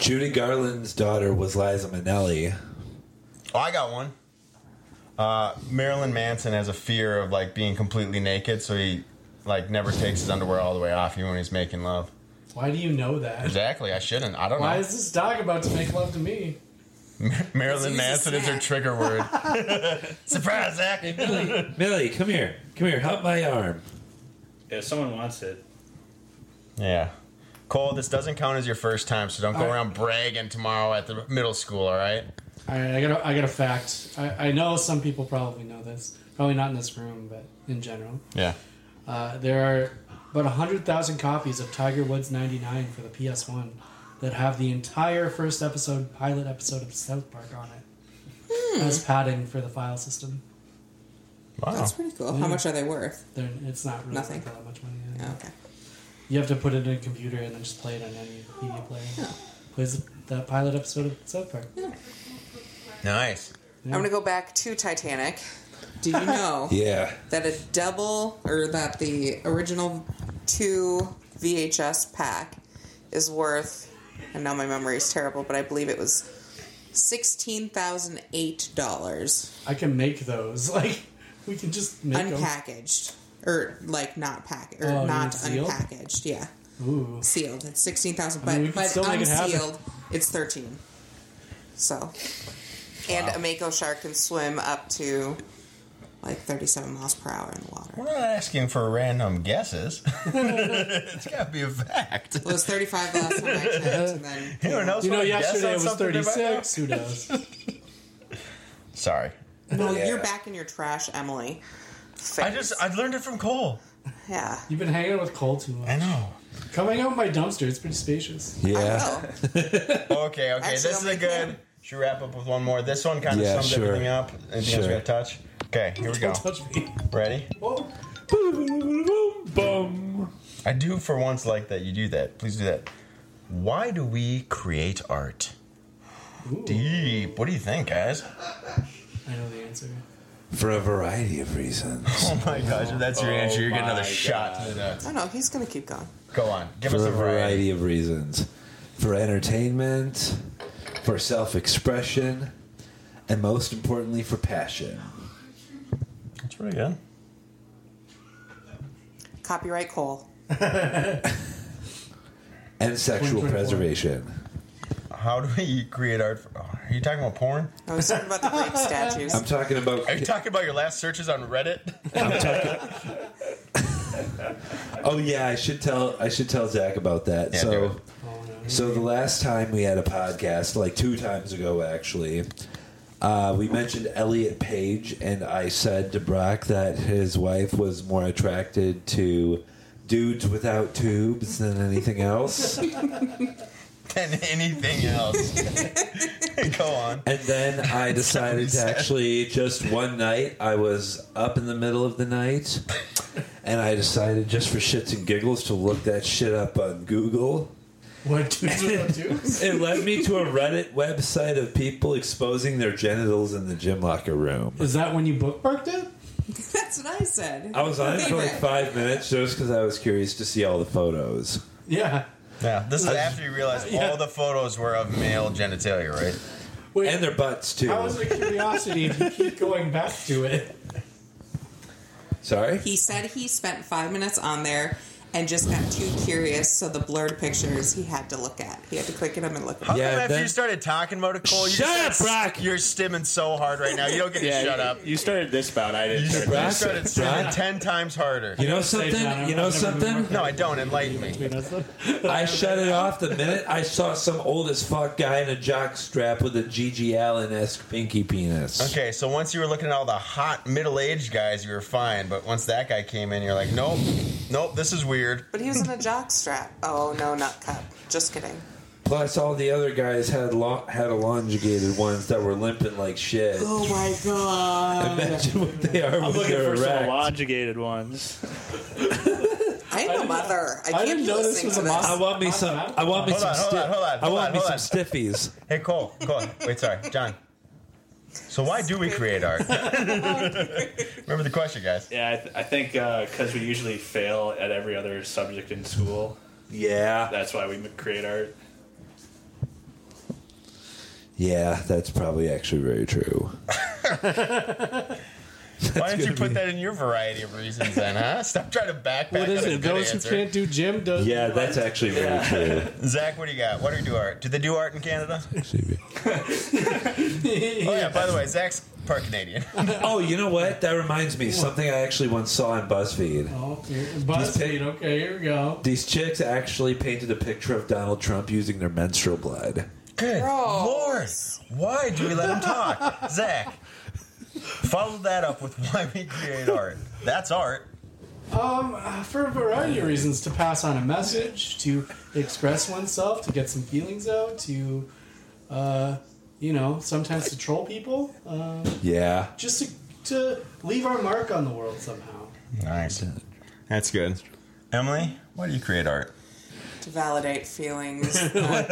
Speaker 6: Judy Garland's daughter was Liza Minnelli.
Speaker 8: Oh, I got one. Uh, Marilyn Manson has a fear of like being completely naked, so he like never takes his underwear all the way off even when he's making love.
Speaker 2: Why do you know that?
Speaker 8: Exactly. I shouldn't. I don't
Speaker 2: Why
Speaker 8: know.
Speaker 2: is this dog about to make love to me?
Speaker 8: Marilyn Manson is her trigger word. Surprise, Zach.
Speaker 15: Hey, Millie, Millie, come here. Come here. Help my arm.
Speaker 5: If someone wants it,
Speaker 8: Yeah. Cole, this doesn't count as your first time, so don't go
Speaker 2: All right.
Speaker 8: around bragging tomorrow at the middle school, all right?
Speaker 2: All right, I got a, I got a fact. I, I know some people probably know this. Probably not in this room, but in general,
Speaker 8: Yeah.
Speaker 2: uh, there are about hundred thousand copies of Tiger Woods '99 for the PS One that have the entire first episode, pilot episode of South Park on it as padding for the file system.
Speaker 8: Wow.
Speaker 3: That's pretty cool.
Speaker 2: Yeah.
Speaker 3: How much are they worth?
Speaker 2: They're, it's not really
Speaker 3: Nothing.
Speaker 2: worth that much money. yeah.
Speaker 3: okay.
Speaker 2: You have to put it in a computer and then just play it on any media player. Plays that pilot episode of South Park.
Speaker 8: Nice.
Speaker 3: I'm going to go back to Titanic. Did you know
Speaker 6: Yeah.
Speaker 3: that a double or that the original two VHS pack is worth, and now my memory is terrible, but I believe it was $16,008
Speaker 2: I can make those. Like we can just make them.
Speaker 3: unpackaged. Or, like, not pack or
Speaker 2: Oh, you
Speaker 3: not
Speaker 2: mean sealed?
Speaker 3: unpackaged. Yeah.
Speaker 2: Ooh.
Speaker 3: Sealed. It's 16000
Speaker 2: I mean, we
Speaker 3: But,
Speaker 2: could
Speaker 3: but
Speaker 2: still make it happen.
Speaker 3: unsealed, it's 13 So. And a mako shark can swim up to like 37 miles per hour in the water.
Speaker 8: We're not asking for random guesses. it's got to be a fact.
Speaker 3: Well, it was 35 last time I checked, and then
Speaker 8: You know,
Speaker 2: You know, yesterday it was
Speaker 8: about
Speaker 2: 36. Who knows?
Speaker 8: Sorry.
Speaker 3: Well,
Speaker 8: Yeah.
Speaker 3: you're back in your trash, Emily.
Speaker 8: I just, I learned it from Cole.
Speaker 3: Yeah.
Speaker 2: You've been hanging out with Cole too much. I
Speaker 8: know.
Speaker 2: Come hang out with my dumpster. It's pretty spacious.
Speaker 6: Yeah.
Speaker 8: okay, okay. this is a good. Should we wrap up with one more? This one kind of
Speaker 6: Yeah,
Speaker 8: sums
Speaker 6: sure.
Speaker 8: everything up. Anything else
Speaker 6: Sure.
Speaker 8: we got to touch? Okay, here we go.
Speaker 6: Don't
Speaker 2: touch me.
Speaker 8: Ready? I do for once like that. You do that. Please do that. Why do we create art? Deep. What do you think, guys?
Speaker 2: I know the answer.
Speaker 6: For a variety of reasons.
Speaker 8: Oh my gosh, if that's your
Speaker 6: Oh
Speaker 8: answer, you're getting
Speaker 6: my
Speaker 8: another shot.
Speaker 6: God.
Speaker 8: to the-
Speaker 3: I know, he's going to keep going.
Speaker 8: Go on. Give
Speaker 6: for
Speaker 8: us
Speaker 6: a
Speaker 8: a
Speaker 6: variety of reasons for entertainment, for self expression, and most importantly, for passion.
Speaker 8: That's pretty good.
Speaker 3: Copyright Cole.
Speaker 6: And sexual
Speaker 8: 2024.
Speaker 6: preservation.
Speaker 8: How do we create art? For, oh, are you talking about porn?
Speaker 3: I was talking about the Greek statues.
Speaker 6: I'm talking about.
Speaker 8: Are you talking about your last searches on Reddit?
Speaker 6: Oh yeah, I should tell I should tell Zach about that. so, so the last time we had a podcast, like two times ago, actually, uh, we mentioned Elliot Page, and I said to Brock that his wife was more attracted to dudes without tubes than anything else.
Speaker 8: Than anything else. Go on.
Speaker 6: And then I decided to actually just one night, I was up in the middle of the night, and I decided just for shits and giggles to look that shit up on Google.
Speaker 2: What dudes without tubes?
Speaker 6: It led me to a Reddit website of people exposing their genitals in the gym locker room.
Speaker 2: Is that when you bookmarked it?
Speaker 3: That's what I said.
Speaker 6: I was on it for like five minutes just because I was curious to see all the photos.
Speaker 2: Yeah.
Speaker 8: Yeah. This is after you realize
Speaker 6: Yeah.
Speaker 8: all the photos were of male genitalia, right?
Speaker 6: and their butts too.
Speaker 2: How is it a curiosity if you keep going back to it?
Speaker 6: Sorry?
Speaker 3: He said he spent five minutes on there and just got too curious, so the blurred pictures he had to look at. He had to click at them and look at
Speaker 8: How
Speaker 3: them.
Speaker 8: come after you started talking about it, Cole, you
Speaker 3: Shut
Speaker 8: just up, Brock. You're stimming so hard right now. You don't get
Speaker 5: Yeah,
Speaker 8: to shut
Speaker 5: you-
Speaker 8: up.
Speaker 5: You started this bout. I didn't.
Speaker 8: You
Speaker 5: start
Speaker 8: started,
Speaker 5: this.
Speaker 8: stimming ten times harder.
Speaker 6: You know something? You know something?
Speaker 8: No, I don't. Enlighten me.
Speaker 6: I shut it off the minute I saw some old as fuck guy in a jock strap with a Gigi Allen esque pinky penis.
Speaker 8: Okay, so once you were looking at all the hot middle-aged guys, you were fine. But once that guy came in, you're like, nope, nope, this is weird.
Speaker 3: But he was in a jock strap. Oh, no, not cup. Just kidding.
Speaker 6: Plus, all the other guys had lo- had elongated ones that were limping like shit.
Speaker 3: Oh my god.
Speaker 6: Imagine what they are
Speaker 5: I'm
Speaker 6: when
Speaker 5: looking
Speaker 6: they're
Speaker 5: for some
Speaker 6: erect.
Speaker 5: elongated ones.
Speaker 3: I'm a mother. I can't be listening to this.
Speaker 6: I want me some. I want me
Speaker 8: Hold
Speaker 6: some.
Speaker 8: on, hold
Speaker 6: sti-
Speaker 8: on, hold on,
Speaker 6: I
Speaker 8: hold
Speaker 6: want
Speaker 8: on,
Speaker 6: me
Speaker 8: hold
Speaker 6: some stiffies.
Speaker 8: Hey, Cole, Cole. Wait, sorry, John. So why do we create art? Remember the question, guys.
Speaker 5: Yeah, I, th- I think because we usually fail at every other subject in school.
Speaker 6: Yeah.
Speaker 5: That's why we m- create art.
Speaker 1: Yeah, that's probably actually very true.
Speaker 8: Why don't you put that in your variety of reasons then, huh? Stop trying to backpack.
Speaker 2: What is
Speaker 8: on a
Speaker 2: it?
Speaker 8: good
Speaker 2: Those who
Speaker 8: answer.
Speaker 2: can't do gym does.
Speaker 8: Yeah. Zach, what do you got? What do we do art? Do they do art in Canada? Oh yeah. By the way, Zach's part Canadian.
Speaker 6: oh, you know what? That reminds me. Something I actually once saw on BuzzFeed.
Speaker 2: Oh, here- BuzzFeed. Okay, here we go.
Speaker 6: These chicks actually painted a picture of Donald Trump using their menstrual blood.
Speaker 8: Good lord! Why do we let him talk, Zach? Follow that up with why we create art. That's art.
Speaker 2: Um, uh, for a variety of reasons, to pass on a message, to express oneself, to get some feelings out, to, uh, you know, sometimes to troll people, um,
Speaker 1: Yeah.
Speaker 2: just to, to leave our mark on the world somehow.
Speaker 8: Nice. That's good. Emily, why do you create art?
Speaker 3: to validate feelings. that,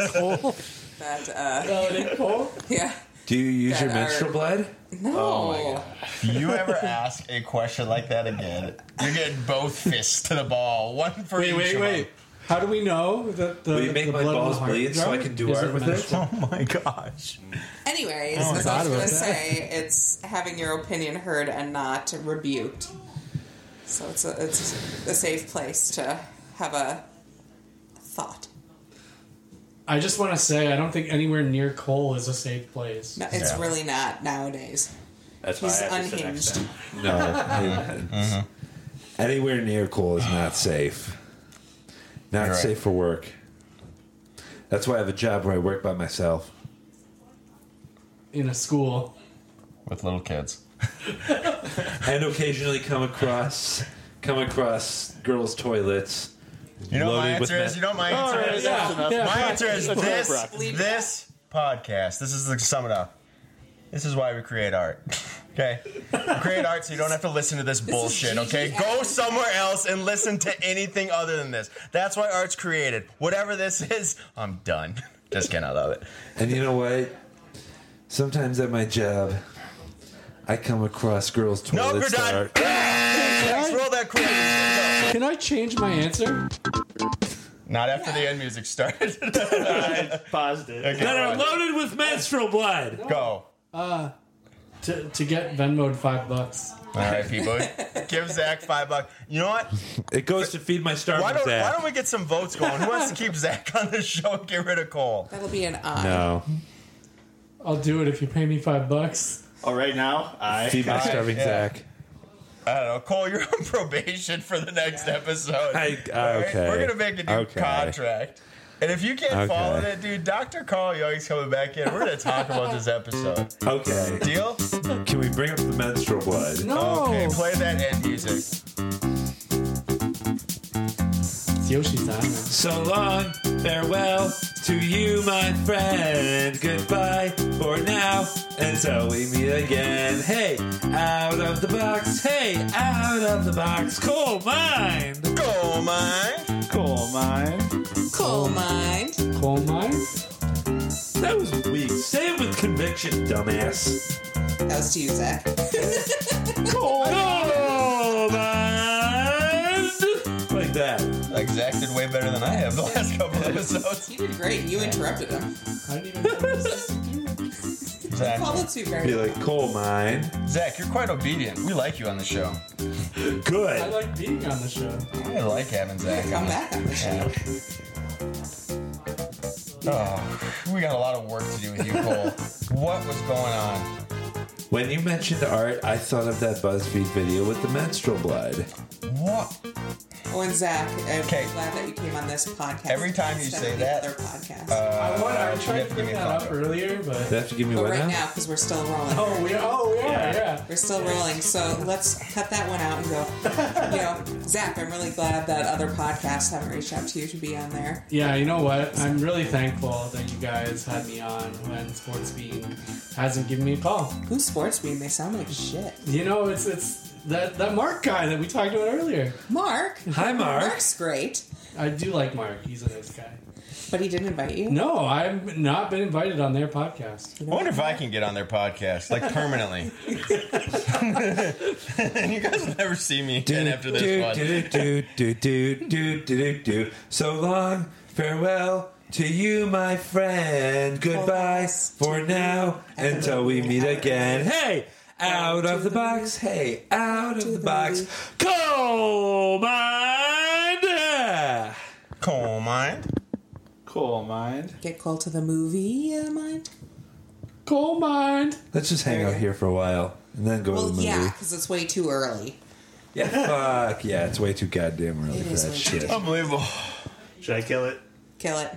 Speaker 3: that, uh,
Speaker 2: validate
Speaker 3: Yeah.
Speaker 1: Do you use
Speaker 3: That
Speaker 1: your
Speaker 3: art.
Speaker 1: menstrual blood?
Speaker 3: No.
Speaker 8: If you ever ask a question like that again, you're getting both fists to the ball. One for
Speaker 2: Wait,
Speaker 8: each
Speaker 2: wait,
Speaker 8: of 'em.
Speaker 2: wait. How do we know that the,
Speaker 8: Will you
Speaker 2: the
Speaker 8: make my
Speaker 2: blood in the
Speaker 8: balls
Speaker 2: heart
Speaker 8: bleed so
Speaker 2: jar
Speaker 8: I can do
Speaker 2: is
Speaker 8: art
Speaker 2: a
Speaker 8: with
Speaker 2: menstrual-
Speaker 8: Oh my gosh.
Speaker 3: Anyways,
Speaker 2: Oh, I forgot
Speaker 3: as I was
Speaker 2: about
Speaker 3: going to
Speaker 2: that.
Speaker 3: say, it's having your opinion heard and not rebuked. So it's a, it's a safe place to have a thought.
Speaker 2: I just want to say, I don't think anywhere near Cole is a safe place.
Speaker 3: No, it's really not nowadays.
Speaker 5: That's
Speaker 2: why I
Speaker 3: He's
Speaker 2: have to sit
Speaker 3: unhinged.
Speaker 1: No.
Speaker 8: Mm-hmm.
Speaker 1: Mhm. Anywhere near coal is not safe. Not
Speaker 8: You're right.
Speaker 1: safe for work. That's why I have a job where I work by myself.
Speaker 2: In a school.
Speaker 8: With little kids.
Speaker 6: and occasionally come across come across girls' toilets.
Speaker 8: You know what my
Speaker 6: loaded with
Speaker 8: answer is?
Speaker 6: meth.
Speaker 8: You know what my answer
Speaker 6: Alright,
Speaker 8: is?
Speaker 6: Oh, yeah, yeah,
Speaker 8: my
Speaker 6: fine.
Speaker 8: answer is
Speaker 6: Let's
Speaker 8: this,
Speaker 6: wrap it up.
Speaker 8: this podcast. This is the sum it up. This is why we create art. Okay? We create art so you don't have to listen to this bullshit, okay? Go somewhere else and listen to anything other than this. That's why art's created. Whatever this is, I'm done. Just kidding, I love it.
Speaker 1: And you know what? Sometimes at my job, I come across girls' toilets.
Speaker 8: we're
Speaker 1: that
Speaker 8: done.
Speaker 1: are-
Speaker 8: Let's roll that quiz.
Speaker 2: Can I change my answer?
Speaker 8: Not after the end music started. I
Speaker 5: paused it.
Speaker 6: That are loaded with menstrual blood.
Speaker 8: Go.
Speaker 2: Uh, to, to get Venmoed five bucks.
Speaker 8: All right, people. Give Zach five bucks. You know what?
Speaker 6: It goes to feed my starving
Speaker 8: Why don't,
Speaker 6: Zach.
Speaker 8: why don't we get some votes going? Who wants to keep Zach on the show and get rid of Cole?
Speaker 3: That'll be an odd.
Speaker 1: No.
Speaker 2: I'll do it if you pay me five bucks.
Speaker 5: Oh, right now, I
Speaker 1: Feed my
Speaker 8: I-
Speaker 1: starving
Speaker 8: yeah.
Speaker 1: Zach.
Speaker 8: I don't know. Cole, you're on probation for the next episode.
Speaker 1: I- uh,
Speaker 8: All
Speaker 1: okay.
Speaker 8: We're going to make a new
Speaker 1: Okay.
Speaker 8: contract. And if you can't
Speaker 1: Okay.
Speaker 8: follow that, dude, Dr. Carl Young's coming back in. We're going to talk about this episode.
Speaker 1: Okay.
Speaker 8: Deal?
Speaker 1: Can we bring up the menstrual blood?
Speaker 8: Okay, play that end music.
Speaker 2: It's Yoshi's time.
Speaker 6: So long, farewell to you, my friend. Goodbye for now until we meet again. Hey, out of the box. Hey, out of the box. Coal mine.
Speaker 8: Coal mine.
Speaker 6: Coal mine.
Speaker 3: Coal mine.
Speaker 2: Coal mine.
Speaker 6: That was weak. Say it with conviction, dumbass.
Speaker 3: That was to you, Zach.
Speaker 6: Coal mine. Like that.
Speaker 8: Like Zach did way better than I have the last couple episodes.
Speaker 3: You did great. You interrupted him.
Speaker 2: I didn't even know what I was supposed to do.
Speaker 3: Well,
Speaker 8: Zach,
Speaker 3: that's you very well.
Speaker 1: coal mine.
Speaker 8: Zach, you're quite obedient. We like you on the show.
Speaker 2: I
Speaker 1: Good.
Speaker 2: like being on the show.
Speaker 8: I like having Zach.
Speaker 3: Come back on the show.
Speaker 8: Oh, we got a lot of work to do with you, Cole. what was going on?
Speaker 1: When you mentioned art, I thought of that BuzzFeed video with the menstrual blood.
Speaker 8: What?
Speaker 3: Oh, and Zach, I'm
Speaker 8: Okay.
Speaker 3: glad that you came on this podcast.
Speaker 8: Every time you
Speaker 3: Instead
Speaker 8: say
Speaker 3: of the
Speaker 8: that,
Speaker 3: other podcast.
Speaker 8: Uh,
Speaker 2: I, want, I
Speaker 8: you
Speaker 2: tried
Speaker 8: have
Speaker 2: to
Speaker 8: give
Speaker 2: bring
Speaker 8: me a
Speaker 2: that up
Speaker 8: thumbs
Speaker 2: earlier,
Speaker 1: They
Speaker 2: but.
Speaker 1: have to give me
Speaker 3: but
Speaker 1: what
Speaker 3: right
Speaker 1: now?
Speaker 3: now, because we're still rolling.
Speaker 2: Oh, we are. Oh, we are. Yeah.
Speaker 3: We're still rolling, so let's cut that one out and go. You know, Zach, I'm really glad that other podcasts haven't reached out to you to be on there.
Speaker 2: Yeah, you know what? I'm really thankful that you guys had me on when Sports Bean hasn't given me a call.
Speaker 3: Who's Sports Bean? They sound like shit.
Speaker 2: You know, it's it's That that Mark guy that we talked about earlier.
Speaker 3: Mark.
Speaker 2: Hi, Mark.
Speaker 3: Mark's great.
Speaker 2: I do like Mark. He's a nice guy.
Speaker 3: But he didn't invite you.
Speaker 2: No, I've not been invited on their podcast.
Speaker 8: I wonder if I can get on their podcast like permanently. and you guys will never see me again after this
Speaker 6: do,
Speaker 8: one.
Speaker 6: do, do, do, do, do, do, do, do. So long, farewell to you, my friend. Goodbye for now until we meet again. Hey, out of the box. Hey, out of the box. Coal mine.
Speaker 8: Coal mine.
Speaker 5: Coal mine.
Speaker 3: Get called to the movie, uh, mind.
Speaker 2: Coal mine.
Speaker 6: Let's just hang out here for a while and then go to the
Speaker 3: Well,
Speaker 6: movie.
Speaker 3: yeah, because it's way too early.
Speaker 6: Yeah, fuck yeah, it's way too goddamn early
Speaker 3: It
Speaker 6: for
Speaker 3: is
Speaker 6: that
Speaker 3: way too
Speaker 6: shit.
Speaker 3: goddamn
Speaker 8: Unbelievable.
Speaker 5: Should I kill it?
Speaker 3: Kill it.